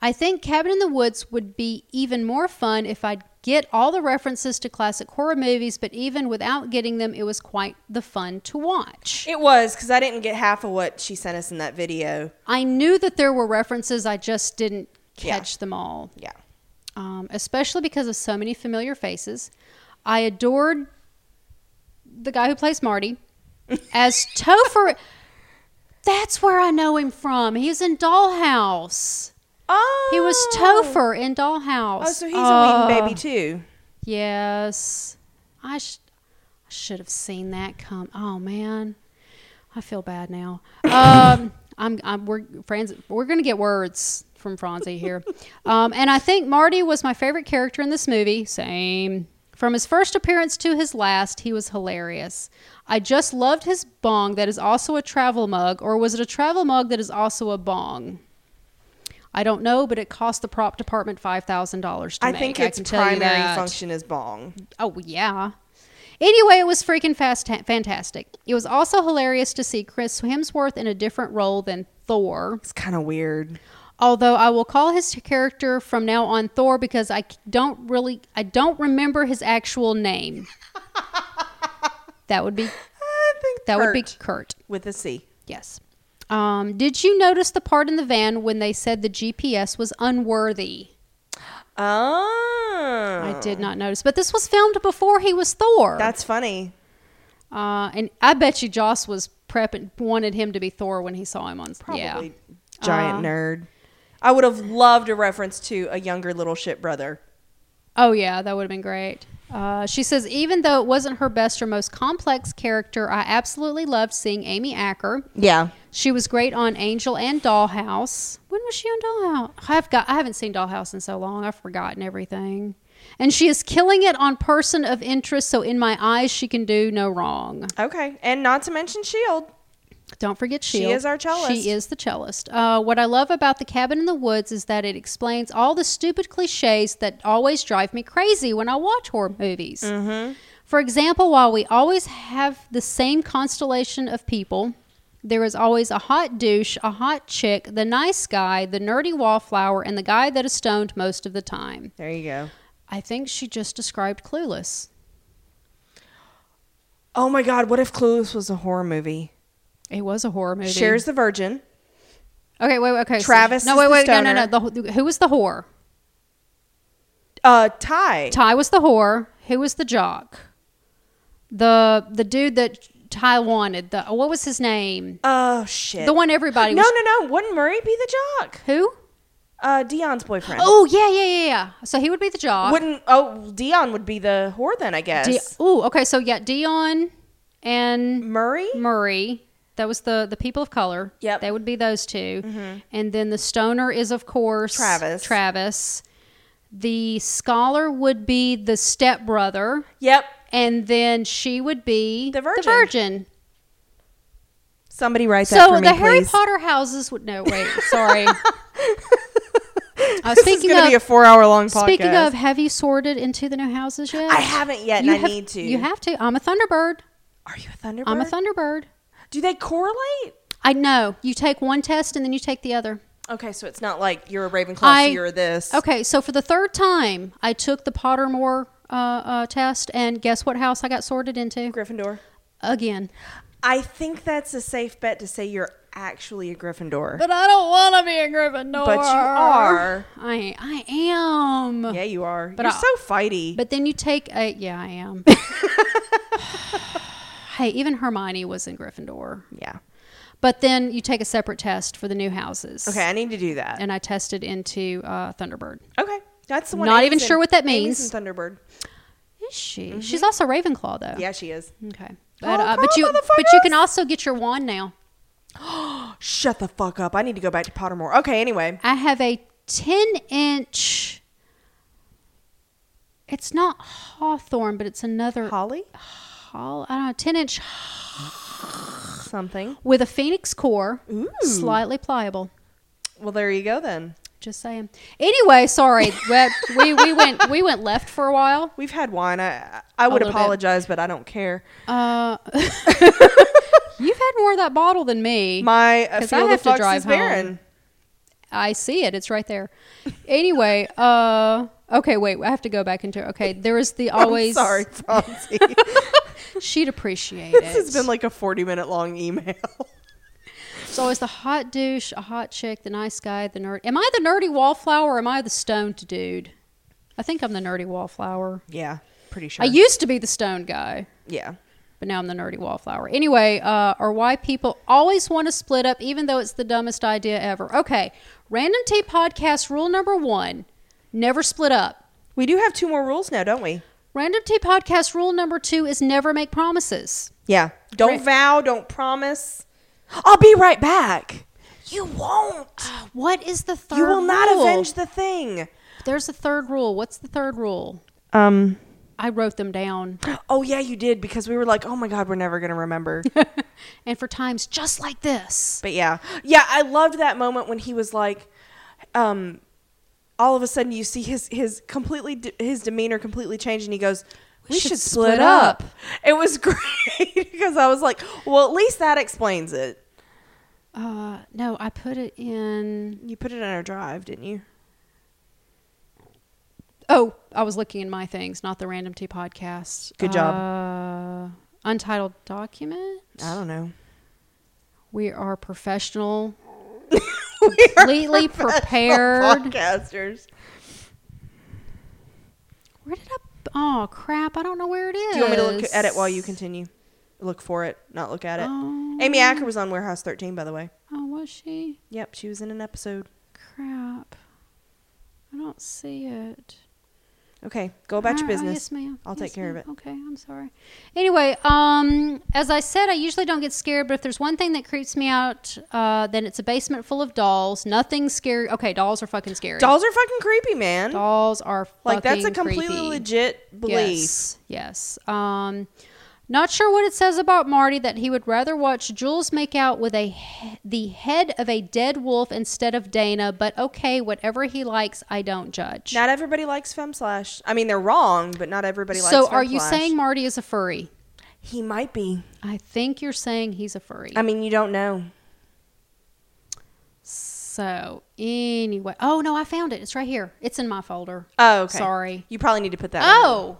B: I think Cabin in the Woods would be even more fun if I'd get all the references to classic horror movies, but even without getting them, it was quite the fun to watch.
A: It was because I didn't get half of what she sent us in that video.
B: I knew that there were references, I just didn't catch them all,
A: Yeah.
B: um, especially because of so many familiar faces. I adored the guy who plays Marty as Topher. That's where I know him from. He's in Dollhouse.
A: Oh,
B: He was Topher Uh, in Dollhouse.
A: Oh, so he's a Whedon baby too.
B: Yes. I, sh- I should have seen that come. Oh man, I feel bad now. Um, I'm, I'm we're friends. We're gonna get words from Franzi here. Um, and I think Marty was my favorite character in this movie. Same. From his first appearance to his last, he was hilarious. I just loved his bong that is also a travel mug, or was it a travel mug that is also a bong? I don't know, but it cost the prop department five thousand dollars to
A: I
B: make.
A: think its
B: can tell you
A: primary
B: that.
A: function is bong.
B: Oh yeah. Anyway, it was freaking fast, fantastic. It was also hilarious to see Chris Hemsworth in a different role than Thor.
A: It's kind of weird.
B: Although I will call his character from now on Thor because I c- don't really, I don't remember his actual name. that would be
A: I think
B: that would be
A: Kurt
B: Kurt.
A: with a C.
B: Yes. Um, did you notice the part in the van when they said the GPS was unworthy?
A: Oh,
B: I did not notice, but this was filmed before he was Thor.
A: That's funny.
B: Uh, and I bet you Joss was prepping, wanted him to be Thor when he saw him on.
A: Probably
B: Yeah.
A: giant nerd. I would have loved a reference to a younger little shit brother.
B: Oh yeah, that would have been great. Uh, she says, even though it wasn't her best or most complex character, I absolutely loved seeing Amy Acker.
A: Yeah.
B: She was great on Angel and Dollhouse. When was she on Dollhouse? I've got I haven't seen Dollhouse in so long. I've forgotten everything. And she is killing it on Person of Interest. So in my eyes, she can do no wrong.
A: Okay. And not to mention Shield.
B: Don't forget
A: She
B: Shield.
A: is our cellist.
B: She is the cellist. Uh, what I love about the cabin in the woods is that it explains all the stupid cliches that always drive me crazy when I watch horror movies.
A: Mm-hmm.
B: For example, while we always have the same constellation of people, there is always a hot douche, a hot chick, the nice guy, the nerdy wallflower, and the guy that is stoned most of the time.
A: There you go.
B: I think she just described Clueless.
A: Oh my God! What if Clueless was a horror movie?
B: It was a horror movie.
A: Shares the virgin.
B: Okay, wait, wait, okay. so-
A: Travis
B: no,
A: is
B: wait,
A: the
B: wait, no,
A: stoner.
B: no, no. The, wh- who was the whore?
A: Uh, Ty.
B: Ty was the whore. Who was the jock? The the dude that Ty wanted. The what was his name?
A: Oh shit.
B: The one everybody
A: No,
B: was.
A: no, no. Wouldn't Murray be the jock?
B: Who?
A: Uh, Dion's boyfriend.
B: Oh yeah, yeah, yeah, yeah. So he would be the jock.
A: Wouldn't oh Dion would be the whore then? I guess.
B: Di- Ooh, okay. So yeah, Dion and
A: Murray.
B: Murray. That was the the people of color.
A: Yep. Mm-hmm.
B: They would be those 2 And then the stoner is of course
A: Travis.
B: Travis. The scholar would be the stepbrother.
A: Yep.
B: And then she would be
A: The virgin.
B: The virgin.
A: Somebody write that
B: So
A: for me,
B: the Harry
A: please.
B: Potter houses would no wait sorry. Uh,
A: This is
B: speaking
A: going to
B: of
A: be a four-hour-long podcast.
B: speaking of, have you sorted into the new houses yet?
A: I haven't yet,
B: You
A: and
B: have-
A: I need to.
B: You have to. I'm a Thunderbird.
A: Are you a Thunderbird?
B: I'm a Thunderbird.
A: Do they correlate?
B: I know. You take one test and then you take the other.
A: Okay, so it's not like you're a Ravenclaw,
B: I-
A: so you're this.
B: Okay, so for the third time, I took the Pottermore uh, uh, test, and guess what house I got sorted into
A: Gryffindor.
B: again?
A: I think that's a safe bet to say you're actually a Gryffindor.
B: But I don't want to be a Gryffindor.
A: But you are.
B: I I am.
A: Yeah, you are.
B: But
A: you're
B: I-
A: so fighty.
B: But then you take a yeah, I am. hey, even Hermione was in Gryffindor.
A: yeah.
B: But then you take a separate test for the new houses.
A: Okay, I need to do that.
B: And I tested into uh, Thunderbird.
A: Okay, that's the one.
B: Not
A: Amy's
B: even
A: in-
B: sure what that
A: Amy's
B: means.
A: in Thunderbird.
B: Is she? She's also Ravenclaw though.
A: Mm-hmm. Yeah, she is.
B: Okay. But
A: Oh,
B: uh,
A: come
B: but you
A: on,
B: but you can
A: motherfuckers.
B: also get your wand now.
A: Shut the fuck up. I need to go back to Pottermore. Okay, anyway.
B: I have a 10 inch. It's not hawthorn, but it's another
A: Holly?
B: haw- I don't know, 10 inch
A: Something.
B: with a phoenix core, slightly pliable.
A: Well, there you go then.
B: Just saying. Anyway, sorry, but we, we went we went left for a while.
A: We've had wine. I I would
B: little bit.
A: apologize, but I don't care.
B: Uh, you've had more of that bottle than me.
A: My uh,
B: 'Cause I
A: field
B: have
A: of
B: to
A: fucks
B: drive
A: is barren.
B: I see it. It's right there. Anyway, uh, okay, wait. I have to go back into. Okay, there is the always.
A: I'm sorry, Fonzie.
B: She'd appreciate
A: this
B: it.
A: has been like a 40 minute long email.
B: It's always the hot douche, a hot chick, the nice guy, the nerd. Am I the nerdy wallflower? Or am I the stoned dude? I think I'm the nerdy wallflower.
A: yeah, pretty sure.
B: I used to be the stoned guy.
A: yeah.
B: but now I'm the nerdy wallflower. Anyway, uh, or why people always want to split up, even though it's the dumbest idea ever. Okay, random tea podcast rule number one: never split up.
A: We do have two more rules now, don't we?
B: Random tea podcast rule number two is never make promises.
A: Yeah. Don't
B: Right.
A: vow, don't promise. I'll be right back. You won't.
B: What is the third?
A: You will not
B: rule?
A: avenge the thing.
B: There's a third rule. What's the third rule?
A: Um.
B: I wrote them down,
A: Oh yeah, you did because we were like, oh my god, we're never gonna remember.
B: and for times just like this,
A: but yeah, yeah, I loved that moment when he was like, um, all of a sudden you see his his completely d his demeanor completely change, and he goes. We, should, split, up. It was great because I was like, well, at least that explains it.
B: uh, no, I put it in.
A: You put it in our drive, didn't you?
B: Oh, I was looking in my things, not the Random Tea podcast.
A: Good
B: job. Uh, untitled document.
A: I don't know.
B: We are professional,
A: We are
B: completely prepared.
A: Podcasters.
B: Where did I? Oh crap! I don't know where it is.
A: Do you want me to look at it while you continue? Look for it, not look at it.
B: Oh,
A: Amy Acker was on Warehouse 13, by the way.
B: oh, was she?
A: Yep, she was in an episode.
B: Crap! I don't see it.
A: Okay, go about your
B: Alright, oh,
A: business.
B: yes, ma'am.
A: I'll take
B: Yes,
A: care of
B: ma'am.
A: it.
B: Okay, I'm sorry. Anyway, um, as I said, I usually don't get scared, but if there's one thing that creeps me out, uh, then it's a basement full of dolls. Nothing scary. Okay, dolls are fucking scary.
A: Dolls are fucking creepy, man.
B: dolls are
A: like that's a
B: fucking
A: completely
B: creepy.
A: legit belief.
B: Yes, yes. Um, not sure what it says about Marty that he would rather watch Jules make out with a he- the head of a dead wolf instead of Dana, but okay, whatever he likes, I don't judge.
A: Not everybody likes femme slash. I mean, they're wrong, but not everybody likes.
B: so,
A: femme
B: are you
A: slash.
B: saying Marty is a furry?
A: he might be?
B: I think you're saying he's a furry.
A: I mean, you don't know.
B: so, anyway, oh no, I found it. It's right here. It's in my folder.
A: Oh, okay.
B: Sorry.
A: You probably need to put that. on.
B: Oh,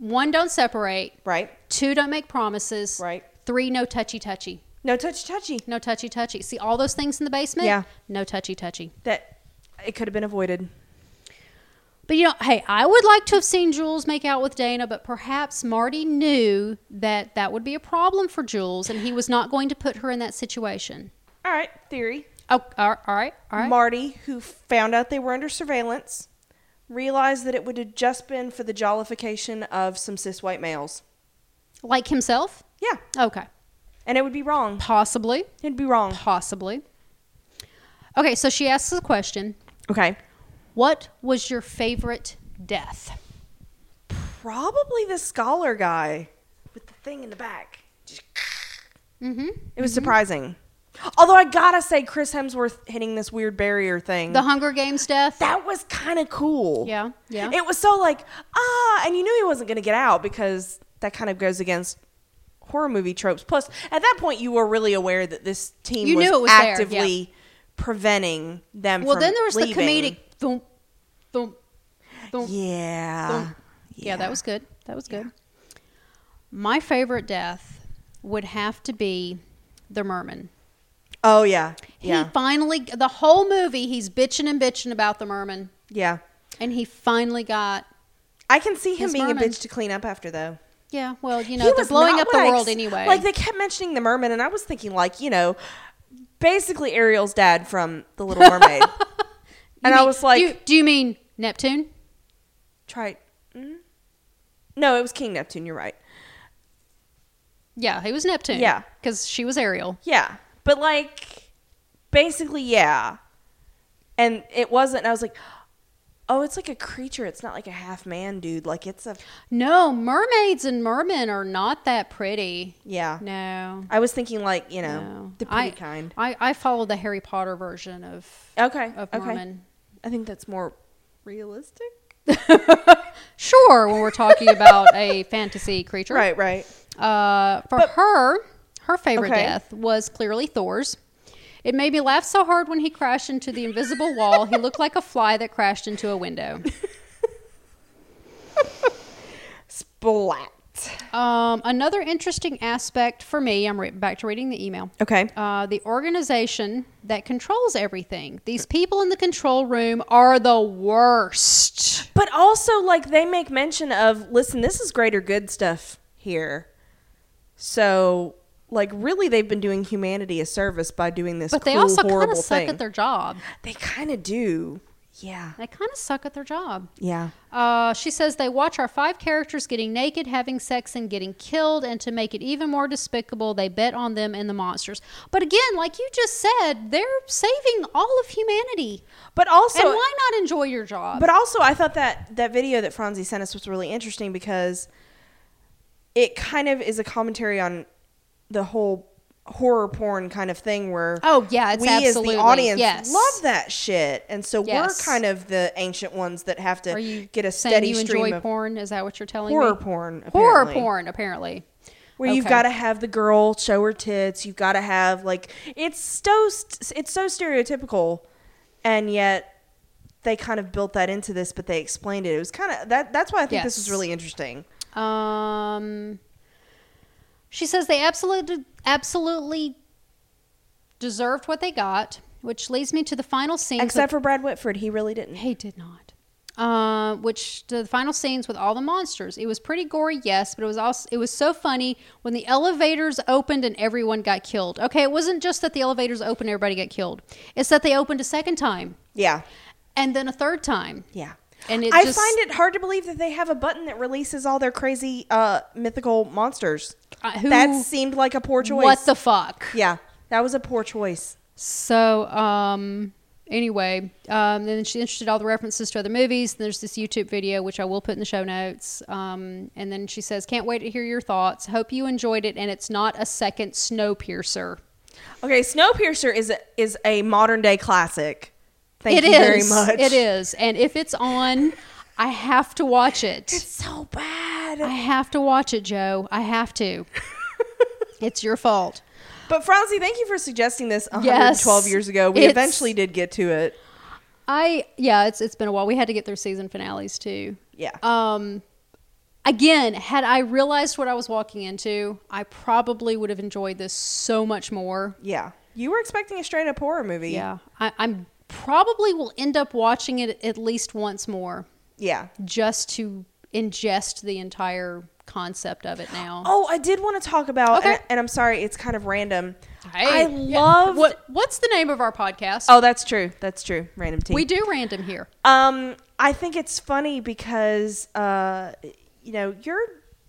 B: one don't separate.
A: right,
B: Two don't make promises.
A: right.
B: Three no touchy touchy.
A: No touchy touchy.
B: No touchy touchy. See all those things in the basement?
A: Yeah.
B: No touchy touchy.
A: That it could have been avoided.
B: But you know, hey, I would like to have seen Jules make out with Dana, but perhaps Marty knew that that would be a problem for Jules and he was not going to put her in that situation.
A: All right, theory.
B: Oh, all all right, all right.
A: Marty, who found out they were under surveillance, realized that it would have just been for the jollification of some cis white males.
B: like himself?
A: Yeah,
B: Okay.
A: and it would be wrong.
B: Possibly.
A: It'd be wrong.
B: Possibly. Okay, so she asks the question
A: Okay.
B: What was your favorite death?
A: Probably the scholar guy with the thing in the back. Just-
B: Mm-hmm.
A: It was surprising. Although I gotta say, Chris Hemsworth hitting this weird barrier thing.
B: The Hunger Games death?
A: Mm. that was kind of cool.
B: Yeah, yeah.
A: It was so like, ah, and you knew he wasn't going to get out because that kind of goes against horror movie tropes. Plus, at that point, you were really aware that this team
B: You
A: was,
B: knew it was there, yeah.
A: actively preventing them
B: Well,
A: from
B: then there was the
A: leaving.
B: comedic thump, thump, thump. Yeah.
A: Yeah.
B: Boom. that was good. That was good. My favorite death would have to be the merman.
A: Oh, yeah. Yeah.
B: He finally, the whole movie, he's bitching and bitching about the merman,
A: yeah.
B: and he finally got.
A: I can see him
B: His
A: being
B: merman.
A: a bitch to clean up after, though.
B: Yeah, well, you
A: He
B: know, they're
A: was
B: blowing
A: not
B: up the
A: what I
B: world
A: ex-
B: anyway.
A: Like they kept mentioning the merman, and I was thinking, like you know, basically Ariel's dad from The Little Mermaid.
B: You
A: and I
B: mean-
A: was like,
B: do you, do you mean Neptune?
A: try. Mm? No, it was King Neptune. You're right.
B: Yeah, he was Neptune.
A: Yeah.
B: because she was Ariel.
A: Yeah, But like, basically, yeah. And it wasn't. And I was like, oh, it's like a creature. It's not like a half man dude. Like it's a
B: No, mermaids and mermen are not that pretty.
A: yeah.
B: No.
A: I was thinking like you know
B: No.
A: the pretty
B: I,
A: kind.
B: I, I follow the Harry Potter version of
A: Okay.
B: of
A: okay.
B: merman.
A: I think that's more realistic.
B: Sure, when we're talking about a fantasy creature.
A: Right. Right.
B: Uh, for her, her favorite
A: Okay.
B: death was clearly Thor's. It made me laugh so hard when he crashed into the invisible wall. He looked like a fly that crashed into a window.
A: Splat.
B: Um, another interesting aspect for me, I'm re- back to reading the email.
A: Okay.
B: Uh, the organization that controls everything. These people in the control room are the worst.
A: But also, like, they make mention of listen, this is greater good stuff here. So, like, really, they've been doing humanity a service by doing this.
B: But they
A: cruel,
B: also kind
A: horrible
B: of suck
A: thing.
B: at their job.
A: They kind of do. Yeah.
B: They kind of suck at their job.
A: Yeah.
B: Uh, she says they watch our five characters getting naked, having sex, and getting killed, and to make it even more despicable, they bet on them and the monsters. But again, like you just said, they're saving all of humanity.
A: But also,
B: and why not enjoy your job?
A: But also, I thought that that video that Franzi sent us was really interesting because it kind of is a commentary on the whole horror porn kind of thing where
B: Oh, yeah, it's
A: we
B: absolutely-
A: as the audience
B: yes.
A: love that shit and so
B: Yes.
A: we're kind of the ancient ones that have to
B: Are you
A: get a
B: saying
A: steady
B: you
A: stream
B: enjoy
A: of
B: porn? Is that what you're telling
A: horror
B: me?
A: porn
B: Horror
A: apparently.
B: porn, apparently.
A: where you've
B: Okay.
A: got to have the girl show her tits you've got to have like it's so st- it's so stereotypical and yet they kind of built that into this but they explained it it was kind of that that's why i think this
B: Yes.
A: is really interesting
B: Um, she says they absolutely absolutely deserved what they got, which leads me to the final scene.
A: except for brad whitford he really didn't
B: He did not. Uh, which the final scenes with all the monsters. It was pretty gory, yes, but it was also it was so funny when the elevators opened and everyone got killed. Okay, it wasn't just that the elevators opened and everybody got killed. It's that they opened a second time
A: yeah
B: and then a third time.
A: yeah
B: And it
A: i
B: just-
A: find it hard to believe that they have a button that releases all their crazy uh mythical monsters
B: Uh, who-
A: that seemed like a poor choice
B: What the fuck?
A: yeah that was a poor choice
B: So, um, anyway, um, then she interested all the references to other movies. There's this YouTube video, which I will put in the show notes. Um, and then she says, "Can't wait to hear your thoughts. Hope you enjoyed it, and it's not a second Snowpiercer."
A: okay snowpiercer is a, is a modern day classic thank
B: It is
A: you very much
B: It is, and if it's on, I have to watch it.
A: so bad.
B: I have to watch it, Joe. I have to. it's your fault.
A: But Franzi, thank you for suggesting this
B: Yes.
A: 112 years ago. We
B: It's-
A: eventually did get to it.
B: I yeah, it's it's been a while. We had to get through season finales too.
A: Yeah.
B: Um again, had I realized what I was walking into, I probably would have enjoyed this so much more.
A: yeah. You were expecting a straight up horror movie.
B: Yeah. I, I'm probably will end up watching it at least once more
A: Yeah.
B: just to ingest the entire concept of it now.
A: Oh, I did want to talk about,
B: Okay.
A: and, and I'm sorry, it's kind of random.
B: Hey,
A: I
B: yeah.
A: love.
B: what what's the name of our podcast?
A: Oh, that's true. That's true. Random tea.
B: we do random here.
A: Um, I think it's funny because uh, you know you're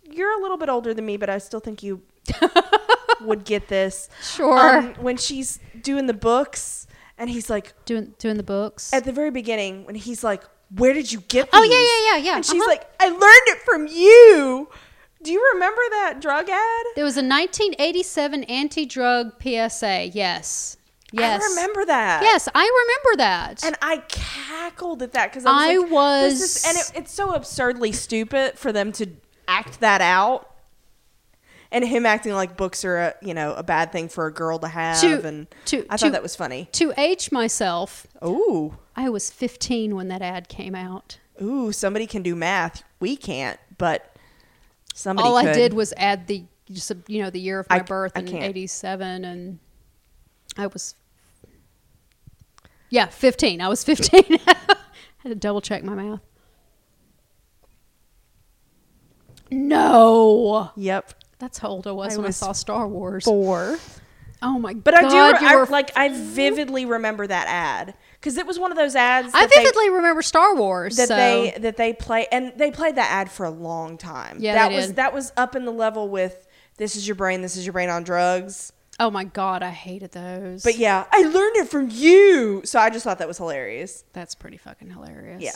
A: you're a little bit older than me, but I still think you would get this.
B: Sure.
A: Um, when she's doing the books, and he's like
B: Doing doing the books.
A: at the very beginning when he's like, "Where did you get?"
B: Oh, yeah,
A: these?"
B: yeah, yeah, yeah.
A: And she's
B: Uh-huh.
A: like, "I learned it from you." Do you remember that drug ad?
B: There was a 1987 anti-drug PSA. Yes. Yes.
A: I remember that.
B: Yes, I remember that.
A: And I cackled at that because I was,
B: I
A: like,
B: was-
A: this is- and it, it's so absurdly stupid for them to act that out, and him acting like books are a you know a bad thing for a girl to have,
B: To-
A: and
B: to-
A: I
B: to-
A: thought that was funny.
B: to age myself,
A: Ooh,
B: I was 15 when that ad came out.
A: ooh, somebody can do math. We can't, but somebody.
B: All I
A: could.
B: did was add the just you know the year of my
A: I c-
B: birth
A: I
B: in
A: can't.
B: 87 and I was Yeah, 15. I was 15. I had to double check my math. No.
A: Yep.
B: That's how old I was
A: I
B: when
A: was
B: I saw Star Wars.
A: Four.
B: Oh my
A: But
B: god!
A: I do,
B: you
A: I,
B: were-
A: like, I vividly remember that ad because it was one of those ads.
B: I
A: that they-
B: vividly remember Star Wars.
A: that
B: so.
A: they that they play, and they played that ad for a long time.
B: Yeah,
A: that
B: they
A: was
B: did.
A: that was up in the level with "This is your brain, this is your brain on drugs."
B: Oh my god, I hated those.
A: But yeah, I learned it from you. So I just thought that was hilarious.
B: that's pretty fucking hilarious.
A: Yeah.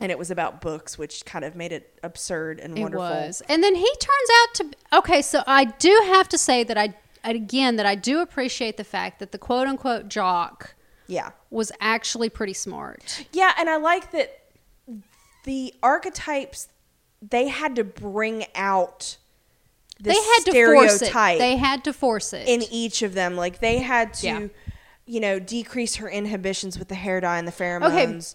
A: And it was about books, which kind of made it absurd and
B: It
A: wonderful.
B: was. And then he turns out to okay, so I do have to say that I again that I do appreciate the fact that the quote unquote jock
A: Yeah.
B: was actually pretty smart.
A: Yeah, and I like that the archetypes they had to bring out the
B: they had to force
A: stereotype
B: it. They had to force it.
A: in each of them. Like they had to,
B: Yeah.
A: you know, decrease her inhibitions with the hair dye and the pheromones.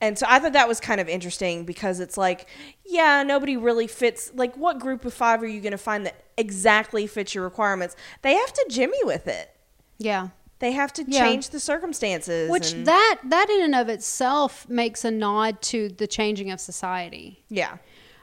A: And so I thought that was kind of interesting because it's like, yeah, nobody really fits. Like, what group of five are you going to find that exactly fits your requirements? They have to Jimmy with it.
B: yeah.
A: They have to
B: Yeah.
A: change the circumstances.
B: Which
A: and-
B: that that in and of itself makes a nod to the changing of society.
A: yeah,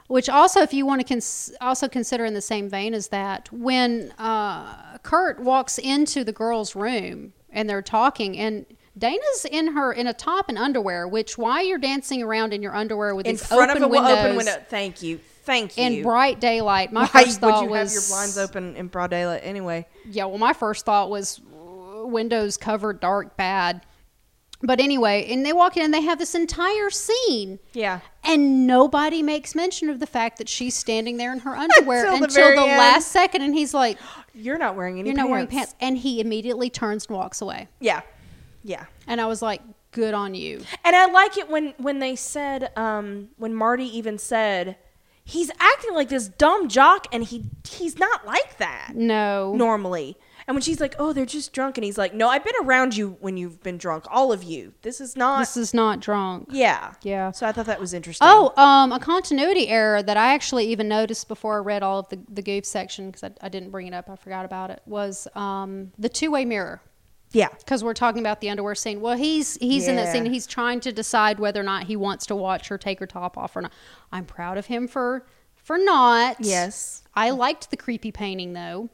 B: Which also, if you want to cons- also consider in the same vein as that, when uh, Kurt walks into the girls' room and they're talking, and Dana's in her in a top and underwear. Which why you're dancing around in your underwear with
A: in
B: these
A: front
B: open
A: of a
B: windows
A: open window. Thank you, thank you.
B: in bright daylight? My
A: Why
B: first thought
A: would you
B: was
A: have your blinds open in broad daylight anyway?
B: yeah, well, my first thought was uh, windows covered dark bad. But anyway, and they walk in and they have this entire scene.
A: Yeah.
B: And nobody makes mention of the fact that she's standing there in her underwear
A: Until the
B: until the,
A: very end.
B: last second. And he's like,
A: You're not wearing any.
B: You're not wearing pants. And he immediately turns and walks away.
A: Yeah, yeah.
B: And I was like, Good on you.
A: And I like it when when they said um, when Marty even said he's acting like this dumb jock and he he's not like that
B: No.
A: normally. And when she's like, "Oh, they're just drunk," and he's like, "No, I've been around you when you've been drunk, all of you. This is not."
B: This is not drunk.
A: yeah,
B: Yeah.
A: So I thought that was interesting.
B: Oh, um, a continuity error that I actually even noticed before I read all of the, the goof section because I, I didn't bring it up. I forgot about it. Was um, the two way mirror.
A: yeah,
B: because we're talking about the underwear scene. Well, he's he's in
A: Yeah.
B: that scene. He's trying to decide whether or not he wants to watch her take her top off or not. I'm proud of him for for not.
A: Yes.
B: I liked the creepy painting though.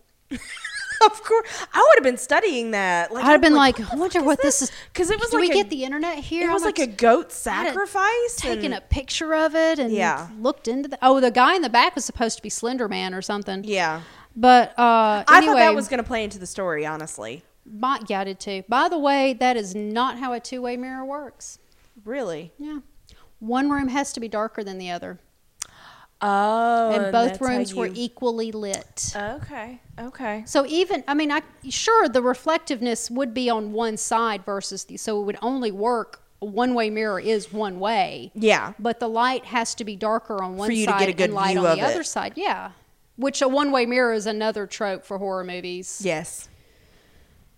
A: of course. I would have been studying that. Like,
B: I'd have been like, I wonder what this is.
A: because it was
B: Do
A: like
B: we
A: a-
B: get the internet here?
A: It was
B: I'm
A: like a goat
B: I'd have
A: sacrifice.
B: Taken
A: and-
B: a picture of it and
A: Yeah.
B: looked into the. Oh, the guy in the back was supposed to be Slender Man or something.
A: Yeah,
B: But uh,
A: I
B: anyway,
A: thought that was going to play into the story. Honestly,
B: my, yeah, I did too. By the way, that is not how a two way mirror works.
A: really.
B: Yeah. One room has to be darker than the other.
A: Oh,
B: and both
A: that's how
B: rooms were e-
A: you-
B: equally lit.
A: Okay. Okay.
B: so even I mean I sure the reflectiveness would be on one side versus the so it would only work a one-way mirror is one way.
A: Yeah.
B: But the light has to be darker on one
A: you to
B: side
A: get a good
B: and light
A: view
B: on
A: of
B: the
A: it.
B: other side. Yeah. Which a one-way mirror is another trope for horror movies.
A: Yes.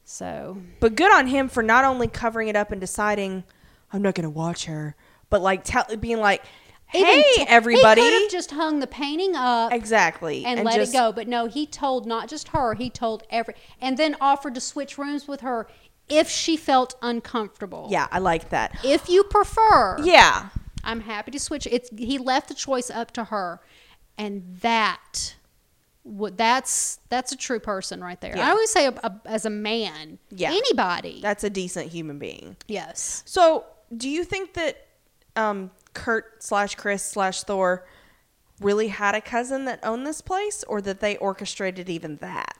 B: So,
A: But good on him for not only covering it up and deciding I'm not going to watch her, but like tell, being like, "Hey,
B: even t-
A: everybody."
B: he could have just hung the painting up
A: exactly.
B: and, let
A: just-
B: it go. But no, he told not just her, he told every, and then offered to switch rooms with her if she felt uncomfortable.
A: Yeah, I like that.
B: If you prefer,
A: Yeah.
B: I'm happy to switch. It's he left the choice up to her, and that, what that's that's a true person right there.
A: Yeah.
B: I always say a, a- as a man,
A: Yeah.
B: anybody,
A: That's a decent human being.
B: yes,
A: So, do you think that um, Kurt slash Chris slash Thor really had a cousin that owned this place, or that they orchestrated even that?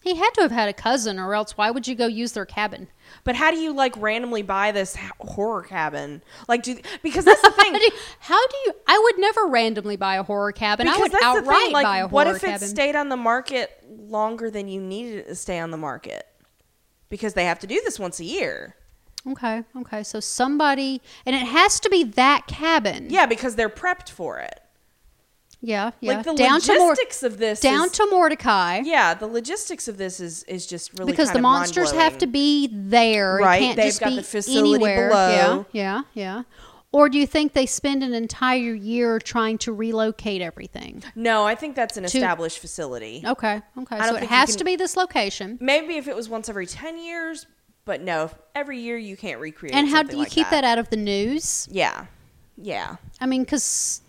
B: he had to have had a cousin, or else why would you go use their cabin?
A: But how do you like randomly buy this h- horror cabin? Like, do because that's the thing.
B: How do, how do you? I would never randomly buy a horror cabin.
A: because
B: I would
A: that's the
B: outright
A: thing. Like,
B: buy a horror
A: what if
B: cabin.
A: it stayed on the market longer than you needed it to stay on the market? Because they have to do this once a year.
B: Okay. Okay. So somebody, and it has to be that cabin.
A: Yeah, because they're prepped for it.
B: Yeah. Yeah.
A: Like the
B: Mor-
A: logistics of this.
B: down
A: is-
B: to Mordecai.
A: yeah, the logistics of this is is just really
B: because
A: kind
B: the
A: of
B: monsters have to
A: mind-blowing.
B: be there. It
A: Right,
B: can't
A: they've
B: just
A: got
B: be
A: the facility
B: anywhere.
A: below.
B: Yeah. Yeah. Yeah. Or do you think they spend an entire year trying to relocate everything?
A: No, I think that's an
B: to-
A: established facility.
B: Okay. Okay.
A: don't
B: So it
A: think you
B: has
A: can-
B: to be this location.
A: Maybe if it was once every ten years, but no, if every year you can't recreate.
B: And how do
A: something
B: you
A: like
B: keep that. out of the news?
A: Yeah, yeah.
B: I mean, because,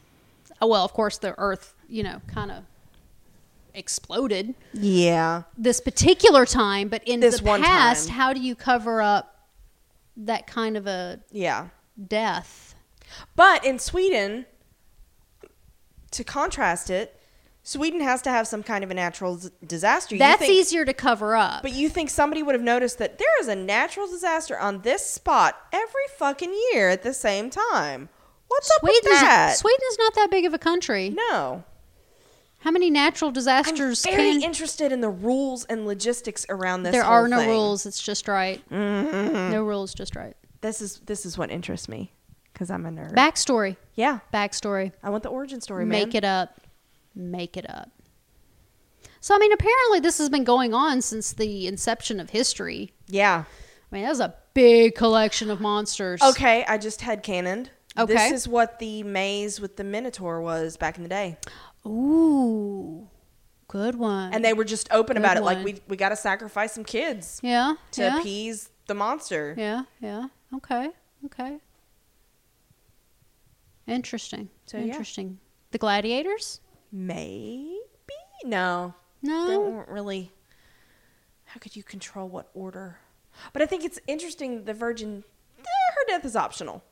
B: oh, well, of course, the Earth, you know, kind of exploded.
A: Yeah.
B: this particular time, but in
A: This
B: the
A: one
B: past,
A: time.
B: how do you cover up that kind of a
A: Yeah.
B: death?
A: But in Sweden, to contrast it, Sweden has to have some kind of a natural z- disaster. You
B: That's
A: think-
B: easier to cover up.
A: But you think somebody would have noticed that there is a natural disaster on this spot every fucking year at the same time. What's up with that?
B: Sweden's, Sweden's not that big of a country.
A: no.
B: How many natural
A: I'm
B: disasters
A: very
B: can
A: interested in the rules and logistics around this.
B: there
A: whole
B: are no
A: thing. Mm-hmm. Mm.
B: rules, it's just right. No rules, just right.
A: This is this is what interests me because I'm a nerd.
B: Backstory.
A: yeah,
B: Backstory.
A: I want the origin story.
B: Make
A: man.
B: it up. Make it up. So I mean apparently this has been going on since the inception of history.
A: Yeah.
B: I mean, that was a big collection of monsters.
A: Okay, I just head cannoned.
B: Okay.
A: This is what the maze with the Minotaur was back in the day.
B: Oh, Ooh. Good one.
A: And they were just open
B: Good
A: about it. Like,
B: one.
A: we, we got to sacrifice some kids
B: yeah.
A: to
B: yeah.
A: appease the monster.
B: Yeah, yeah. Okay, okay. Interesting.
A: So, yeah.
B: Interesting. The gladiators?
A: Maybe? No. They
B: No.
A: weren't really. How could you control what order? But I think it's interesting the Virgin, eh, her death is optional.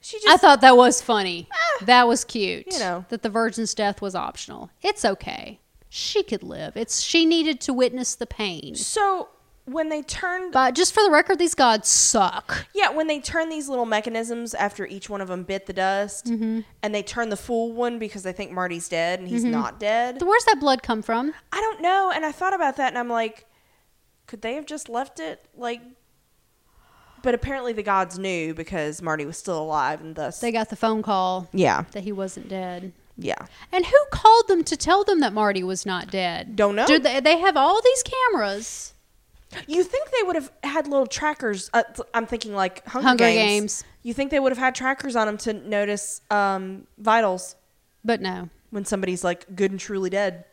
A: She just.
B: I thought that was funny. that was cute.
A: Ah. you know.
B: that the virgin's death was optional. It's okay. She could live. It's she needed to witness the pain.
A: so when they turned
B: But just for the record, these gods suck.
A: Yeah, when they turn these little mechanisms after each one of them bit the dust,
B: Mm-hmm.
A: and they turn the fool one because they think Marty's dead and he's not dead.
B: Where's that blood come from?
A: I don't know, and I thought about that, and I'm like, could they have just left it like? But apparently the gods knew because Marty was still alive, and thus
B: They got the phone call
A: yeah,
B: that he wasn't dead.
A: yeah.
B: And who called them to tell them that Marty was not dead?
A: Don't know.
B: Do they, they have all these cameras.
A: You think they would have had little trackers? Uh, th- I'm thinking like Hunger,
B: Hunger Games.
A: Games. You think they would have had trackers on them to notice um, vitals?
B: But no.
A: when somebody's like good and truly dead.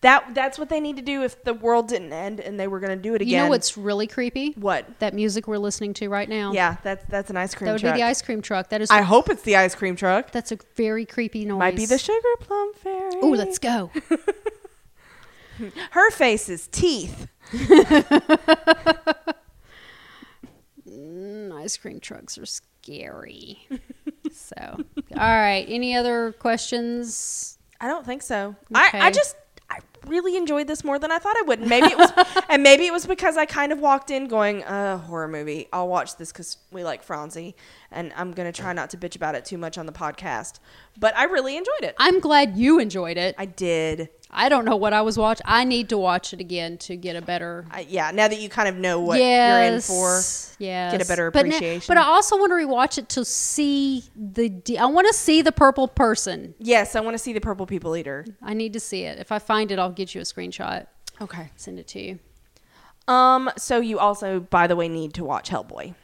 A: That that's what they need to do if the world didn't end and they were going to do it again.
B: You know what's really creepy?
A: what?
B: That music we're listening to right now.
A: Yeah, that's that's an ice cream
B: That would
A: truck.
B: be the ice cream truck. That is
A: I hope it's the ice cream truck.
B: that's a very creepy noise.
A: Might be the sugar plum fairy.
B: Oh, let's go.
A: Her face is teeth.
B: Mm, ice cream trucks are scary. so, all right. Any other questions?
A: I don't think so. I I
B: Okay.
A: just I really enjoyed this more than I thought I would. Maybe it was and maybe it was because I kind of walked in going, "Uh, horror movie. I'll watch this cuz we like Franzi and I'm going to try not to bitch about it too much on the podcast." But I really enjoyed it.
B: I'm glad you enjoyed it.
A: I did.
B: I don't know what I was watching. I need to watch it again to get a better
A: I, yeah, now that you kind of know what you're in for.
B: Yes.
A: Get a better
B: But na-
A: appreciation.
B: But, I also want to rewatch it to see the. De- I want to see the purple person.
A: Yes, I want to see the Purple People Eater.
B: I need to see it. If I find it, I'll get you a screenshot.
A: Okay.
B: Send it to you.
A: Um. So you also, by the way, need to watch Hellboy.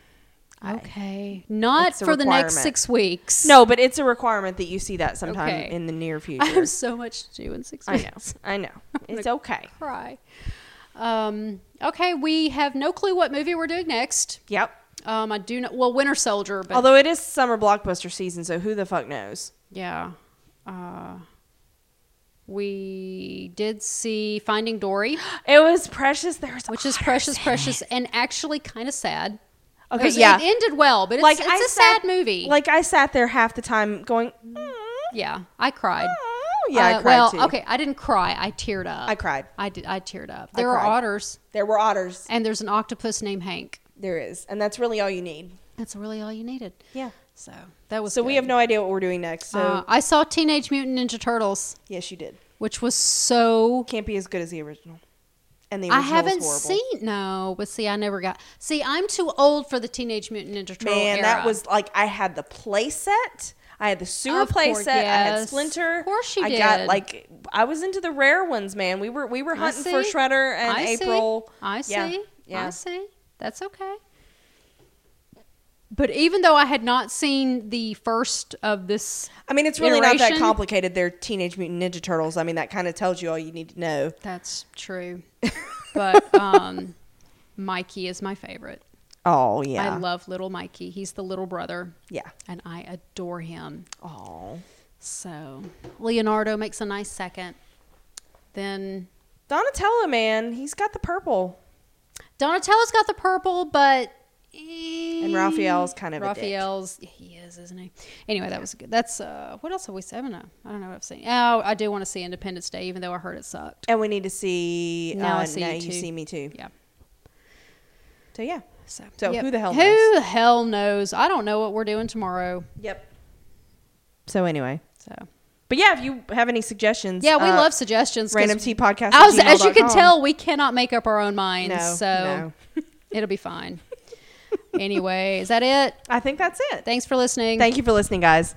B: Okay. Not
A: It's a
B: for the next
A: requirement.
B: six weeks.
A: No, but it's a requirement that you see that sometime
B: Okay.
A: in the near future.
B: I have so much to do in six
A: I
B: weeks.
A: know. I know. It's okay.
B: Cry. Um, okay, we have no clue what movie we're doing next.
A: Yep.
B: Um, I do not. Well, Winter Soldier, but
A: Although it is summer blockbuster season, so who the fuck knows?
B: yeah. Uh, we did see Finding Dory,
A: It was precious. There's
B: which is
A: otters
B: precious,
A: in
B: precious, and actually kind of sad.
A: it. Okay.
B: There's-
A: Yeah.
B: It ended well, but it's, it's a
A: sat-
B: sad movie. Mm-hmm.
A: Like I sat there half the time going. Mm,
B: yeah, I cried.
A: oh, yeah. I
B: Uh,
A: cried
B: well,
A: too.
B: okay, I didn't cry. I teared up.
A: I cried.
B: I did. I teared up. There are
A: cried.
B: otters,
A: There were otters.
B: and there's an octopus named Hank.
A: There is, and that's really all you need.
B: That's really all you needed.
A: Yeah.
B: So that was.
A: So we
B: good.
A: have no idea what we're doing next. So
B: Uh, I saw Teenage Mutant Ninja Turtles,
A: yes, you did.
B: which was so.
A: Can't be as good as the original. And the
B: I
A: original
B: haven't
A: was horrible.
B: seen no, but see, I never got. See, I'm too old for the Teenage Mutant Ninja Turtle
A: Man,
B: era.
A: that was like I had the play set. I had the sewer
B: Of
A: play
B: course,
A: set. I had
B: yes.
A: Splinter.
B: Of course you
A: I got
B: did.
A: like I was into the rare ones, man. We were we were
B: I
A: hunting for
B: see.
A: Shredder and
B: I see.
A: April.
B: I see.
A: Yeah. Yeah.
B: I see. That's okay. But even though I had not seen the first of this,
A: I mean, it's really not that
B: Iteration.
A: complicated. They're Teenage Mutant Ninja Turtles. I mean, that kind of tells you all you need to know.
B: that's true. But um, Mikey is my favorite.
A: Oh yeah,
B: I love little Mikey. He's the little brother,
A: yeah.
B: and I adore him.
A: Oh,
B: So Leonardo makes a nice second. Then
A: Donatello, man, he's got the purple.
B: Donatello's got the purple, but
A: And Raphael's kind of a dick.
B: Raphael's he is, isn't he? Anyway, that was good. That's uh, what else have we seen? I don't know. I don't know what I've seen. Oh, I do want to see Independence Day, even though I heard it sucked.
A: And we need to see.
B: Now I
A: uh,
B: See
A: now
B: You
A: you
B: Too.
A: see me too.
B: Yeah.
A: So yeah.
B: So,
A: So who the hell
B: Who
A: knows?
B: the hell knows? I don't know what we're doing tomorrow.
A: Yep. So anyway,
B: So
A: but yeah, if you have any suggestions,
B: yeah, we
A: uh,
B: love suggestions. 'cause
A: random tea podcast.
B: I was, as you can tell, we cannot make up our own minds.
A: No,
B: so it'll be fine. anyway, is that it?
A: I think that's it.
B: Thanks for listening.
A: Thank you for listening, guys.